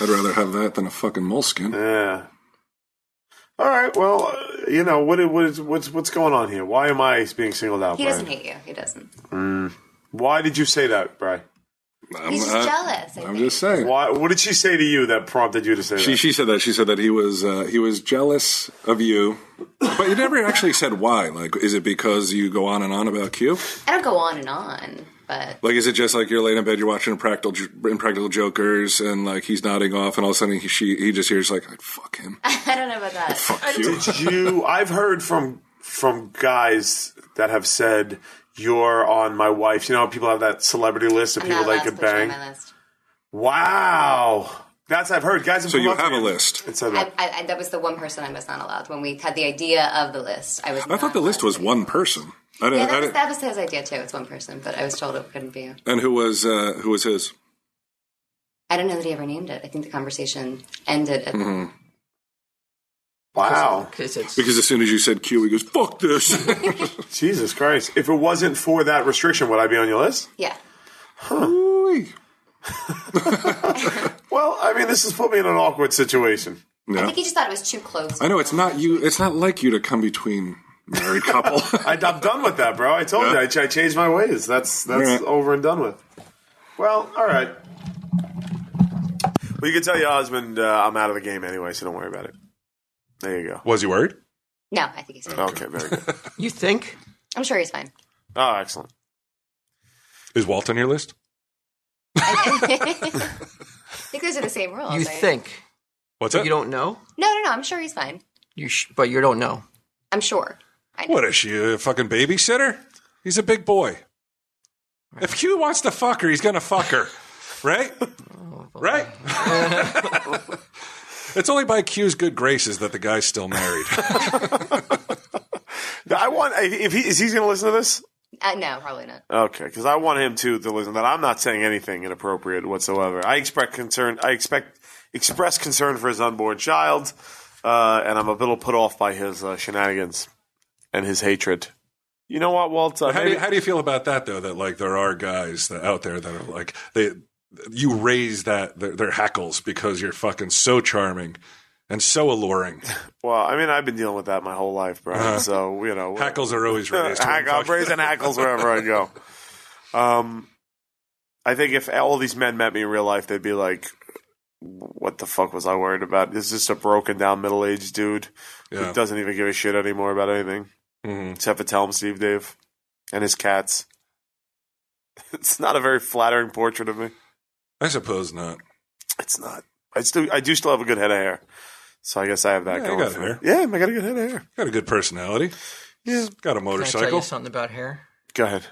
C: I'd rather have that than a fucking moleskin.
D: yeah. All right. Well, uh, you know what? it- What is what's what's going on here? Why am I being singled out?
G: He e-
D: Brian?
G: doesn't hate you. He doesn't.
D: Why did you say that, Bri?
G: He's just
C: I-
G: jealous. I
C: I'm
G: think.
C: just saying.
D: Why? What did she say to you that prompted you to say
C: She
D: that?
C: she said that she said that he was uh, he was jealous of you, but you never actually said why. Like, is it because you go on and on about Q?
G: I don't go on and on, but
C: Like, is it just like you're laying in bed, you're watching Impractical, Impractical Jokers, and like he's nodding off, and all of a sudden he she, he just hears like fuck him,
G: I don't know about that.
C: fuck you.
D: Did you? I've heard from from guys that have said you're on my wife. You know, how people have that celebrity list of
G: I'm
D: people
G: not
D: they
G: allowed to
D: could
G: put you on
D: bang.
G: my list.
D: Wow, that's I've heard guys.
C: So you have a list.
D: And said
G: I,
D: that.
G: I, I, that was the one person I was not allowed. When we had the idea of the list, I was.
C: I thought
G: not
C: the list
G: allowed
C: was
G: to be.
C: one person. I didn't,
G: Yeah,
C: I
G: that was,
C: didn't-
G: that was his idea too. It's one person, but I was told it couldn't be.
C: and who was uh, who was his?
G: I don't know that he ever named it. I think the conversation ended. At,
C: Mm-hmm.
D: Wow,
B: 'Cause it's-
C: Because as soon as you said Q, he goes fuck this.
D: Jesus Christ! If it wasn't for that restriction, would I be on your list?
G: Yeah,
C: Ooh-wee.
D: Well, I mean, this has put me in an awkward situation.
G: I
C: Yeah.
G: think he just thought it was too close.
C: I know it's not you. It's not like you to come between married couple.
D: I, I'm done with that, bro. I told you, I, ch- I changed my ways. That's that's
C: All right.
D: over and done with. Well, all right. Well, you can tell your husband uh, I'm out of the game anyway, so don't worry about it. There you go.
C: was he worried?
G: No, I think he's. Fine.
D: Okay, very good.
B: You think?
G: I'm sure he's fine.
D: Oh, excellent.
C: Is Walt on your list?
G: I think those are the same rules.
B: You
G: right?
B: think?
C: What's
B: You don't know.
G: No, no, no. I'm sure he's fine.
B: You sh- but you don't know.
G: I'm sure. I know.
C: What is she, a fucking babysitter? He's a big boy. If Q wants to fuck her, he's going to fuck her. Right? Right? it's only by Q's good graces that the guy's still married.
D: I want if he is he's going to listen to this.
G: Uh, no, probably not.
D: Okay, because I want him to to listen. to That I'm not saying anything inappropriate whatsoever. I expect concern. I expect express concern for his unborn child, uh, and I'm a little put off by his uh, shenanigans and his hatred. You know what, Walt? Uh,
C: how, do you,
D: maybe-
C: how do you feel about that, though? That, like, there are guys that, out there that are like, they, you raise that, their, their hackles because you're fucking so charming and so alluring.
D: well, I mean, I've been dealing with that my whole life, Brian.
C: Uh-huh.
D: So you know,
C: Hackles are always raised. to
D: Hack- I'm
C: fucking-
D: raising hackles wherever I go. Um, I think if all these men met me in real life, they'd be like, "What the fuck was I worried about? This is just a broken down middle aged dude
C: Yeah.
D: who doesn't even give a shit anymore about anything
C: Mhm.
D: except for tell him Steve Dave and his cats." It's not a very flattering portrait of me.
C: I suppose not.
D: It's not. I still, I do still have a good head of hair, so I guess I have that
C: Yeah, you
D: going.
C: got
D: for
C: hair.
D: me. Yeah, I got a good head of hair.
C: Got a good personality. Yeah. Got a
B: Can I tell
C: motorcycle.
B: you something about hair?
D: Go ahead.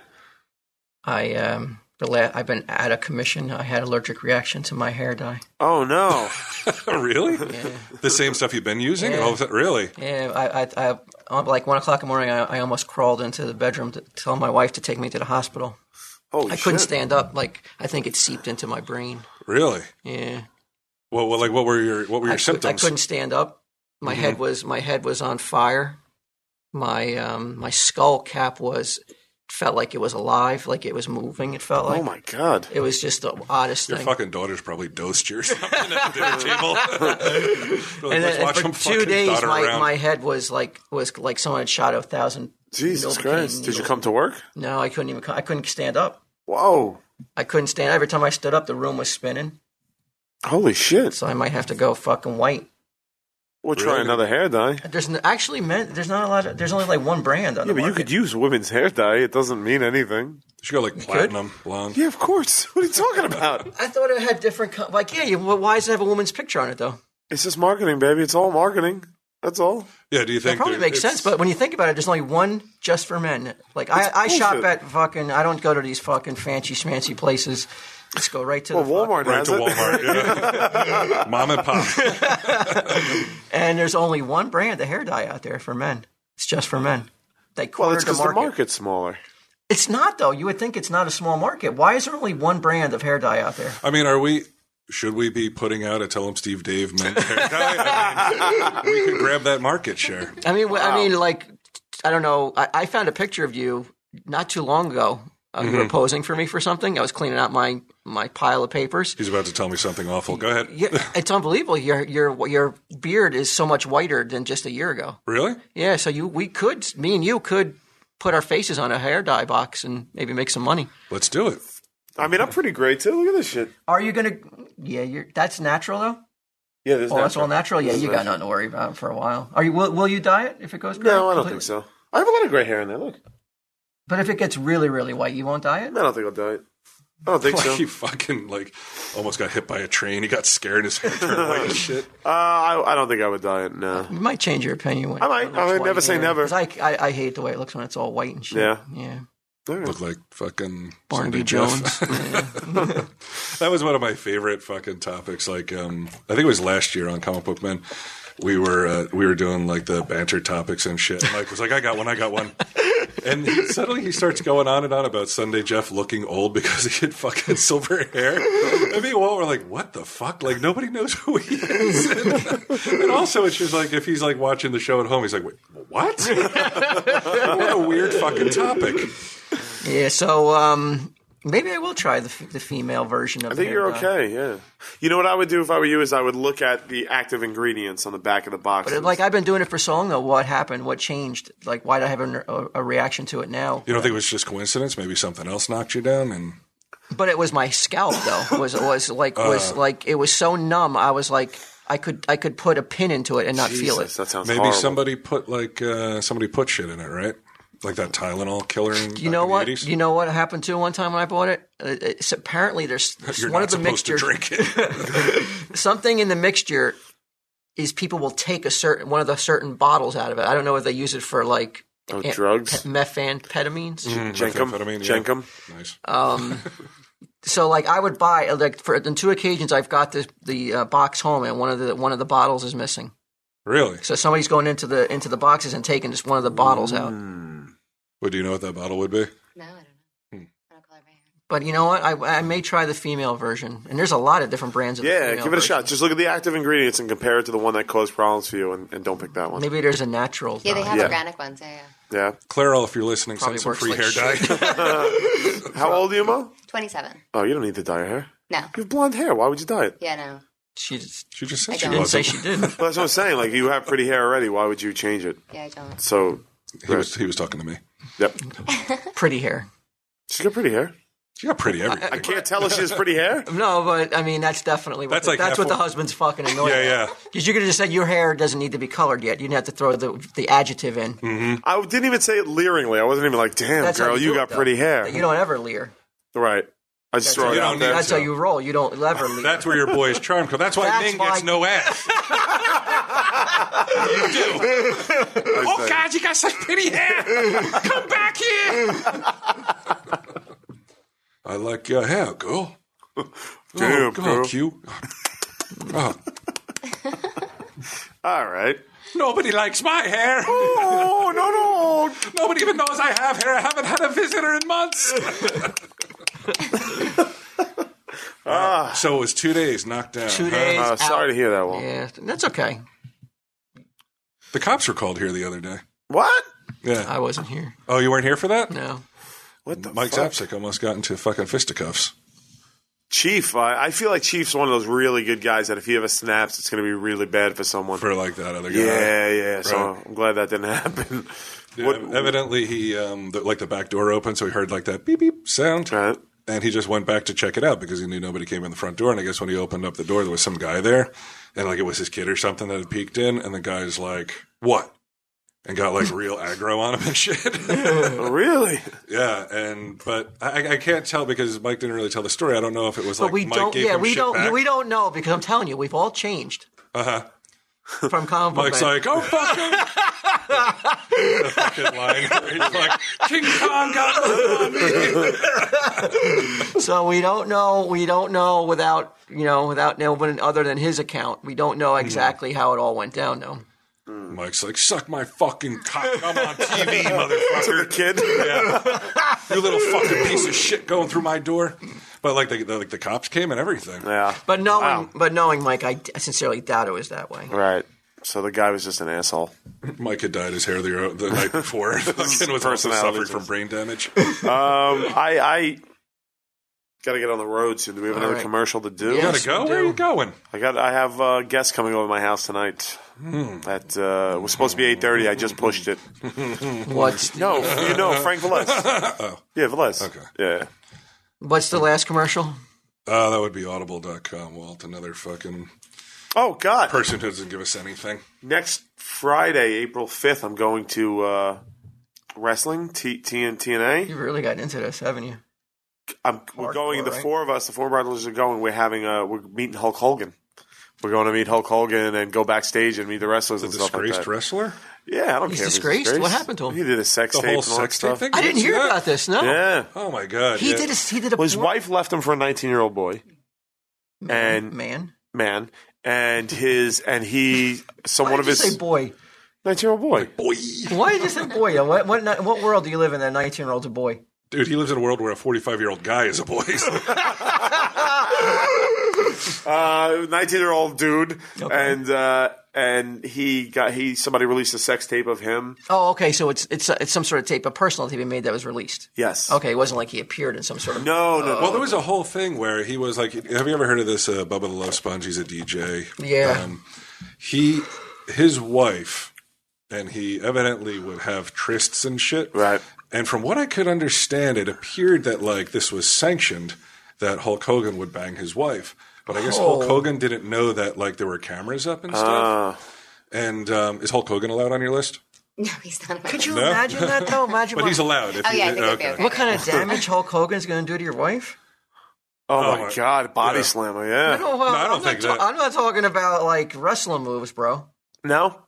B: I um the la- I've been out of commission. I had allergic reaction to my hair dye.
D: Oh no.
C: really? The same stuff you've been using?
B: Yeah.
C: Oh, is that- really?
B: Yeah, I, I, I on, like one o'clock in the morning, I, I almost crawled into the bedroom to tell my wife to take me to the hospital.
D: Holy
B: I couldn't
D: shit.
B: stand up. Like I think it seeped into my brain.
C: Really?
B: Yeah,
C: Well, well, like what were your what were
B: I, cou-
C: your
B: I
C: symptoms? Mm-hmm.
B: couldn't stand up. My head was my head was on fire. My um my skull cap was felt like it was alive, like it was moving. It felt like
D: Oh my god.
B: it was just the oddest
C: your
B: thing.
C: fucking daughter's probably dosed you or something at the dinner table. They're like,
B: and
C: "Let's
B: then,
C: watch
B: for
C: him
B: two
C: fucking
B: days,
C: dot her
B: my,
C: around."
B: my head was like was like someone had shot a thousand.
D: Jesus
B: Novocaine
D: Christ! Did you
B: needles.
D: come to work?
B: No, I couldn't even. co- I couldn't stand up.
D: Whoa!
B: I couldn't stand. Every time I stood up, the room was spinning.
D: Holy shit!
B: So I might have to go fucking white.
D: We'll try
C: Really?
D: another hair dye.
B: There's n actually men. There's not a lot. Of, there's only like one brand on
D: Yeah,
B: the
D: but you
B: market.
D: could use women's hair dye. It doesn't mean anything.
C: she got like platinum blonde.
D: Yeah, of course. What are you talking about?
B: I thought it had different. Co- like, yeah, you, well, why does it have a woman's picture on it though?
D: it's just marketing, baby. It's all marketing. That's all.
C: Yeah, do you think
B: That probably
C: there-
B: makes
C: it's-
B: sense. But when you think about it, there's only one just for men. Like I, I shop
D: bullshit.
B: at fucking. I don't go to these fucking fancy schmancy places. Let's go right to
D: Well,
B: the fuck-
D: Walmart
C: right
D: has
C: to
D: it.
C: Walmart, yeah. mom and pop.
B: And there's only one brand of hair dye out there for men. It's just for men. They
D: Well,
B: cornered
D: it's
B: the,
D: because
B: market.
D: the market's smaller.
B: It's not though. You would think it's not a small market. Why is there only one brand of hair dye out there?
C: I mean, are we? Should we be putting out a tell him Steve Dave men hair dye? I mean, we could grab that market share.
B: I mean, wh- I mean, like, I don't know. I, I found a picture of you not too long ago. Uh, You were posing for me for something. I was cleaning out my my pile of papers.
C: He's about to tell me something awful. Go ahead.
B: Yeah, it's unbelievable. Your your your beard is so much whiter than just a year ago.
C: Really?
B: Yeah, so you we could me and you could put our faces on a hair dye box and maybe make some money.
C: Let's do it.
D: I mean, I'm pretty gray too. Look at this shit.
B: Are you gonna? Yeah, you're. That's natural though.
D: Yeah, this.
B: Oh, that's all natural. Yeah, you got nothing to worry about for a while. Are you? Will, will you dye it if it goes? gray
D: No, I don't
B: completely?
D: think so. I have a lot of gray hair in there. Look,
B: But if it gets really, really white, you won't dye it.
D: I don't think I'll dye it. I don't think
C: Like
D: so.
C: he fucking like almost got hit by a train. He got scared. and His hair turned
B: Oh,
C: white and shit.
D: Uh, I, I don't think I would dye it. No.
B: You might change your opinion. When
D: I might.
B: when it
D: I
B: looks
D: would never
B: white
D: say
B: hair.
D: never.
B: 'Cause I, I, I hate the way it looks when it's all white and shit.
D: Yeah.
B: Yeah.
C: Looked like fucking
B: Barnaby
C: Sunday Jeff.
B: Jones. Yeah.
C: that was one of my favorite fucking topics. Like, um, I think it was last year on Comic Book Men. We were uh, we were doing like the banter topics and shit. And Mike was like, "I got one, I got one," and he, suddenly he starts going on and on about Sunday Jeff looking old because he had fucking silver hair. And me and Walt were like, "What the fuck?" Like nobody knows who he is. And, also, it's just like if he's like watching the show at home, he's like, Wait, "What? what a weird fucking topic."
B: yeah. So um, maybe I will try the f- the female version of. uh,
D: I think you're okay. Yeah. You know what I would do if I were you is I would look at the active ingredients on the back of the box.
B: But like I've been doing it for so long though, what happened? What changed? Like why do I have a, a, a reaction to it now?
C: You don't think it was just coincidence? Maybe something else knocked you down and.
B: But it was my scalp though. Was was like
D: Uh.
B: was like it was so numb. I was like I could I could put a pin into it and not feel it.
D: that sounds
C: Maybe
D: horrible.
C: somebody put like uh, somebody put shit in it, right? Like that Tylenol killer. In,
B: You
C: back
B: know
C: in the
B: what?
C: 80s?
B: You know what happened to one time when I bought it? Uh, It's apparently there's
C: You're
B: one
C: not
B: of the
C: supposed
B: mixtures.
C: to drink it.
B: something in the mixture is people will take a certain one of the certain bottles out of it. I don't know if they use it for like
D: Oh,
B: an-
D: drugs? Mm-hmm.
B: pe- methamphetamines.
D: Jenkum.
C: Methamphetamine, yeah.
D: Jenkum.
C: nice.
B: So like I would buy like for on two occasions I've got the the uh, box home and one of the one of the bottles is missing.
C: really?
B: So somebody's going into the into the boxes and taking just one of the bottles
D: Mm.
B: out.
C: Well, do you know what that bottle would be?
G: No, I don't know. I don't color my hair.
B: But you know what? I, I may try the female version. And there's a lot of different brands. Of the
D: Yeah,
B: female
D: give it a
B: version.
D: shot. Just look at the active ingredients and compare it to the one that caused problems for you, and, and don't pick that one.
B: Maybe there's a natural.
G: Yeah, they have
D: Yeah.
G: organic ones. Yeah, yeah.
D: Yeah.
C: Clarol, if you're listening,
B: Probably
C: send some
B: works
C: free
B: like
C: hair dye.
D: How old are you, Mo?
G: 27.
D: Oh, you don't need to dye your hair.
G: No.
D: You have blonde hair. Why would you dye it?
G: Yeah, no.
B: She just
C: she just said
G: I
C: she
G: don't.
B: didn't say she
C: wasn't.
B: did.
D: Well, that's what I'm saying. Like you have pretty hair already. Why would you change it?
G: Yeah, I don't.
D: So,
C: He was, he was talking to me.
D: yep.
B: Pretty hair.
D: She's got pretty hair.
C: She got pretty
D: I
C: everything.
D: can't tell if she has pretty hair.
B: No, but I mean that's definitely what that's,
C: That's like half
B: that's what the
C: of-
B: husband's fucking annoyed.
C: Yeah, yeah.
B: Because you could have just said your hair doesn't need to be colored yet. You didn't have to throw the the adjective in.
D: I didn't even say it leeringly. I wasn't even like, "Damn,
B: That's how
D: Mm. girl,
B: you
D: you
B: do it,
D: got
B: though.
D: pretty hair."
B: You don't ever leer.
D: right. I just throw
C: how
D: it
C: you
D: out
C: don't
D: there.
C: need-
B: That's how you roll. You don't ever leer.
C: That's where your boy's charm comes. That's why
B: That's
C: Ming
B: why-
C: gets no ass. you do. oh God, you got such pretty hair. Come back here. I like your hair, girl.
D: Damn,
C: oh, God,
D: girl.
C: Q. Oh,
D: All right.
C: nobody likes my hair.
D: Oh no no!
C: Nobody even knows I have hair. I haven't had a visitor in months.
D: Ah.
C: so it was two days knocked down.
B: Two
C: huh?
B: days.
D: Uh, sorry
B: out.
D: to hear that one.
B: Yeah, that's okay.
C: The cops were called here the other day.
D: What?
C: Yeah.
B: I wasn't here.
C: Oh, you weren't here for that?
B: No.
D: What the
C: Mike
D: fuck?
C: Zapsik almost got into fucking fisticuffs.
D: Chief. I, I feel like Chief's one of those really good guys that if he ever snaps, it's going to be really bad for someone.
C: for like that other guy.
D: yeah, yeah. So
C: Right.
D: I'm glad that didn't happen.
C: Yeah,
D: what,
C: evidently, he um, the, like the back door opened, so he heard like that beep beep sound,
D: Right.
C: and he just went back to check it out because he knew nobody came in the front door. And I guess when he opened up the door, there was some guy there, and like it was his kid or something that had peeked in, and the guy's like, "What?" and got like real aggro on him and shit.
D: Oh, really?
C: yeah, and but I, I can't tell because Mike didn't really tell the story. I don't know if it was like
B: But we
C: Mike
B: don't.
C: gave
B: Yeah,
C: him
B: we
C: shit
B: don't.
C: back.
B: We don't know because I'm telling you, we've all changed. Uh-huh. From comic book
C: Mike's
B: man.
C: like, oh fuck him. The fucking line. He's like, King Kong got moved on me.
B: So we don't know. We don't know without you know without no one other than his account. We don't know exactly how it all went down. though.
C: Mike's like, suck my fucking cock. I'm on TV, motherfucker.
D: Kid.
C: You little fucking piece of shit going through my door. But like the, the like the cops came and everything.
D: Yeah.
B: But knowing,
D: Wow.
B: but knowing Mike, I d- I sincerely doubt it was that way.
D: Right. So the guy was just an asshole.
C: Mike had dyed his hair the, uh, the night before. Fucking was also suffering
D: personalities.
C: from brain damage.
D: Um, I, I got to get on the road soon. Do we have another
B: right.
D: commercial to do?
B: Yeah.
C: Gotta go. Where are you going?
D: I got. I have uh, guests coming over to my house tonight.
C: Hmm.
D: That uh, it was supposed to be eight thirty. I just pushed it.
B: What's
D: No, you know Frank Velez. Yeah, Velez.
C: Okay.
D: Yeah.
B: what's the last commercial?
C: Uh, that would be audible.com, Walt. Another fucking
D: Oh God.
C: person who doesn't give us anything.
D: Next Friday, April fifth, I'm going to uh, wrestling T- TN, TNA.
B: You've really gotten into this, haven't you?
D: I'm, we're going. The
B: right?
D: four of us, the four brothers, are going. We're having a. We're meeting Hulk Hogan. We're going to meet Hulk Hogan and go backstage and meet the wrestlers
C: The
D: and stuff
C: disgraced
D: like that.
C: wrestler?
D: Yeah, I don't
B: He's
D: care. if
B: disgraced? What happened to him?
D: He did a sex
C: The
D: tape.
C: whole
D: and all that
C: sex tape
D: stuff.
C: thing?
B: I didn't hear
C: Yeah.
B: about this. No,
D: Yeah.
C: Oh, my God.
B: he
C: yeah.
B: did. A, he did a
D: Well, his
B: porn-
D: wife left him for a 19 year old boy and
B: man.
D: man, and his and he. Some
B: Why
D: one
B: did
D: of
B: you say
D: his
B: boy?
D: 19 year old boy.
C: Boy.
B: Why did you say boy? What, what, what world do you live in? That nineteen-year-old's a boy.
C: Dude, he lives in a world where a 45 year old guy is a boy.
D: Uh, 19 year old dude,
B: Okay.
D: and uh, and he got he somebody released a sex tape of him.
B: Oh, okay. So it's it's it's some sort of tape, a personal tape he made that was released.
D: Yes.
B: Okay, it wasn't like he appeared in some sort of.
D: No, no.
C: well, there was a whole thing where he was like, Have you ever heard of this uh, Bubba the Love Sponge? He's a DJ.
B: Yeah.
C: Um, he, his wife, and he evidently would have trysts and shit.
D: Right.
C: And from what I could understand, it appeared that like this was sanctioned that Hulk Hogan would bang his wife. But I guess
B: Oh.
C: Hulk Hogan didn't know that like there were cameras up and
B: Uh.
D: Uh, oh,
C: stuff. and um, is Hulk Hogan allowed on your list?
G: No, he's not.
B: Could you imagine that though? Imagine
C: But
B: what,
C: he's allowed. If
G: Oh,
C: he-
G: yeah, I think it'd be okay.
B: what kind of damage Hulk Hogan's going to do to your wife.
D: oh,
C: oh,
D: my
C: I-
D: god, body
C: yeah.
D: slammer. Yeah.
B: No, well,
C: No, I don't
B: am
C: think
B: not
C: that-
B: I'm not talking about like wrestling moves, bro.
D: No.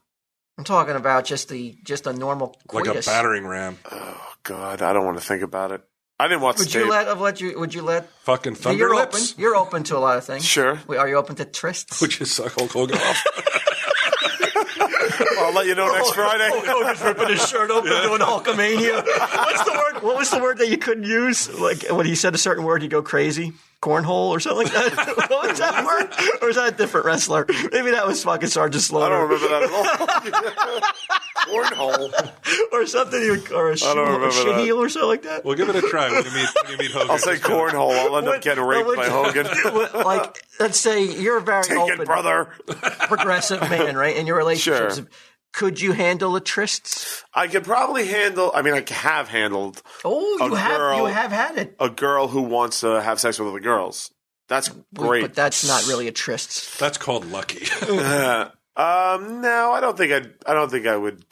B: I'm talking about just the just a normal
C: Like a
B: coitus.
C: battering ram.
D: Oh god, I don't want to think about it. I didn't watch the
B: Would you
D: tape.
B: let? Of let you? Would you let?
C: Fucking thunder
B: you're
C: lips.
B: open. You're open to a lot of things.
D: Sure.
B: Wait, Are you open to trysts?
C: Would you suck Hulk Hogan off?
D: I'll let you
B: Oh.
D: know next Friday.
B: Hogan's ripping his shirt open, doing Hulkamania. What's the word? What was the word that you couldn't use? Like when he said a certain word, you go crazy, cornhole or something like that. what was that word? Or is that a different wrestler? Maybe that was fucking Sergeant
D: I
B: Slaughter,
D: don't remember that at all. Cornhole.
B: or something, he would- or a shoe,
D: don't
B: or
D: remember
B: shoe
D: that.
B: heel or something like that.
C: We'll give it a try when you meet, when you meet Hogan.
D: I'll say cornhole. I'll end up
B: What-
D: getting
B: what
D: raped by
B: would
D: Hogan.
B: like, let's say you're a very
D: Take
B: open,
D: it, brother.
B: progressive man, right? In your relationships,
D: Sure.
B: could you handle a tryst?
D: I could probably handle. I mean, I have handled
B: Oh,
D: A
B: you have, you
D: girl.
B: have had it.
D: a girl who wants to have sex with other girls. That's great.
B: But that's not really a tryst.
C: That's called lucky.
D: um, no, I don't think I. I don't think I would.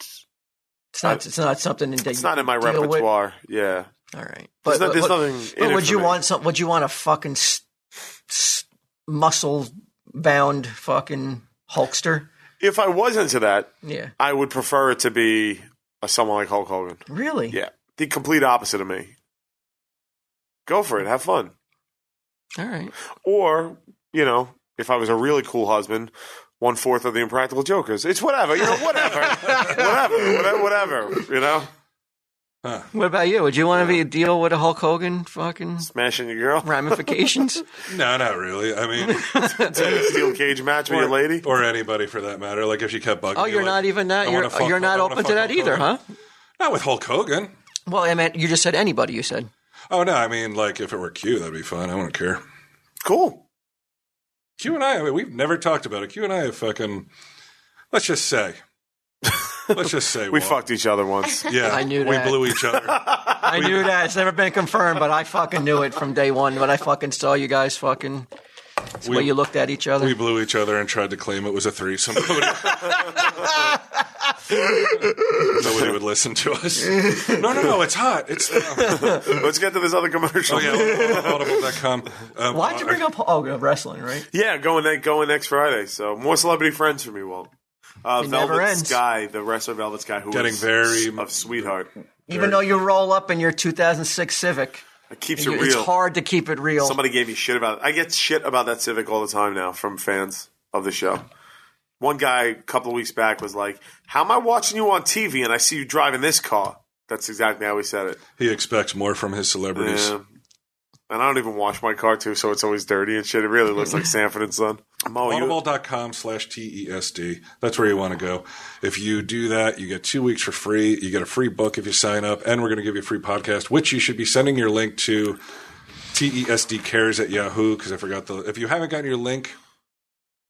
B: It's not. It's not something that
D: Uh, It's not in my repertoire. Yeah.
B: All right,
D: There's no- there's
B: but-
D: nothing in
B: but
D: it
B: would
D: for
B: you
D: me.
B: want some? Would you want a fucking s- s- muscle bound fucking Hulkster?
D: If I was into that,
B: Yeah,
D: I would prefer it to be a, someone like Hulk Hogan.
B: really.
D: Yeah, the complete opposite of me. Go for it. Have fun.
B: All right.
D: Or you know, if I was a really cool husband. One fourth of the Impractical Jokers. It's whatever, you know, whatever, whatever, whatever, whatever, you know,
B: What about you? Would you want to be deal with a Hulk Hogan fucking
D: smashing your girl,
B: ramifications?
C: no, not really. I mean,
D: steel cage match with your lady.
C: or anybody for that matter. Like if she kept bugging.
B: oh,
C: you,
B: you're
C: like,
B: not even that.
C: I
B: You're,
C: wanna fuck
B: you're not
C: Hulk- I wanna
B: open to
C: fuck
B: that
C: Hulk
B: either,
C: Hogan.
B: huh?
C: Not with Hulk Hogan.
B: Well, I mean, you just said anybody. You said
C: Oh no, I mean like if it were Q, that'd be fun. I wouldn't care.
D: Cool.
C: Q and I, I mean, we've never talked about it. Q and I have fucking. Let's just say. Let's just say
D: We
C: Walt.
D: fucked each other once.
C: Yeah,
B: I knew
C: we
B: that.
C: blew each other.
B: I knew that. It's never been confirmed, but I fucking knew it from day one when I fucking saw you guys fucking. It's the
C: We-
B: way you looked at each other.
C: we blew each other and tried to claim it was a threesome. Nobody would listen to us. No, no, no. It's hot. It's
D: Let's get to this other commercial.
C: oh yeah. Audible.com. Um,
B: Why'd you bring up oh wrestling, right?
D: Yeah, going ne- going next Friday. So more celebrity friends for me, Walt. Uh,
B: It
D: Velvet
B: never ends.
D: Sky, the wrestler Velvet Sky, who
C: Getting
D: was
C: very-
D: of sweetheart.
B: Even though you roll up in your 2006 Civic,
D: It keeps it
B: you,
D: real.
B: it's hard to keep it real.
D: Somebody gave me shit about. It. I get shit about that Civic all the time now from fans of the show. One guy a couple of weeks back was like, "How am I watching you on TV and I see you driving this car?" That's exactly how he said it.
C: He expects more from his celebrities.
D: Yeah. And I don't even wash my car too, so it's always dirty and shit. It really looks like Sanford and Son. Mo, you,
C: Audible.com slash TESD. That's where you want to go. If you do that, you get two weeks for free. You get a free book if you sign up, and we're going to give you a free podcast, which you should be sending your link to E TESDcares at Yahoo, because I forgot the. If you haven't gotten your link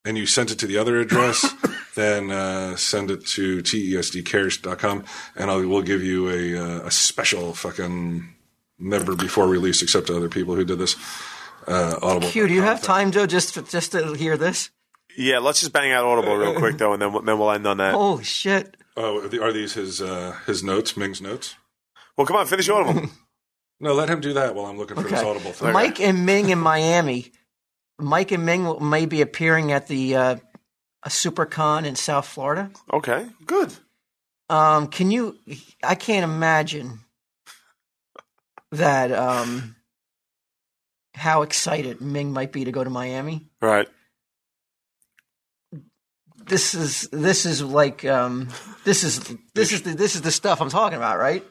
C: and you sent it to the other address, then uh, send it to E TESDcares.com, and I'll, we'll give you a, uh, a special fucking never before release, except to other people who did this. Uh, Audible.
B: Q, do you have time, Joe, just to, just to hear this?
D: yeah, let's just bang out Audible real quick though, and then we'll- then we'll end on that.
B: Holy shit.
C: Oh, are the- are these his uh, his notes? Ming's notes?
D: Well, come on, finish Audible.
C: No, let him do that while I'm looking for this audible thing.
B: Mike and Ming in Miami. Mike and Ming will, may be appearing at the uh, a SuperCon in South Florida.
D: okay, good.
B: Um, can you? I can't imagine that. Um, how excited Ming might be to go to Miami.
D: Right.
B: This is this is like um, this is this is the, this is the stuff I'm talking about, right?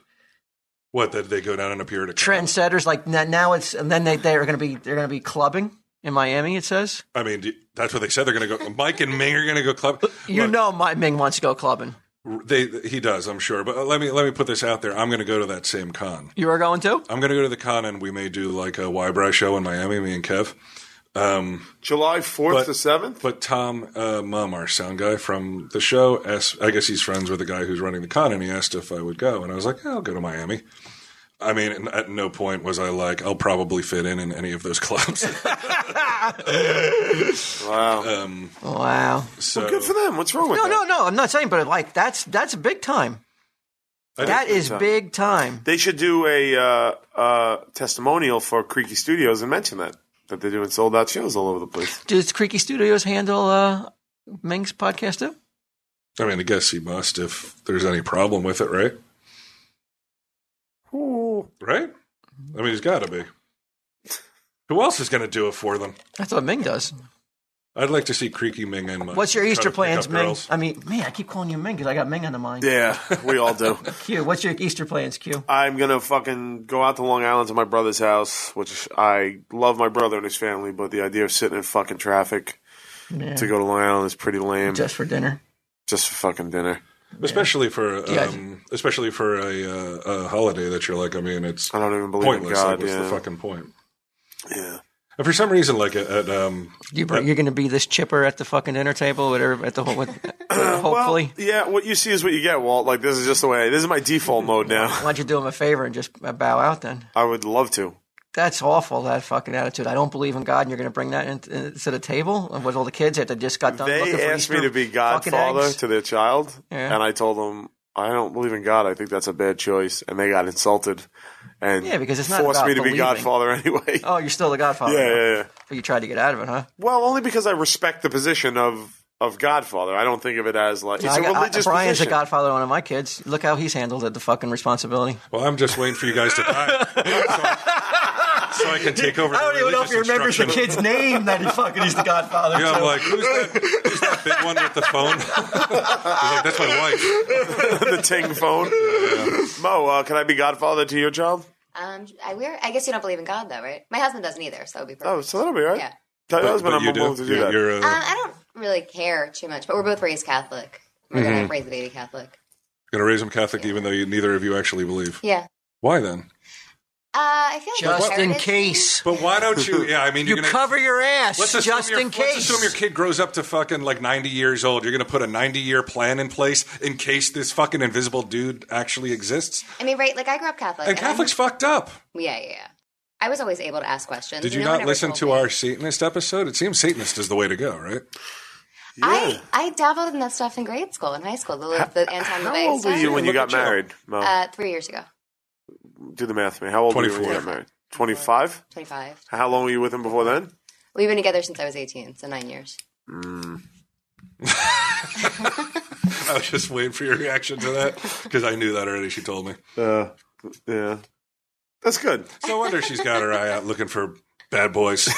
C: What did they go down and appear to?
B: Trendsetters like n- now it's and then they they are going to be they're going to be clubbing in Miami. It says
C: I mean, do- that's what they said. They're going to go. Mike and Ming are going to go club.
B: you know my Ming wants to go clubbing.
C: They he does, I'm sure. But uh, let me let me put this out there. I'm going to go to that same con.
B: You are going to?
C: I'm going to go to the con, and we may do like a Wybrow show in Miami. Me and Kev. Um,
D: July fourth
C: But-
D: to seventh.
C: But Tom uh, Mum, our sound guy from the show, asked, I guess he's friends with the guy who's running the con, and he asked if I would go. And I was like, yeah, I'll go to Miami. I mean, n- at no point was I like, I'll probably fit in in any of those clubs.
D: Wow.
B: Wow.
C: so
D: good for them. What's wrong with
B: No,
D: that?
B: no, no. I'm not saying, but like that's that's big time.
C: I
B: That
C: did-
B: is big time.
D: They should do a uh, uh, testimonial for Creaky Studios and mention that that they're doing sold out shows all over the place.
B: Does Creaky Studios handle uh, Ming's podcast too?
C: I mean, I guess he must if there's any problem with it, right? Right? I mean, he's got to be. Who else is going to do it for them?
B: I thought Ming does.
C: I'd like to see Creaky Ming and Mike
B: What's your
C: try to
B: Easter
C: pick
B: plans,
C: up
B: Ming?
C: girls.
B: I mean, man, I keep calling you Ming because I got Ming on the mind.
D: Yeah, we all do.
B: Q, what's your Easter plans, Q?
D: I'm gonna fucking go out to Long Island to my brother's house, which I love my brother and his family, but the idea of sitting in fucking traffic
B: Yeah.
D: to go to Long Island is pretty lame. Just,
B: Just for dinner.
D: for fucking dinner.
C: especially for
B: Yeah.
C: um, especially for a, uh, a holiday that you're like. I mean, it's
D: I don't even believe
C: pointless.
D: in God.
C: like, what's
D: yeah.
C: the fucking point?
D: yeah.
C: And for some reason, like at, at um,
B: You, br- you're going to be this chipper at the fucking dinner table, whatever. At the ho- with, uh, hopefully,
D: Well, yeah, what you see is what you get, Walt. Like this is just the way. This is my default mode now.
B: why don't you do him a favor and just uh, bow out then?
D: I would love to.
B: That's awful. That fucking attitude. I don't believe in God, and you're going to bring that in, in, to the table with all the kids that just got done. looking
D: They
B: for
D: asked me
B: Easter
D: to be
B: fucking
D: godfather
B: eggs?
D: to their child,
B: Yeah.
D: and I told them I don't believe in God. I think that's a bad choice, and they got insulted and
B: Yeah, because it's not
D: forced
B: about
D: me to be
B: believing.
D: godfather anyway.
B: Oh, you're still the Godfather.
D: yeah, yeah, yeah.
B: But you tried to get out of it, huh?
D: Well, only because I respect the position of of godfather. I don't think of it as like it's a
B: I- I-
D: religious
B: Brian's
D: position.
B: the Godfather of one of my kids. Look how he's handled it, the fucking responsibility.
C: well, I'm just waiting for you guys to die, so, I, so I can take over. the religious instruction.
B: name that he fucking is the Godfather.
C: Yeah, I'm like, who's that? Who's that big one with the phone? He's like, that's my wife.
D: the ting phone. Mo, uh, can I be godfather to your child?
G: Um, I, we're, I guess you don't believe in God, though, right? My husband doesn't either, so it would be perfect.
D: Oh, so that'll be all right.
G: Yeah.
D: Tell your husband
C: But
D: I'm willing to do
C: You're-
D: that.
C: You're, uh,
G: Um, I don't really care too much, but we're both raised Catholic. My dad
D: Mm-hmm.
G: raised the baby Catholic.
C: gonna raise him Catholic, even though you, neither of you actually believe.
G: Yeah.
C: Why then?
G: Uh, I feel like
B: Just in
G: heritage-
B: case.
C: But why don't you? Yeah, I mean,
B: You
C: you're gonna,
B: cover your ass
C: Let's assume
B: just
C: your,
B: in case.
C: Let's assume your kid grows up to fucking like 90 years old. You're going to put a 90 year plan in place in case this fucking invisible dude actually exists.
G: I mean, right? Like I grew up Catholic.
C: And
G: and I'm-
C: Catholics fucked up.
G: Yeah, yeah, yeah. I was always able to ask questions.
C: Did you
G: No one
C: not
G: ever
C: listen
G: told
C: to
G: me.
C: our Satanist episode? It seems Satanist is the way to go, right?
G: I I dabbled in that stuff in grade school, in high school. The, the Anton
D: How
G: LaVey
D: old were
G: stuff.
D: you when you
C: Look
D: got
C: at you.
D: married, Mo?
G: Uh, three years ago,
D: do the math for me. How old were you when you
C: 24.
D: got married? 25?
G: twenty-five.
D: How long were you with him before then?
G: We've been together since I was eighteen, so nine years.
C: I was just waiting for your reaction to that because I knew that already. She told me.
D: Uh, yeah. That's good.
C: No wonder she's got her eye out looking for bad boys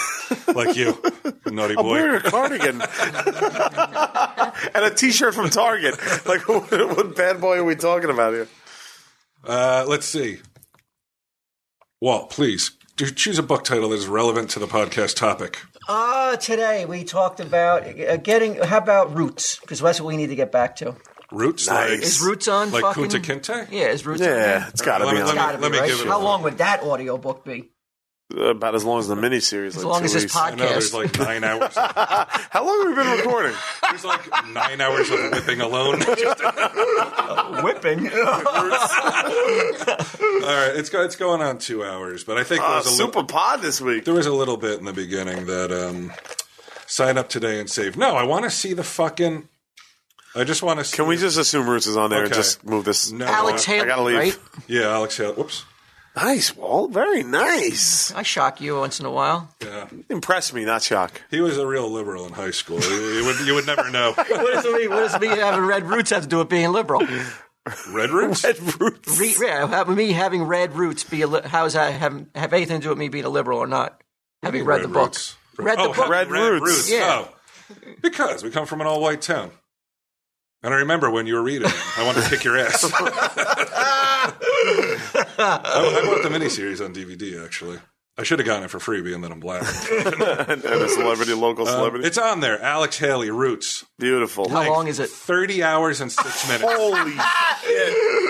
C: like you, naughty
D: I'm wearing
C: boy.
D: a cardigan and a T-shirt from Target. Like, what, what bad boy are we talking about here?
C: Uh, let's see. Walt, please do choose a book title that is relevant to the podcast topic.
B: Uh, today we talked about uh, getting. How about roots? Because that's what we need to get back to.
C: Roots,
B: Is
C: like,
B: roots on
C: like
B: fucking
C: Kunta Kinte.
B: Yeah, is roots on?
D: Yeah, it's got to
C: Let
D: be
C: me-
D: on.
C: let
B: Gotta be,
C: let me
B: right?
C: give it a
B: How
C: look.
B: long would that audiobook be?
D: Uh, about as long as the miniseries.
B: As
D: like
B: long
D: two
B: as this
D: weeks.
C: I know there's
B: podcast.
C: like nine hours.
D: How long have we been recording?
C: There's like nine hours of whipping alone. Just-
B: whipping.
C: All right, it's go, it's going on two hours, but I think
D: Uh,
C: there's a little,
D: super pod this week.
C: there was a little bit in the beginning that um, sign up today and save. No, I want to see the fucking. I just want to. see
D: Can we just assume Roots is on there and
C: Okay.
D: just move this?
C: No.
B: Alex
D: I
B: Haley,
D: gotta leave.
B: right?
C: Yeah, Alex. Haley- Whoops.
D: Nice, Walt. Very nice.
B: I shock you once in a while.
C: Yeah,
D: Impress me, not shock.
C: he was a real liberal in high school. You, you would you would never know.
B: What does me, what does me having red roots have to do with being liberal?
C: Red roots.
D: Roots.
B: Re, yeah, how- me having red roots be a li- how does that have, have anything to do with me being a liberal or not? Having read the book,
C: Roots.
B: read the
C: oh,
B: book.
D: Red Roots.
B: Yeah.
C: Oh. Because we come from an all white town. And I remember when you were reading, it, I wanted to kick your ass. I, I bought the miniseries on DVD, actually. I should have gotten it for free, being that I'm black. Um,
D: and a celebrity, local
C: Uh,
D: celebrity.
C: it's on there. Alex Haley, Roots.
D: beautiful.
B: How long is it?
C: 30 hours and six minutes.
D: Holy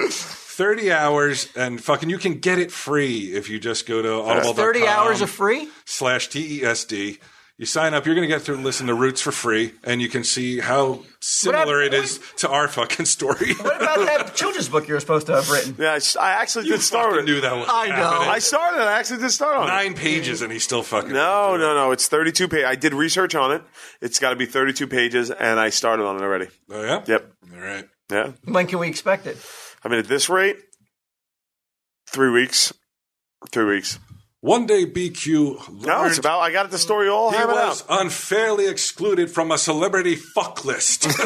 C: 30 hours and fucking, you can get it free if you just go to audible.com.
B: Thirty hours of free.
C: slash TESD. You sign up, you're going to get to listen to Roots for free, and you can see how similar
B: I-
C: it is to our fucking story.
B: What about that children's book you were supposed to have written?
D: Yeah, I, s- I actually
C: you
D: did start
C: fucking
D: with
C: knew that was
B: I know.
D: I started. I actually did start on it.
C: Nine pages, and he still fucking.
D: No, no, no. It's 32 pages. I did research on it. It's got to be 32 pages, and I started on it already.
C: Oh, yeah?
D: Yep.
C: All right.
D: Yeah.
B: When can we expect it?
D: I mean, at this rate, three weeks. Three weeks.
C: One day BQ learned
D: No, it's about. I got the story all
C: he
D: hammered
C: was
D: out.
C: unfairly excluded from a celebrity fuck list. What's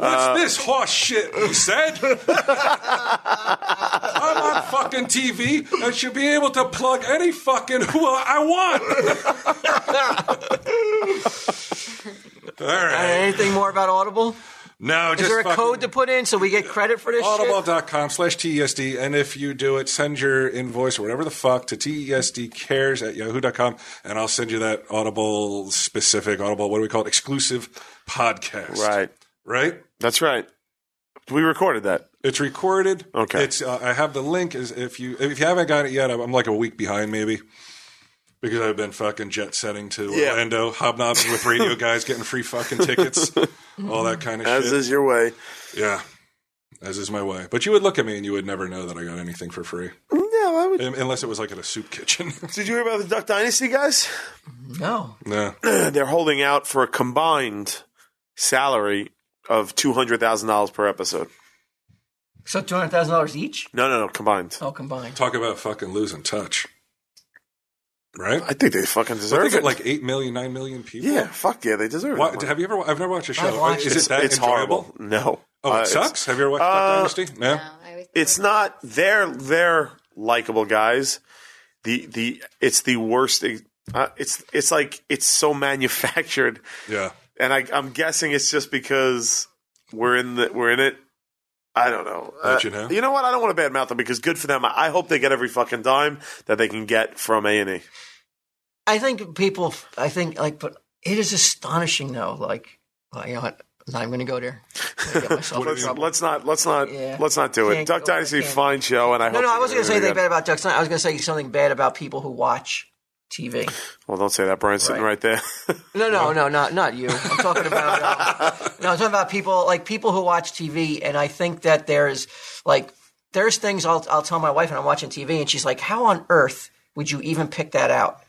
B: Uh,
C: this horse shit you said? I'm on fucking TV and should be able to plug any fucking who I want. All
B: Uh,
C: right.
B: Anything more about Audible?
C: No, just
B: Is there a
C: fucking-
B: code to put in so we get credit for this shit?
C: audible.com slash TESD. And if you do it, send your invoice or whatever the fuck to E TESDcares at yahoo.com. And I'll send you that Audible specific, Audible, what do we call it? Exclusive podcast.
D: Right.
C: Right?
D: That's right. We recorded that.
C: It's recorded.
D: Okay.
C: It's uh, I have the link. Is if you if you haven't got it yet, I'm, I'm like a week behind maybe because I've been fucking jet setting to
D: Yeah.
C: Orlando, hobnobbing with radio guys, getting free fucking tickets, all that kind of
D: As
C: shit.
D: is your way.
C: yeah, as is my way. But you would look at me and you would never know that I got anything for free,
D: No, I would.
C: Um, unless it was like at a soup kitchen.
D: Did you hear about the Duck Dynasty guys?
B: No.
C: no,
D: They're holding out for a combined salary of two hundred thousand dollars per episode.
B: So two hundred thousand dollars each,
D: No, no, no, combined.
B: all combined.
C: talk about fucking losing touch, right?
D: I think they fucking
C: I
D: deserve
C: think
D: it.
C: it like eight million, nine million people.
D: yeah, fuck yeah, they deserve
C: Why,
D: it.
C: have you ever? I've never watched a show.
B: I've watched
C: Is
B: it.
C: it that
D: it's
C: enjoyable?
D: horrible. No,
C: Oh,
D: Uh,
C: it
D: it's-
C: sucks. Have you ever watched
D: Uh,
C: Duck Dynasty? No.
G: No, Oh, I always-
D: It's not. They're they're likable guys. The the it's the worst. Uh, it's it's like it's so manufactured,
C: Yeah.
D: and I, I'm guessing it's just because we're in the we're in it. I don't know. Uh,
C: Don't you know?
D: You know what? I don't want to badmouth them because good for them. I, I hope they get every fucking dime that they can get from A and E.
B: I think people. I think like, but it is astonishing though. Like, well, you know what? Now I'm going to go there. I'm gonna get myself in
D: Let's,
B: trouble.
D: let's not let's not
B: Yeah.
D: let's not do it.
B: Can't
D: Duck
B: go-
D: Dynasty,
B: can't.
D: fine show, and I
B: No,
D: hope
B: no,
D: they
B: I wasn't
D: do
B: going to say anything
D: again.
B: bad about Duck Snuff. I was going to say something bad about people who watch TV.
D: Well, don't say that. Brian's sitting
B: Right.
D: right there.
B: No, no, no, not not you. I'm talking about uh, no, I'm talking about people like people who watch TV, and I think that there's like there's things I'll I'll tell my wife when I'm watching TV, and she's like, "How on earth would you even pick that out?"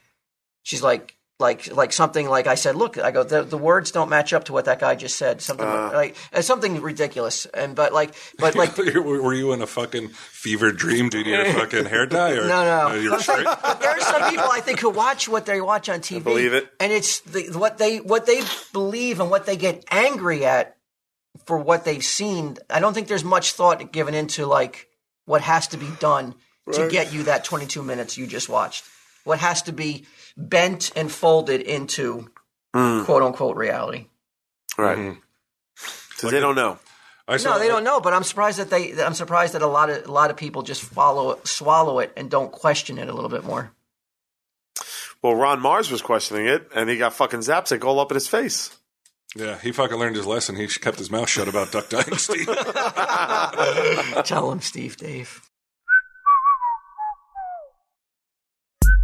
B: She's like. Like, like something like I said. Look, I go. The, the words don't match up to what that guy just said. Something like uh, something ridiculous. And but like, but like,
C: Were you in a fucking fever dream due to your fucking hair dye? Or, Uh,
B: No, no.
C: you were straight?
B: But there are some people I think who watch what they watch on TV.
D: believe it.
B: and it's the, what they what they believe and what they get angry at for what they've seen. I don't think there's much thought given into like what has to be done to get you that 22 minutes you just watched. What has to be bent and folded into
D: Hmm.
B: quote unquote reality.
D: right.
C: Mm-hmm.
D: So they don't know.
C: I saw,
B: No, they don't know, but I'm surprised that they. I'm surprised that a lot of a lot of people just follow it, swallow it, and don't question it a little bit more.
D: Well, Ron Mars was questioning it, and he got fucking zapsic all up in his face.
C: Yeah, he fucking learned his lesson. He kept his mouth shut about Duck Dynasty.
F: Tell him, Steve, Dave.